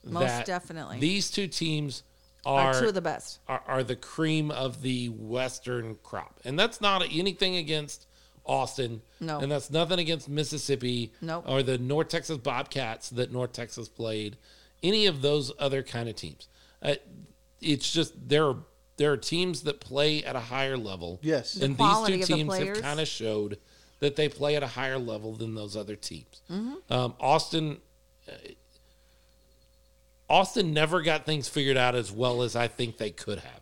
S2: Most definitely.
S1: these two teams are
S2: Are two of the best.
S1: are, are the cream of the Western crop. And that's not anything against Austin.
S2: No.
S1: And that's nothing against Mississippi
S2: Nope.
S1: or the North Texas Bobcats that North Texas played, any of those other kind of teams. Uh, it's just there are there are teams that play at a higher level.
S3: Yes.
S1: and these
S2: quality
S1: two
S2: of the
S1: teams have
S2: players.
S1: kind of showed that they play at a higher level than those other teams.
S2: Mm-hmm.
S1: Um, Austin, uh, Austin never got things figured out as well as I think they could have.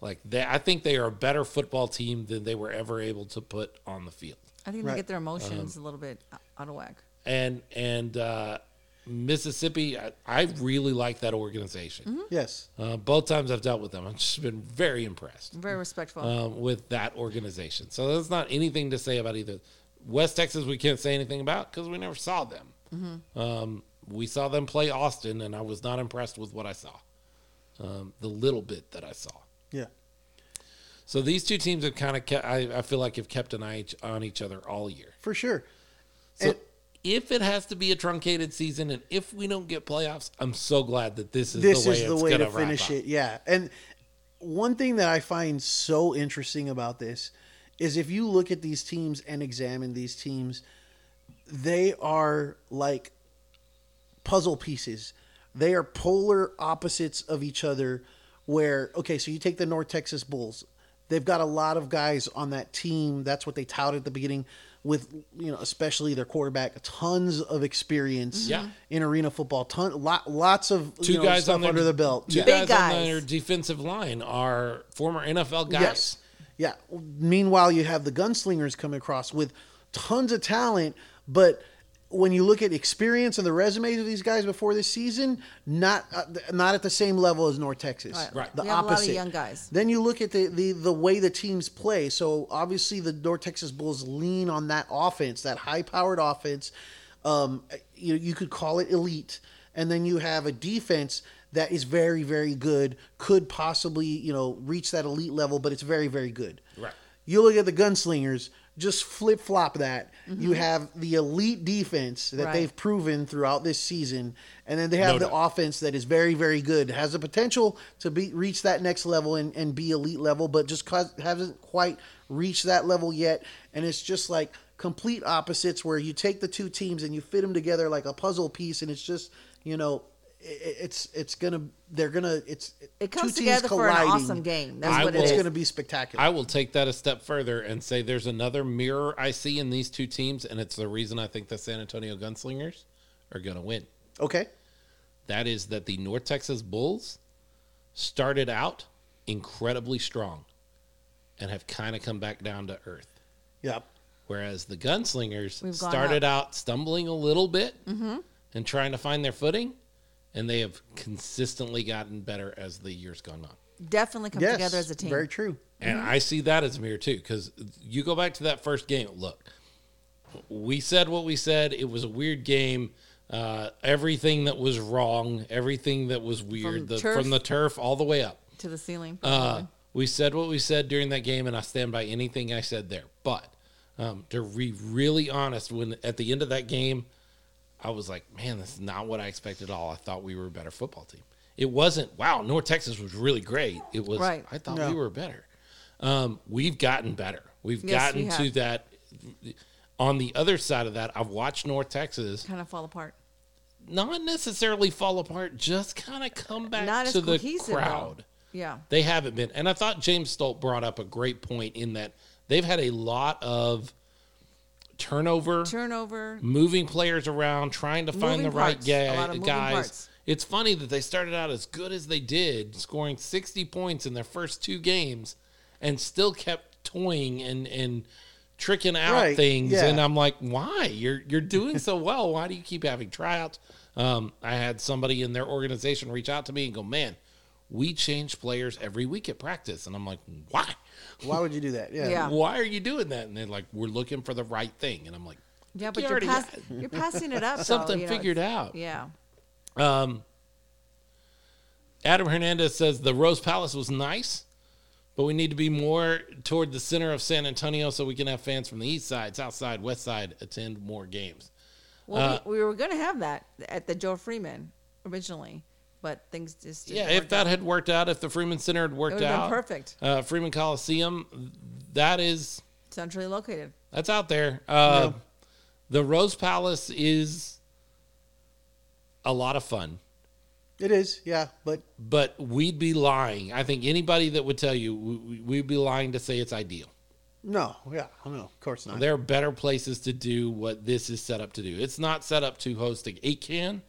S1: Like they, I think they are a better football team than they were ever able to put on the field.
S2: I think
S3: Right. Um,
S2: they get their emotions a little bit out of whack.
S1: And and uh, Mississippi, I, I really like that organization.
S2: Mm-hmm.
S3: Yes.
S1: Uh, both times I've dealt with them, I've just been very impressed
S2: Very respectful.
S3: uh,
S1: um, with that organization. So that's not anything to say about either. West Texas, we can't say anything about because we never saw them.
S3: Mm-hmm.
S1: Um, we saw them play Austin, and I was not impressed with what I saw, um, the little bit that I saw.
S3: Yeah.
S1: So these two teams have kind of kept, I, I feel like, have kept an eye each- on each other all year.
S3: For sure.
S1: So
S3: And-
S1: if it has to be a truncated season, and if we don't get playoffs, I'm so glad that this is
S3: this
S1: the way,
S3: is the
S1: it's
S3: way
S1: gonna
S3: to
S1: wrap
S3: finish
S1: up.
S3: it. Yeah. And one thing that I find so interesting about this is if you look at these teams and examine these teams, they are like puzzle pieces. They are polar opposites of each other. Where, okay, so you take the North Texas Bulls. They've got a lot of guys on that team. That's what they touted at the beginning, with, you know, especially their quarterback, tons of experience
S1: Mm-hmm. Yeah.
S3: in arena football. Ton, lot, lots of
S1: two
S3: you know,
S1: guys
S3: stuff
S1: on their,
S3: under the belt.
S1: Two
S3: Yeah.
S1: guys,
S2: Big
S1: on
S2: guys.
S1: their defensive line are former NFL guys.
S3: Yes. Yeah. Meanwhile, you have the gunslingers coming across with tons of talent, but when you look at experience and the resumes of these guys before this season, not uh, not at the same level as North Texas.
S2: Right.
S1: Right.
S3: The
S2: We have a lot of
S3: opposite.
S2: young guys.
S3: Then you look at the, the the way the teams play. So obviously the North Texas Bulls lean on that offense, that high powered offense. Um, you you could call it elite, and then you have a defense that is very very good, could possibly you know reach that elite level, but it's very very good.
S1: Right.
S3: You look at the gunslingers, just flip flop that. You have the elite defense that
S2: Mm-hmm. Right.
S3: they've proven throughout this season, and then they have
S1: No
S3: the
S1: doubt.
S3: offense that is very, very good, has the potential to be reach that next level and, and be elite level, but just cause, hasn't quite reached that level yet. And it's just like complete opposites where you take the two teams and you fit them together like a puzzle piece, and it's just you know. i- i- It's it's gonna they're gonna it's
S2: it
S3: two
S2: comes
S3: teams
S2: together for an
S3: colliding.
S2: awesome game. That's
S1: I
S2: what
S1: will-
S2: it
S3: It's
S2: is.
S3: gonna be spectacular.
S1: I will take that a step further and say there's another mirror I see in these two teams, and it's the reason I think the San Antonio Gunslingers are going to win.
S3: okay,
S1: That is that the North Texas Bulls started out incredibly strong and have kind of come back down to earth.
S3: yeah,
S1: Whereas the Gunslingers
S2: We've gone Mm-hmm.
S1: started out stumbling a little bit and trying to find their footing, and they have consistently gotten better as the years gone on.
S2: Definitely come
S3: yes,
S2: together as a team.
S3: Very true.
S1: And
S2: Mm-hmm.
S1: I see that as mirror too, because you go back to that first game. Look, we said what we said. It was a weird game. Uh, everything that was wrong, everything that was weird,
S2: From
S1: the,
S2: turf.
S1: from the turf all the way up.
S2: to the ceiling.
S1: Uh, we said what we said during that game, and I stand by anything I said there. But um, to be really honest, when at the end of that game, I was like, man, that's not what I expected at all. I thought we were a better football team. It wasn't, wow, North Texas was really great. It was,
S2: Right.
S1: I thought
S3: No.
S1: we were better. Um, we've gotten better. We've
S2: Yes,
S1: gotten
S2: we
S1: to
S2: have.
S1: that. On the other side of that, I've watched North Texas
S2: kind of fall apart.
S1: not necessarily fall apart, just kind of come back
S2: Not as
S1: to the
S2: cohesive, though.
S1: crowd.
S2: Yeah.
S1: They haven't been. And I thought James Stolt brought up a great point in that they've had a lot of turnover,
S2: Turnover.
S1: moving players around, trying to find
S2: Moving
S1: the right
S2: parts.
S1: guy,
S2: A lot of moving
S1: guys.
S2: parts.
S1: It's funny that they started out as good as they did, scoring 60 points in their first two games and still kept toying and and tricking out
S3: Right,
S1: things
S3: yeah.
S1: and I'm like, "Why? You're you're doing so well. Why do you keep having tryouts?" Um, I had somebody in their organization reach out to me and go, "Man, we change players every week at practice." And I'm like, "Why?
S3: Why would you do that?
S2: Yeah.
S1: Why are you doing that?" And they're like, "We're looking for the right thing." And I'm like,
S2: Yeah,
S1: You
S2: but you're,
S1: already
S2: pass-
S1: got-
S2: you're passing it up. though,
S1: "Something
S2: you know,
S1: figured
S2: it's-
S1: out."
S2: Yeah.
S1: Um, Adam Hernandez says the Rose Palace was nice, but we need to be more toward the center of San Antonio so we can have fans from the east side, south side, west side attend more games. Uh,
S2: Well, we, we were going to have that at the Joe Freeman originally, but things just didn't
S1: Yeah, if
S2: work
S1: that
S2: out.
S1: had worked out, if the Freeman Center had
S2: it
S1: worked
S2: would have
S1: out,
S2: been perfect,
S1: Uh, Freeman Coliseum, that is
S2: centrally located.
S1: that's out there. Uh, The Rose Palace is a lot of fun.
S3: It is, yeah, but
S1: but we'd be lying. I think anybody that would tell you we- we- we'd be lying to say it's ideal.
S3: no, yeah, Oh, no, of course not.
S1: There are better places to do what this is set up to do. It's not set up to host a It can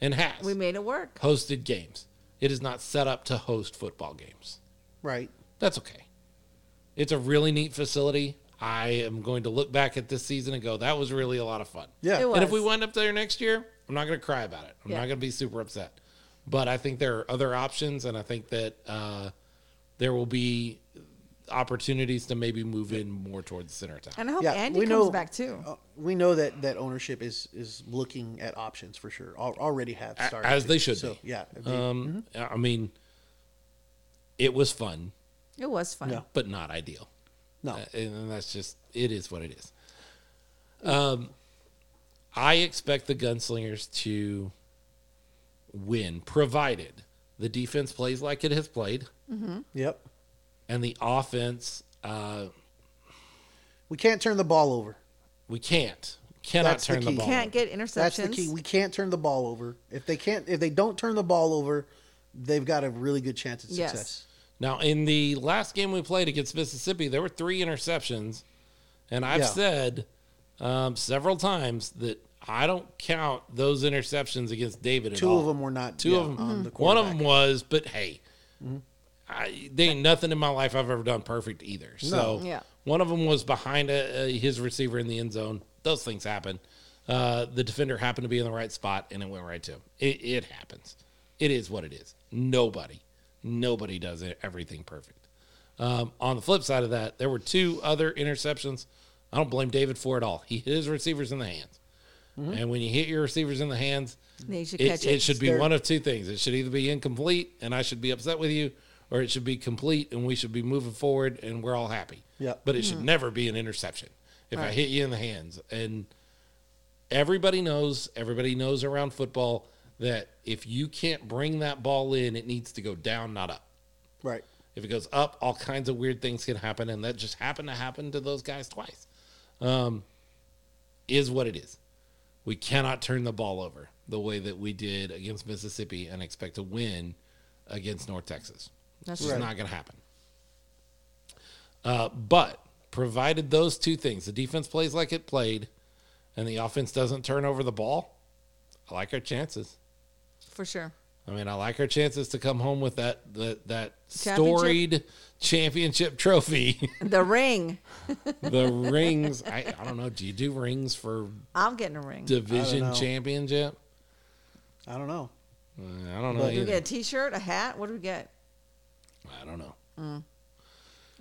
S1: and has
S2: We made it work.
S1: hosted games. It is not set up to host football games.
S3: Right.
S1: That's okay. It's a really neat facility. I am going to look back at this season and go, that was really a lot of fun.
S3: Yeah.
S2: It was.
S1: And if we wind up there next year, I'm not going to cry about it. I'm
S2: Yeah.
S1: not going to be super upset. But I think there are other options, and I think that uh, there will be opportunities to maybe move in more towards center town.
S2: And I hope
S3: Yeah,
S2: Oh, Andy
S3: we
S2: comes
S3: know-
S2: back too.
S3: Uh, we know that that ownership is is looking at options for sure. Al- already have
S1: A-
S3: started
S1: as
S3: to.
S1: they should
S3: So
S1: be.
S3: yeah, they-
S1: Um,
S3: Mm-hmm.
S1: I mean, it was fun,
S2: It was fun.
S3: No.
S1: but not ideal.
S3: no,
S1: Uh, and and that's just it is what it is. Um, I expect the Gunslingers to win, provided the defense plays like it has played,
S3: yep.
S1: and the offense. Uh,
S3: We can't turn the ball over.
S1: we can't, cannot
S3: That's the
S1: turn the,
S3: key.
S1: ball.
S2: Can't
S1: over.
S2: get
S3: That's the
S2: interceptions.
S3: key. We can't turn the ball over. If they can't, if they don't turn the ball over, they've got a really good chance at
S2: Yes.
S3: success.
S1: Now, in the last game we played against Mississippi, there were three interceptions, and I've
S3: Yeah.
S1: said um, several times that I don't count those interceptions against David. at
S3: Two of
S1: all.
S3: them were not.
S1: Two
S3: yeah,
S1: of them.
S2: Mm-hmm.
S3: on
S1: One
S3: the
S1: of
S3: quarterback. Mm-hmm.
S1: them was, but hey, I, there ain't nothing in my life I've ever done perfect either. So
S2: Yeah.
S1: one of them was behind a, a, his receiver in the end zone. Those things happen. Uh, the defender happened to be in the right spot, and it went right to him. It, it happens. It is what it is. Nobody, nobody does it, everything perfect. Um, on the flip side of that, there were two other interceptions. I don't blame David for it all. He hit his receivers in the hands.
S3: Mm-hmm.
S1: And when you hit your receivers in the hands,
S2: They should
S1: it,
S2: catch
S1: it
S2: it.
S1: should be
S3: They're-
S1: one of two things. It should either be incomplete and I should be upset with you, or it should be complete and we should be moving forward and we're all happy.
S3: Yeah.
S1: But it should never be an interception if I hit you in the hands. And everybody knows, everybody knows around football that if you can't bring that ball in, it needs to go down, not up.
S3: Right.
S1: If it goes up, all kinds of weird things can happen, and that just happened to happen to those guys twice. Um, is what it is. We cannot turn the ball over the way that we did against Mississippi and expect to win against North Texas. That's
S2: That's
S1: just
S3: right.
S1: not going to happen. Uh, but provided those two things, the defense plays like it played, and the offense doesn't turn over the ball, I like our chances.
S2: for sure.
S1: I mean, I like our chances to come home with that that, that
S2: Championship?
S1: storied championship trophy.
S2: The ring.
S1: the rings. I, I don't know. Do you do rings for
S2: I'm getting a ring.
S1: division
S3: know.
S1: championship?
S3: I don't know.
S1: Uh, I don't know.
S3: But-
S2: do we
S1: Either.
S2: get a T-shirt, a hat? What do we get?
S1: I don't know.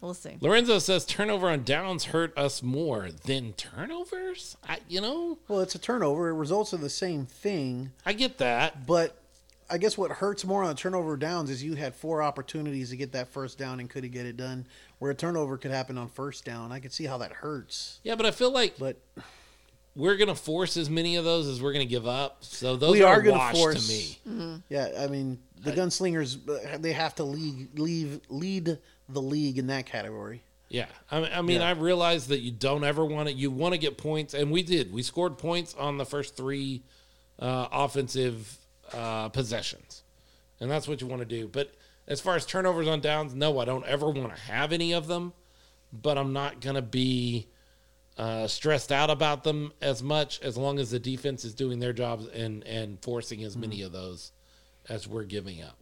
S2: We'll see.
S1: Lorenzo says turnover on downs hurt us more than turnovers. I, you know,
S3: Well, it's a turnover. It results in the same thing.
S1: I get that.
S3: But I guess what hurts more on turnover downs is you had four opportunities to get that first down and couldn't get it done. Where a turnover could happen on first down, I could see how that hurts.
S1: Yeah, but I feel like
S3: But
S1: we're gonna force as many of those as we're gonna give up. So those
S3: We
S1: are,
S3: are gonna
S1: wash
S3: force- Mm-hmm.
S1: to me.
S3: yeah, I mean the gunslingers uh, they have to lead, leave lead the league in that category.
S1: Yeah, I mean, I, mean
S3: Yeah.
S1: I realize that you don't ever want to. You want to get points, and we did. We scored points on the first three uh, offensive uh, possessions, and that's what you want to do. But as far as turnovers on downs, no, I don't ever want to have any of them. But I'm not gonna be uh, stressed out about them as much as long as the defense is doing their jobs and and forcing as many of those as we're giving up.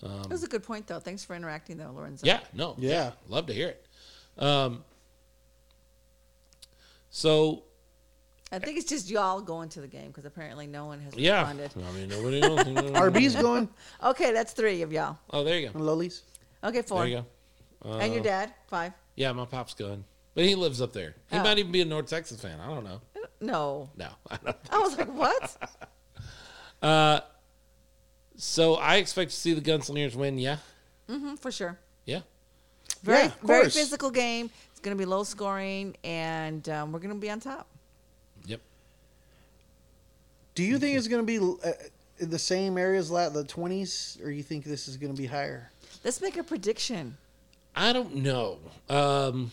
S2: That was a good point, though. Thanks for interacting, though, Lorenzo.
S1: Yeah, no. Yeah.
S3: Yeah.
S1: Love to hear it. Um, so,
S2: I think it's just y'all going to the game because apparently no one has
S1: yeah.
S2: responded.
S1: I mean, nobody else.
S3: RB's going
S2: Okay, that's three of y'all.
S1: Oh, there you
S3: and
S1: go.
S3: Lowlies.
S2: Okay, four.
S1: There you go.
S2: and your dad, five.
S1: Yeah, my pop's gone. But he lives up there. He
S2: Oh.
S1: might even be a North Texas fan. I don't know.
S2: No.
S1: No. I don't.
S2: I was like, what?
S1: So I expect to see the Gunslingers win. Yeah.
S2: hmm for sure.
S1: Yeah.
S2: Very,
S3: Yeah, of
S2: very
S3: course.
S2: physical game. It's going to be low scoring, and um, we're going to be on top.
S1: Yep.
S3: Do you think it's going to be uh, in the same areas la the twenties, or you think this is going to be higher?
S2: Let's make a prediction.
S1: I don't know. Um,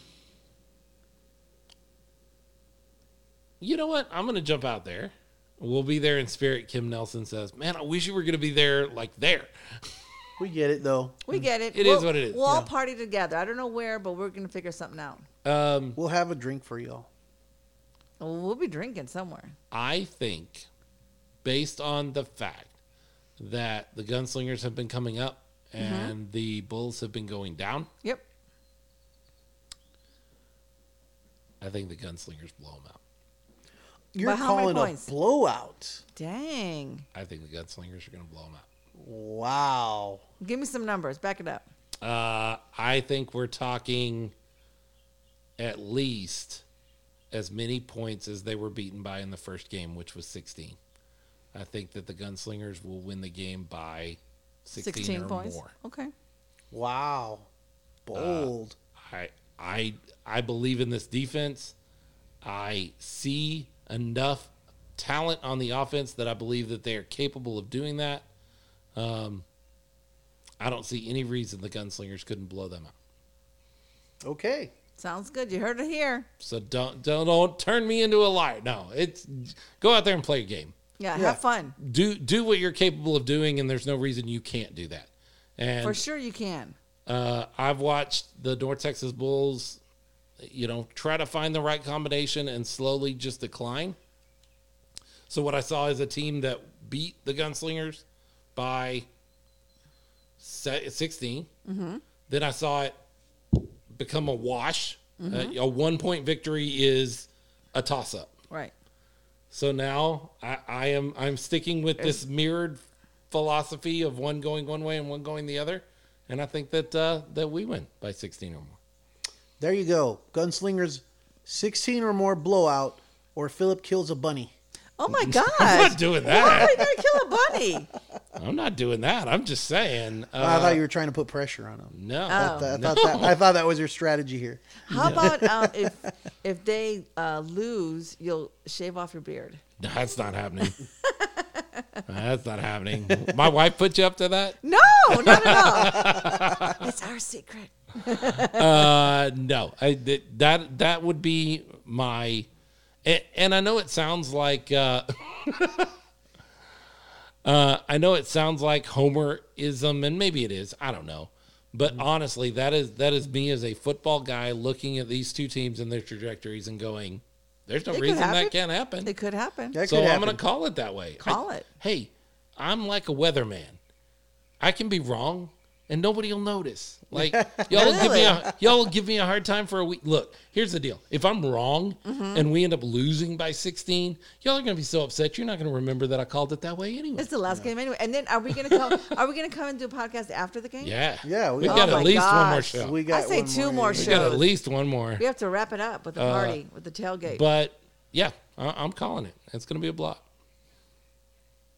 S1: you know what? I'm going to jump out there. We'll be there in spirit. Kim Nelson says, "Man, I wish you were going to be there, like there."
S3: We get it though.
S2: We get it.
S1: Mm. It
S2: It
S1: is
S2: is
S1: what it is.
S2: We'll all
S3: Yeah.
S2: party together. I don't know where, but we're gonna figure something out.
S1: Um,
S3: We'll have a drink for y'all.
S2: We'll be drinking somewhere.
S1: I think, based on the fact that the gunslingers have been coming up and the bulls have been going down,
S2: Yep.
S1: I think the gunslingers blow them out.
S3: You're
S2: By how many
S3: calling a
S2: points?
S3: blowout.
S2: Dang.
S1: I think the gunslingers are going to blow them out.
S3: Wow.
S2: Give me some numbers. Back it up.
S1: Uh, I think we're talking at least as many points as they were beaten by in the first game, which was 16. I think that the Gunslingers will win the game by 16, or
S2: points.
S1: more.
S2: Okay.
S3: Wow. Bold.
S1: I I I believe in this defense. I see enough talent on the offense that I believe that they are capable of doing that. Um, I don't see any reason the Gunslingers couldn't blow them out. Ah.
S3: okay.
S2: Sounds good. You heard it here.
S1: So don't don't don't turn me into a liar. No, it's go out there and play a game.
S2: Yeah.
S3: Yeah.
S2: Have fun.
S1: Do do what you're capable of doing, and there's no reason you can't do that. And
S2: For sure you can.
S1: uh, I've watched the North Texas Bulls, you know, try to find the right combination and slowly just decline. So what I saw is a team that beat the Gunslingers by se- 16. Then I saw it become a wash. Uh, a one point victory is a toss up.
S2: Right.
S1: So now I, I am I'm sticking with this mirrored philosophy of one going one way and one going the other, and I think that uh, that we win by 16 or more.
S3: There you go. Gunslingers, 16 or more blowout, or Philip kills a bunny.
S2: Oh my gosh.
S1: I'm not doing
S2: Why are
S1: that.
S2: you gonna kill a bunny?
S1: I'm not doing that. I'm just saying.
S3: I
S1: Uh,
S3: thought you were trying to put pressure on him.
S1: no,
S3: I, th- I thought that, I thought that was your strategy here.
S2: How about um, if if they uh, lose, you'll shave off your beard?
S1: No, that's not happening. that's not happening. My wife put you up to that?
S2: No, not at all. it's our secret.
S1: Uh, no, I, th- that that would be my, and, and I know it sounds like, uh, uh, I know it sounds like Homerism, and maybe it is. I don't know, but
S2: Mm-hmm.
S1: honestly, that is that is me as a football guy looking at these two teams and their trajectories and going, "There's no
S2: It could
S1: reason
S2: happen.
S1: that can't happen."
S2: It could happen.
S3: That
S1: so
S3: could
S1: I'm
S3: happen.
S1: going to call it that way.
S2: Call
S1: I-
S2: it.
S1: Hey, I'm like a weatherman. I can be wrong, and nobody will notice. Like y'all will give me a y'all will give me a hard time for a week. Look, here's the deal: if I'm wrong and we end up losing by 16, y'all are going to be so upset. You're not going to remember that I called it that way anyway.
S2: It's the last game anyway. And then are we gonna come? are we gonna come and do a podcast after the game?
S1: Yeah,
S3: Yeah, we-
S1: we have
S3: Oh
S1: got
S2: my
S1: at least one more
S2: gosh.
S1: show.
S3: We
S2: I
S3: got
S2: say
S3: one
S2: two more,
S3: more
S1: we
S2: shows.
S1: got at least one more.
S2: We have to wrap it up with the party, with the tailgate.
S1: But yeah, I, I'm calling it. It's going to be a block.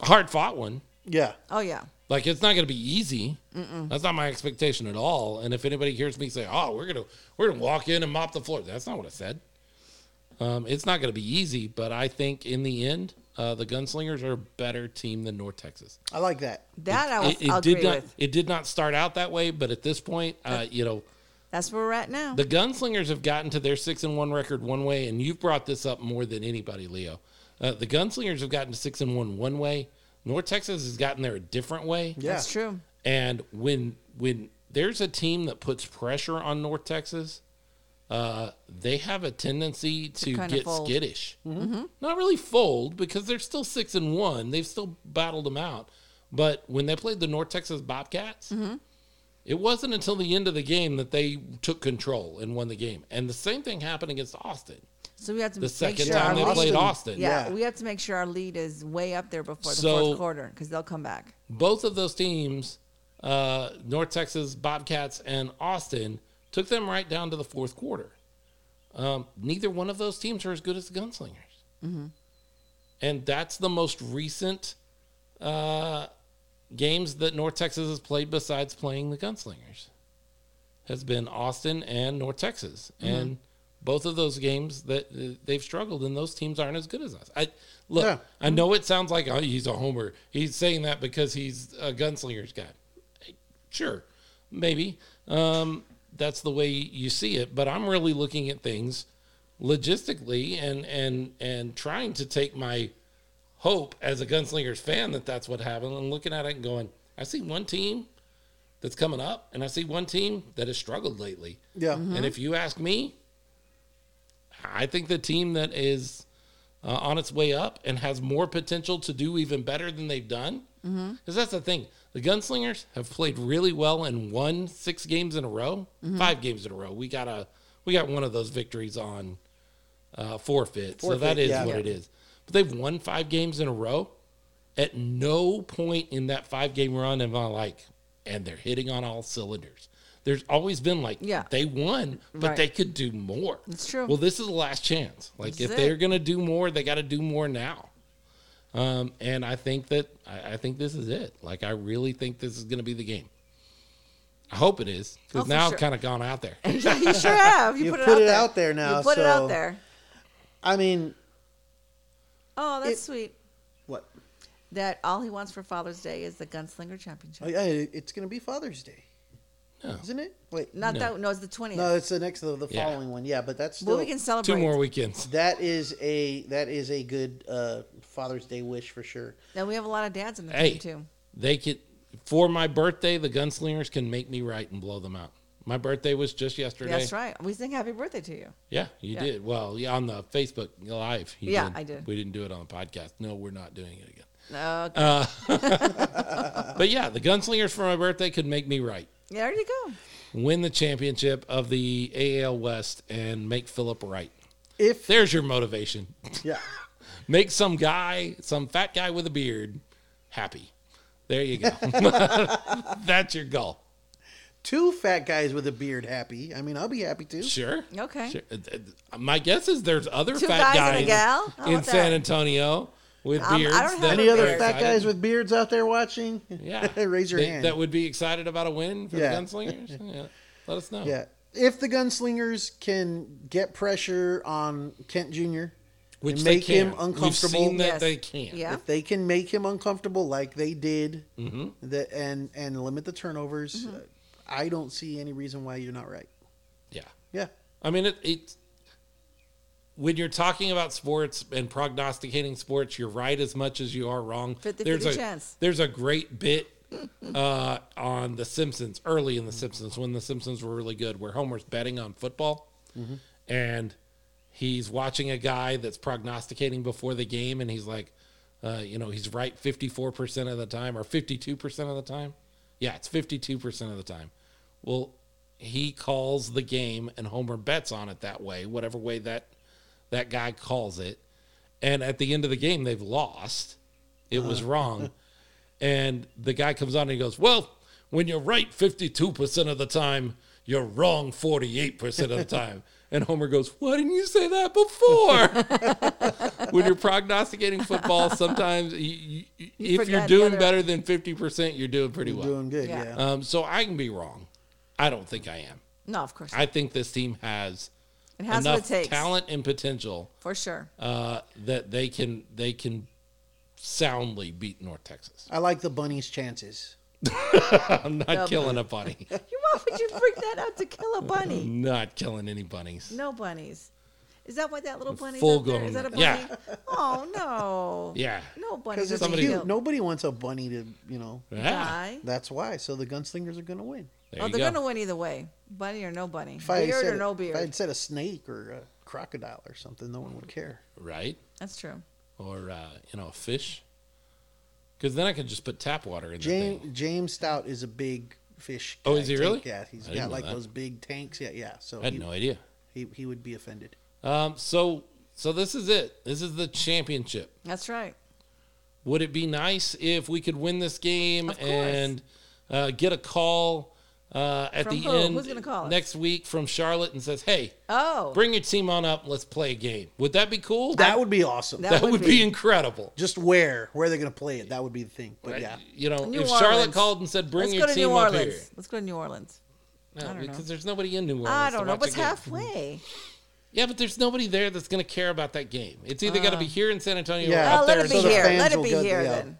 S1: Hard fought one.
S3: Yeah.
S2: oh yeah,
S1: Like it's not going to be easy. That's not my expectation at all. And if anybody hears me say, "Oh, we're gonna we're gonna walk in and mop the floor," that's not what I said. Um, it's not going to be easy, but I think in the end, uh, the Gunslingers are a better team than North Texas.
S3: I like that.
S2: that I
S1: It,
S2: will,
S1: it
S2: Oh, I'll
S1: did
S2: agree
S1: not.
S2: with.
S1: It did not start out that way, but at this point, uh, you know,
S2: That's where we're at now.
S1: the Gunslingers have gotten to their six and one record one way, and you've brought this up more than anybody, Leo. Uh, the Gunslingers have gotten to six and one one way. North Texas has gotten there a different way.
S3: Yeah.
S2: That's true.
S1: And when when there's a team that puts pressure on North Texas, uh, they have a tendency to
S2: kinda
S1: get
S2: fold. Mm-hmm.
S1: skittish. Not really fold because they're still six and one. They've still battled them out. But when they played the North Texas Bobcats,
S2: Mm-hmm.
S1: it wasn't until the end of the game that they took control and won the game. And the same thing happened against Austin.
S2: So we have to
S1: The
S2: make
S1: second
S2: sure
S1: time
S2: our
S1: they
S2: lead,
S1: played Austin.
S2: Yeah,
S3: Yeah.
S2: we have to make sure our lead is way up there before the
S1: So-
S2: fourth quarter because they'll come back.
S1: both of those teams, uh, North Texas Bobcats and Austin, took them right down to the fourth quarter. Um, neither one of those teams are as good as the Gunslingers, and that's the most recent uh, games that North Texas has played besides playing the Gunslingers has been Austin and North Texas, and both of those games that uh, they've struggled, and those teams aren't as good as us. I look,
S3: Yeah.
S1: I know it sounds like oh, he's a homer. He's saying that because he's a gunslingers guy. Sure, maybe um, that's the way you see it, but I'm really looking at things logistically and and and trying to take my hope as a Gunslingers fan that that's what happened. I'm looking at it and going, I see one team that's coming up, and I see one team that has struggled lately.
S3: Yeah.
S2: Mm-hmm.
S1: And if you ask me, I think the team that is uh, on its way up and has more potential to do even better than they've done, because
S3: Mm-hmm.
S1: that's the thing. The Gunslingers have played really well and won six games in a row,
S3: Mm-hmm.
S1: five games in a row. We got a we got one of those victories on uh, forfeit, so
S3: Forfeit,
S1: that is
S3: yeah.
S1: what it is. But they've won five games in a row. At no point in that five game run am I like, and they're hitting on all cylinders. There's always been like,
S2: Yeah.
S1: they won, but
S2: Right.
S1: they could do more.
S2: It's true.
S1: Well, this is the last chance. Like,
S2: This
S1: if
S2: is
S1: they're
S2: it.
S1: gonna do more, they got to do more now. Um, and I think that I, I think this is it. Like, I really think this is gonna be the game. I hope it is
S2: Oh,
S1: because
S2: for
S1: now
S2: sure.
S1: I've kind of gone out there.
S2: you sure have. You,
S3: You
S2: put,
S3: put
S2: it,
S3: it
S2: out,
S3: out there now,
S2: You put it
S3: so-
S2: out there.
S3: I mean,
S2: Oh, that's
S3: It-
S2: sweet.
S3: what?
S2: That all he wants for Father's Day is the Gunslinger Championship.
S3: Oh, yeah, it- it's gonna be Father's Day,
S1: No.
S3: isn't it? Wait,
S2: Not
S1: No.
S2: that. No, it's the twentieth.
S3: no, it's the next the, the
S1: Yeah.
S3: following one. Yeah, but that's still
S2: well, we can celebrate.
S1: Two more weekends.
S3: that is a that is a good uh, Father's Day wish for sure.
S2: Now we have a lot of dads in the
S1: Hey.
S2: team too.
S1: They could for my birthday. The gunslingers can make me right and blow them out. My birthday was just yesterday.
S2: That's right. We sing happy birthday to you.
S1: Yeah, you
S2: Yeah.
S1: did. Well, yeah, on the Facebook live. you
S2: Yeah, I did.
S1: We didn't do it on the podcast. No, we're not doing it again.
S2: Okay.
S1: But yeah, the Gunslingers for my birthday could make me right.
S2: yeah, there you go.
S1: Win the championship of the AL West and make Philip right.
S3: If
S1: There's your motivation.
S3: yeah,
S1: Make some guy, some fat guy with a beard, happy. There you go. That's your goal.
S3: two fat guys with a beard happy. I mean, I'll be happy too.
S1: Sure.
S2: Okay.
S1: Sure. Uh, uh, My guess is there's other
S2: Two
S1: fat
S2: guys and
S1: guys
S2: a gal? How
S1: in
S2: about
S1: San
S2: that?
S1: Antonio with
S2: Um, I
S1: beards.
S2: don't have
S1: that
S2: a
S3: Any other
S1: are
S2: beard.
S3: fat
S1: excited.
S3: guys with beards out there watching?
S1: Yeah.
S3: raise your
S1: They-
S3: hand.
S1: That would be excited about a win for
S3: Yeah.
S1: the Gunslingers. Yeah. Let us know.
S3: Yeah. If the gunslingers can get pressure on Kent Jr.,
S1: Which
S3: and
S1: they
S3: make
S1: can.
S3: him uncomfortable,
S1: We've seen that
S2: Yes.
S1: they can.
S2: Yeah.
S3: if they can make him uncomfortable like they did,
S1: Mm-hmm.
S3: that and and limit the turnovers, uh, I don't see any reason why you're not right.
S1: Yeah.
S3: Yeah.
S1: I mean, it, it. When you're talking about sports and prognosticating sports, you're right as much as you are wrong.
S2: 50-50
S1: a
S2: chance.
S1: There's a great bit uh, on The Simpsons early in The Simpsons when The Simpsons were really good, where Homer's betting on football, and he's watching a guy that's prognosticating before the game, and he's like, uh, you know, he's right 54 percent of the time or 52 percent of the time. Yeah, it's 52 percent of the time. Well, he calls the game and Homer bets on it that way, whatever way that that guy calls it. And at the end of the game, they've lost. It was
S2: Uh-huh.
S1: wrong. And the guy comes on and he goes, Well, when you're right 52% of the time, you're wrong 48% of the time. And Homer goes, Why didn't you say that before? when you're prognosticating football, sometimes you, you, if
S2: forget
S1: you're
S2: the
S1: doing
S2: other-
S1: better than 50%, you're doing pretty well.
S3: Doing good,
S2: Yeah.
S3: yeah.
S1: Um, so I can be wrong. I don't think I am.
S2: No, of course.
S1: I think this team has,
S2: it has what
S1: enough
S2: it takes
S1: talent and potential
S2: for sure.
S1: uh, that they can they can soundly beat North Texas.
S3: I like the bunnies' chances.
S1: I'm not
S2: No,
S1: killing a bunny.
S2: You why would you bring that out to kill a bunny?
S1: not killing any bunnies.
S2: No bunnies. Is that why that little bunny?
S1: Full
S2: up there?
S1: grown.
S2: Is that a bunny?
S1: Yeah.
S2: Oh no.
S1: Yeah.
S2: No bunny.
S3: Because it's
S1: Somebody-
S3: cute. Nobody wants a bunny to, you know.
S1: Yeah.
S2: Die.
S3: That's why. So the gunslingers are going to win.
S1: Ah, There
S2: Oh,
S1: you
S2: they're
S1: go.
S2: gonna win either way, bunny or no bunny,
S3: If I had
S2: beard
S3: said
S2: or
S3: a-
S2: no
S3: If I had
S2: beard.
S3: said a snake or a crocodile or something, no one would care.
S1: Right?
S2: That's true.
S1: Or uh, you know, a fish. Because then I can just put tap water in the
S3: James
S1: thing.
S3: James Stout is a big fish.
S1: Oh,
S3: guy.
S1: is he
S3: Tank-
S1: really?
S3: Yeah,
S1: I
S3: he's
S1: didn't
S3: got
S1: know
S3: like
S1: that.
S3: those big tanks. Yeah, yeah. So
S1: I had
S3: he,
S1: no idea.
S3: he he would be offended.
S1: Um, so so this is it. This is the championship.
S2: That's right.
S1: Would it be nice if we could win this game
S2: Of course.
S1: and uh, get a call uh, at
S2: From
S1: the
S2: who?
S1: end
S2: Who's gonna call us?
S1: next week from Charlotte and says, "Hey,
S2: Oh,
S1: bring your team on up. Let's play a game." Would that be cool?
S3: That would be awesome.
S2: That
S1: That
S2: would
S1: would be,
S2: be-
S1: incredible.
S3: Just where where they're going to play it. That would be the thing. But yeah,
S1: You know,
S2: New
S1: if Charlotte
S2: Orleans.
S1: called and said, "Bring
S2: let's
S1: your
S2: go to
S1: team
S2: New
S1: up
S2: Orleans.
S1: here,"
S2: Let's go to New Orleans.
S1: no,
S2: don't know.
S1: because there's nobody in New Orleans.
S2: I
S1: to
S2: don't know.
S1: watch Mm-hmm. a
S2: What's
S1: game.
S2: halfway?
S1: Yeah, but there's nobody there that's going to care about that game. It's either got to be here in San Antonio
S3: Yeah.
S1: or
S2: Oh,
S1: out
S2: Ah. let
S1: there.
S2: it be
S1: in
S3: so the
S2: here.
S1: Charlotte.
S2: Let
S3: fans
S2: it
S3: will
S2: be
S3: go-
S2: here
S3: yeah.
S2: then.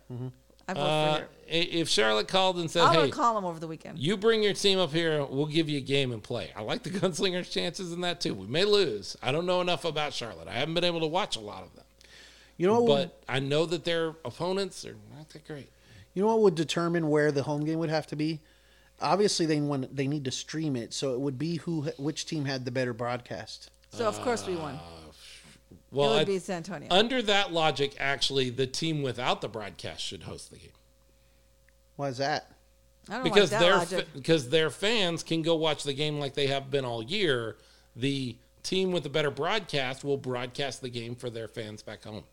S2: I vote
S1: Uh,
S2: for here.
S1: i- if Charlotte called and said,
S2: I'm
S1: "Hey,
S2: gonna call him over the weekend.
S1: you bring your team up here, we'll give you a game and play." I like the Gunslingers' chances in that too. We may lose. I don't know enough about Charlotte. I haven't been able to watch a lot of them.
S3: You know, what would-
S1: But I know that their opponents are not that great.
S3: you know what would determine where the home game would have to be? Obviously, they want they need to stream it, so it would be who which team had the better broadcast.
S2: So of course we won.
S1: Uh, Well,
S2: it would
S1: I-
S2: be San Antonio.
S1: under that logic, actually, the team without the broadcast should host the game
S3: Why is that?
S2: I don't
S1: because
S2: like Oh, that
S1: their
S2: logic.
S1: fa- because their fans can go watch the game like they have been all year. The team with the better broadcast will broadcast the game for their fans back home.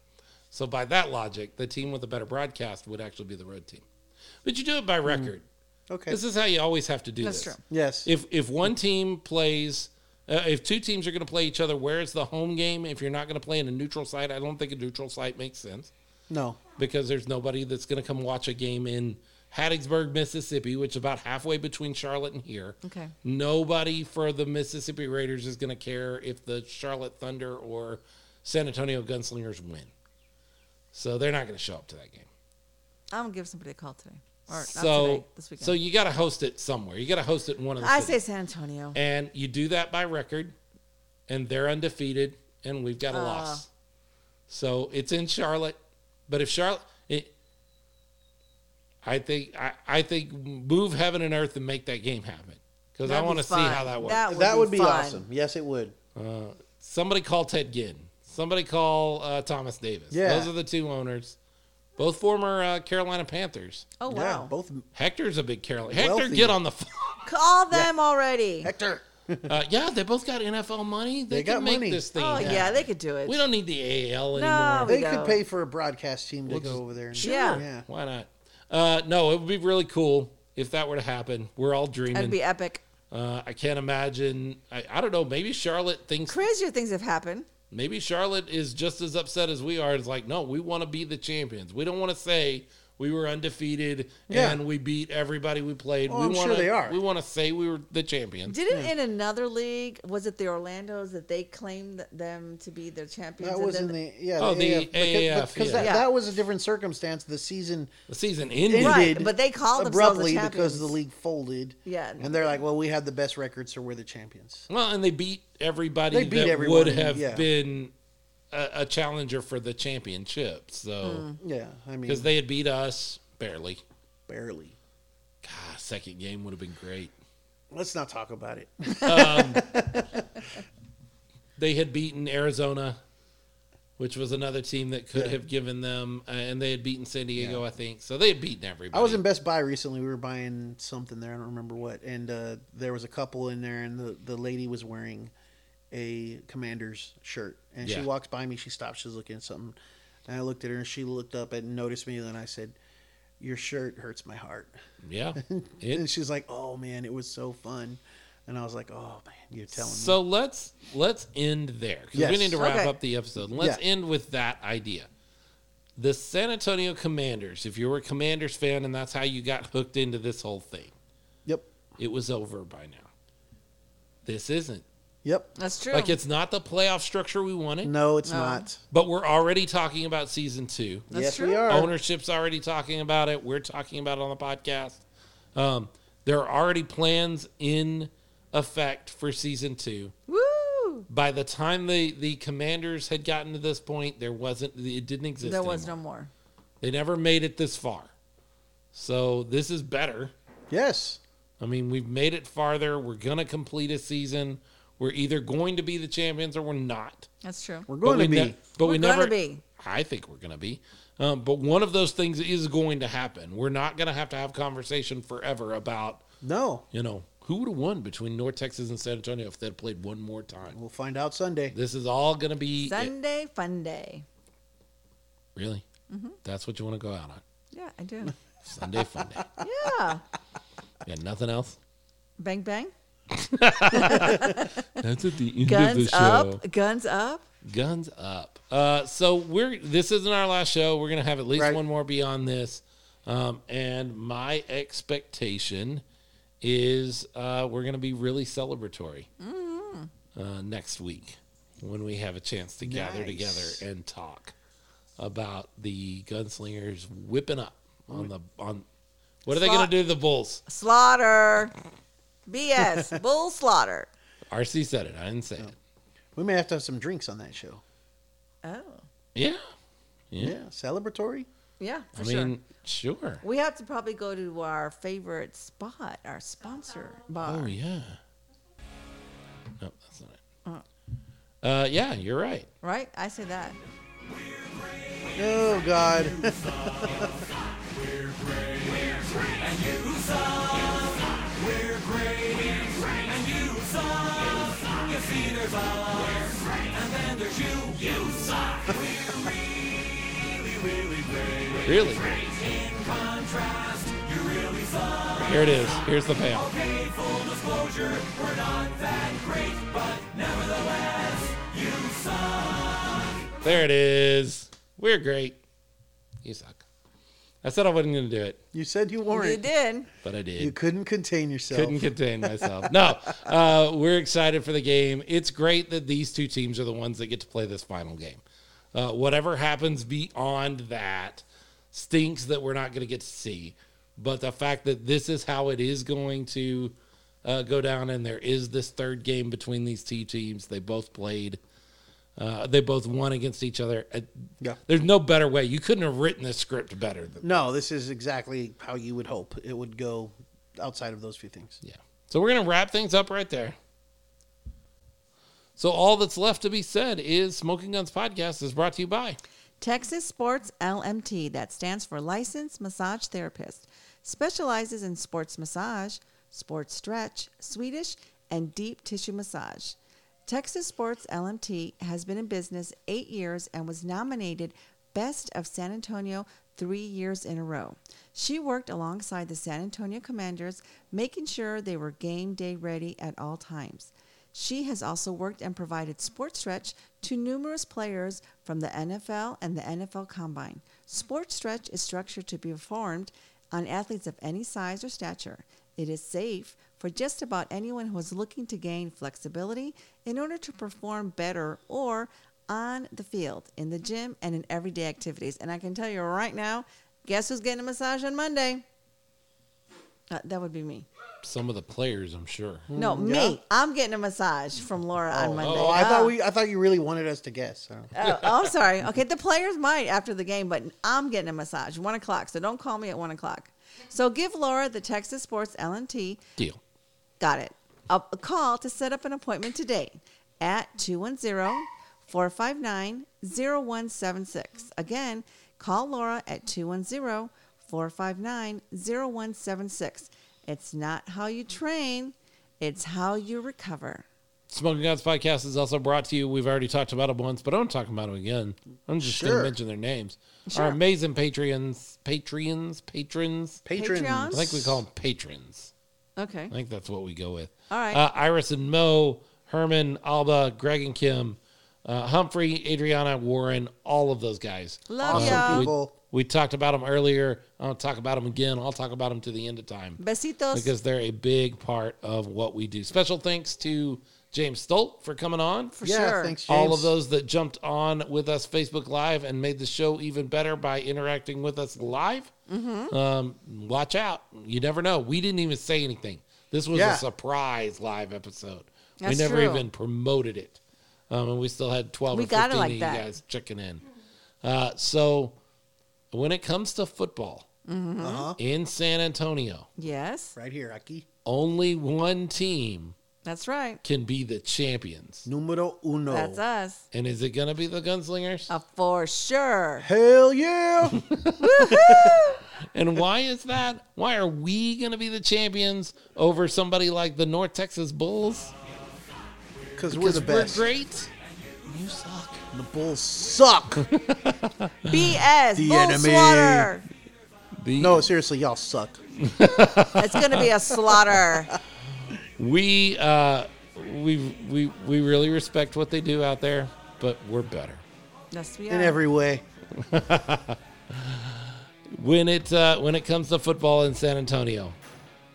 S1: So by that logic, the team with the better broadcast would actually be the road team. But you do it by record.
S3: Okay.
S1: This is how you always have to do
S2: That's
S1: this.
S2: true.
S3: yes.
S1: If if one team plays, uh, if two teams are going to play each other, where's the home game? If you're not going to play in a neutral site, I don't think a neutral site makes sense
S3: no.
S1: because there's nobody that's going to come watch a game in Hattiesburg, Mississippi, which is about halfway between Charlotte and here.
S2: Okay.
S1: Nobody for the Mississippi Raiders is going to care if the Charlotte Thunder or San Antonio Gunslingers win. So they're not going to show up to that game.
S2: I'm gonna give somebody a call today, or not
S1: so
S2: today, this weekend.
S1: so you got to host it somewhere. You got to host it in one of the
S2: I
S1: cities.
S2: say San Antonio.
S1: and you do that by record, and they're undefeated, and we've
S2: Ah.
S1: got a loss. So it's in Charlotte, but if Charlotte, it, I think I, I think move heaven and earth and make that game happen because I
S2: That'd be
S1: want to see
S2: fun.
S1: how that works.
S2: That would
S3: that
S2: be
S3: would be
S2: fun.
S3: awesome. Yes, it would.
S1: Somebody call Ted Ginn. Somebody call uh, Thomas Davis.
S3: Yeah.
S1: those are the two owners, both former uh, Carolina Panthers.
S2: Oh wow!
S3: Yeah, both
S1: Hector's a big Carolina. Hector,
S3: Wealthy.
S1: get on the phone.
S2: Call them already.
S3: Hector.
S1: Uh, yeah, they both got NFL money. They,
S3: They
S1: can
S3: got
S1: make
S3: money.
S1: this thing.
S2: Oh yeah.
S1: happen.
S2: they could do it.
S1: We don't need the AAL anymore.
S2: No, we
S3: They
S2: don't.
S3: could pay for a broadcast team to
S1: We'll
S3: go
S1: just-
S3: over there. And,
S1: Sure.
S2: Yeah.
S3: Yeah.
S1: Why not? Uh, no, it would be really cool if that were to happen. We're all dreaming.
S2: That'd be epic.
S1: uh, I can't imagine. I, I don't know. Maybe Charlotte thinks.
S2: Crazier things have happened.
S1: Maybe Charlotte is just as upset as we are. It's like, no, we want to be the champions. We don't want to say we were undefeated
S3: Yeah.
S1: and we beat everybody we played.
S3: Oh,
S1: we
S3: I'm sure
S1: wanna,
S3: they are.
S1: We want to say we were the champions.
S2: Didn't
S3: Hmm.
S2: in another league was it the Orlando's that they claimed th- them to be their champions?
S3: That
S2: and
S3: was
S2: then
S3: in the yeah.
S1: Oh, the AAF,
S3: AAF, because, because
S1: yeah.
S3: that,
S2: Yeah.
S3: that was a different circumstance. The season
S1: the season ended.
S3: ended
S2: Right. but they called themselves the
S3: abruptly because
S2: champions.
S3: the league folded.
S2: Yeah.
S3: and they're like, well, we had the best record, so we're the champions.
S1: Well, and they beat everybody
S3: They beat
S1: that
S3: everyone,
S1: would have
S3: yeah.
S1: been a, a challenger for the championship. So
S3: Yeah, I mean,
S1: because they had beat us barely.
S3: barely.
S1: God, second game would have been great.
S3: Let's not talk about it.
S1: They had beaten Arizona, which was another team that could have given them, uh, and they had beaten San Diego, I think. So they had beaten everybody.
S3: I was in Best Buy recently. We were buying something there. I don't remember what. And uh, there was a couple in there, and the, the lady was wearing a commander's shirt. And
S1: Yeah.
S3: she walks by me. She stops. She's looking at something. And I looked at her, and she looked up and noticed me. And I said, Your shirt hurts my heart.
S1: yeah.
S3: and
S1: It,
S3: she's like, Oh, man, it was so fun. And I was like, Oh, man, you're telling me.
S1: so let's let's end there because we
S3: Yes.
S1: need to wrap
S2: Okay.
S1: up the episode. Let's
S3: Yeah.
S1: end with that idea. The San Antonio Commanders. If you were a Commanders fan and that's how you got hooked into this whole thing,
S3: Yep.
S1: it was over by now. This isn't.
S3: Yep.
S2: that's true.
S1: Like it's not the playoff structure we wanted,
S3: No, it's
S2: No.
S3: not.
S1: but we're already talking about season two.
S2: That's
S3: yes,
S2: true.
S3: we are.
S1: Ownership's already talking about it. We're talking about it on the podcast. Um, there are already plans in effect for season two.
S2: Woo!
S1: By the time the the commanders had gotten to this point, there wasn't. It didn't exist.
S2: There was no
S1: anymore.
S2: more.
S1: They never made it this far. So this is better.
S3: Yes.
S1: I mean, we've made it farther. We're gonna complete a season. We're either going to be the champions or we're not.
S2: That's true.
S3: We're going
S1: but
S3: to
S1: we
S3: be.
S1: ne- but we
S2: We're gonna
S1: never.
S2: be.
S1: I think we're going to be. Um, but one of those things is going to happen. We're not going to have to have conversation forever about
S3: no.
S1: you know who would have won between North Texas and San Antonio if they'd played one more time.
S3: We'll find out Sunday.
S1: This is all going to be it.
S2: Sunday fun day.
S1: really.
S2: Mm-hmm.
S1: That's what you want to go out on
S2: Yeah, I do.
S1: Sunday fun day.
S2: Yeah.
S1: You got nothing else.
S2: bang bang.
S1: That's at the end
S2: Guns up. Guns up.
S1: Guns up. Uh, so we're this isn't our last show. We're gonna have at least
S3: Right.
S1: one more beyond this. Um, and my expectation is uh, we're gonna be really celebratory uh, next week when we have a chance to gather together
S3: Nice.
S1: and talk about the gunslingers whipping up on the on. What are they gonna
S2: Slot.
S1: do to the Bulls?
S2: Slaughter. BS. Bull slaughter.
S1: RC said it. I didn't say it.
S3: We may have to have some drinks on that show.
S2: Oh.
S1: Yeah.
S3: Yeah, celebratory.
S2: Yeah, for
S1: I
S2: sure.
S1: mean, sure.
S2: we have to probably go to our favorite spot, our sponsor bar.
S1: Oh yeah. No, that's not it. Uh, yeah, you're right.
S2: Right? I say that.
S3: Oh God.
S1: Really. Here it is. Here's the payoff. There it is. We're great. You suck. I said I wasn't going to do it,
S3: you said you weren't.
S2: You did.
S1: but I did.
S3: You couldn't contain yourself.
S1: Couldn't contain myself. No, uh, we're excited for the game. It's great that these two teams are the ones that get to play this final game. Uh, whatever happens beyond that stinks that we're not going to get to see. But the fact that this is how it is going to uh, go down, and there is this third game between these two teams, they both played. Uh, they both won against each other. Uh,
S3: Yeah.
S1: There's no better way. You couldn't have written this script better than
S3: No, this is exactly how you would hope it would go outside of those few things.
S1: Yeah. So we're going to wrap things up right there. So all that's left to be said is Smoking Guns Podcast is brought to you by
S2: Texas Sports LMT, that stands for Licensed Massage Therapist, specializes in sports massage, sports stretch, Swedish, and deep tissue massage. Texas Sports LMT has been in business eight years and was nominated Best of San Antonio three years in a row. She worked alongside the San Antonio Commanders, making sure they were game day ready at all times. She has also worked and provided Sports Stretch to numerous players from the NFL and the NFL Combine. Sports Stretch is structured to be performed on athletes of any size or stature. It is safe for just about anyone who is looking to gain flexibility in order to perform better or on the field, in the gym, and in everyday activities. And I can tell you right now, guess who's getting a massage on Monday? Uh, that would be me.
S1: some of the players, I'm sure.
S2: No, me. I'm getting a massage from Laura on Monday.
S3: Mm, Oh, I thought
S2: Oh.
S3: we I thought you really wanted us to guess. So.
S2: Oh, I'm sorry. Okay, the players might after the game, but I'm getting a massage one o'clock. So don't call me at one o'clock. So give Laura the Texas Sports LNT.
S1: Deal.
S2: Got it. A, a call to set up an appointment today at 210 459 0176. Again, call Laura at 210 459 0176. It's not how you train, it's how you recover.
S1: Smoking Guns Podcast is also brought to you. We've already talked about them once, but I'm talking about them again. I'm just going to
S3: Sure.
S1: mention their names.
S2: Sure.
S1: Our amazing Patreons, Patreons, patrons.
S3: Patrons.
S2: Patreon?
S1: I think we call them patrons.
S2: Okay.
S1: I think that's what we go with.
S2: All right.
S1: Uh, Iris and Mo, Herman, Alba, Greg and Kim, uh, Humphrey, Adriana, Warren, all of those guys.
S2: Love
S1: Uh,
S2: ya.
S1: we-
S3: people.
S1: We, talked about them earlier. I'll talk about them again. I'll talk about them to the end of time
S2: Besitos.
S1: because they're a big part of what we do. Special thanks to James Stolt for coming on.
S2: for
S3: yeah,
S2: sure.
S3: thanks, James.
S1: All of those that jumped on with us Facebook Live and made the show even better by interacting with us live.
S2: Mm-hmm.
S1: Um, watch out. You never know. We didn't even say anything. This was
S3: Yeah.
S1: a surprise live episode.
S2: That's
S1: we never
S2: true.
S1: even promoted it. Um, and we still had 12
S2: We
S1: or
S2: got it
S1: 15 of
S2: like
S1: you
S2: that.
S1: guys checking in. Uh, so when it comes to football
S3: Uh-huh.
S2: Mm-hmm.
S1: in San Antonio,
S2: Yes,
S3: Right here, Aki.
S1: only one team
S2: that's right.
S1: can be the champions.
S3: Numero uno.
S2: That's us.
S1: And is it going to be the Gunslingers?
S2: Uh, for sure.
S3: Hell yeah!
S1: And why is that? Why are we going to be the champions over somebody like the North Texas Bulls?
S3: Because we're the best.
S1: We're great. You suck.
S3: The Bulls suck.
S2: BS.
S3: The
S2: bull
S3: enemy.
S2: slaughter.
S1: The,
S3: no, seriously, y'all suck.
S2: It's going to be a slaughter.
S1: we uh, we we we really respect what they do out there, but we're better.
S2: Yes, we are.
S3: In every way.
S1: When it uh, when it comes to football in San Antonio,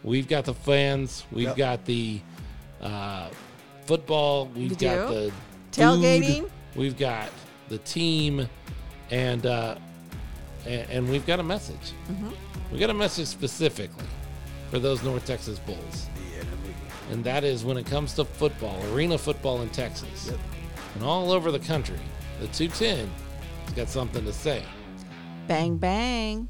S1: we've got the fans, we've
S3: Yep.
S1: got the uh, football, we've
S2: We
S1: got
S2: do.
S1: the
S2: Tailgating.
S1: food, we've got the team, and uh, and, and we've got a message. We got a message specifically for those North Texas Bulls, and that is when it comes to football, arena football in Texas, and all over the country, the 210 He's got something to say.
S2: Bang, bang.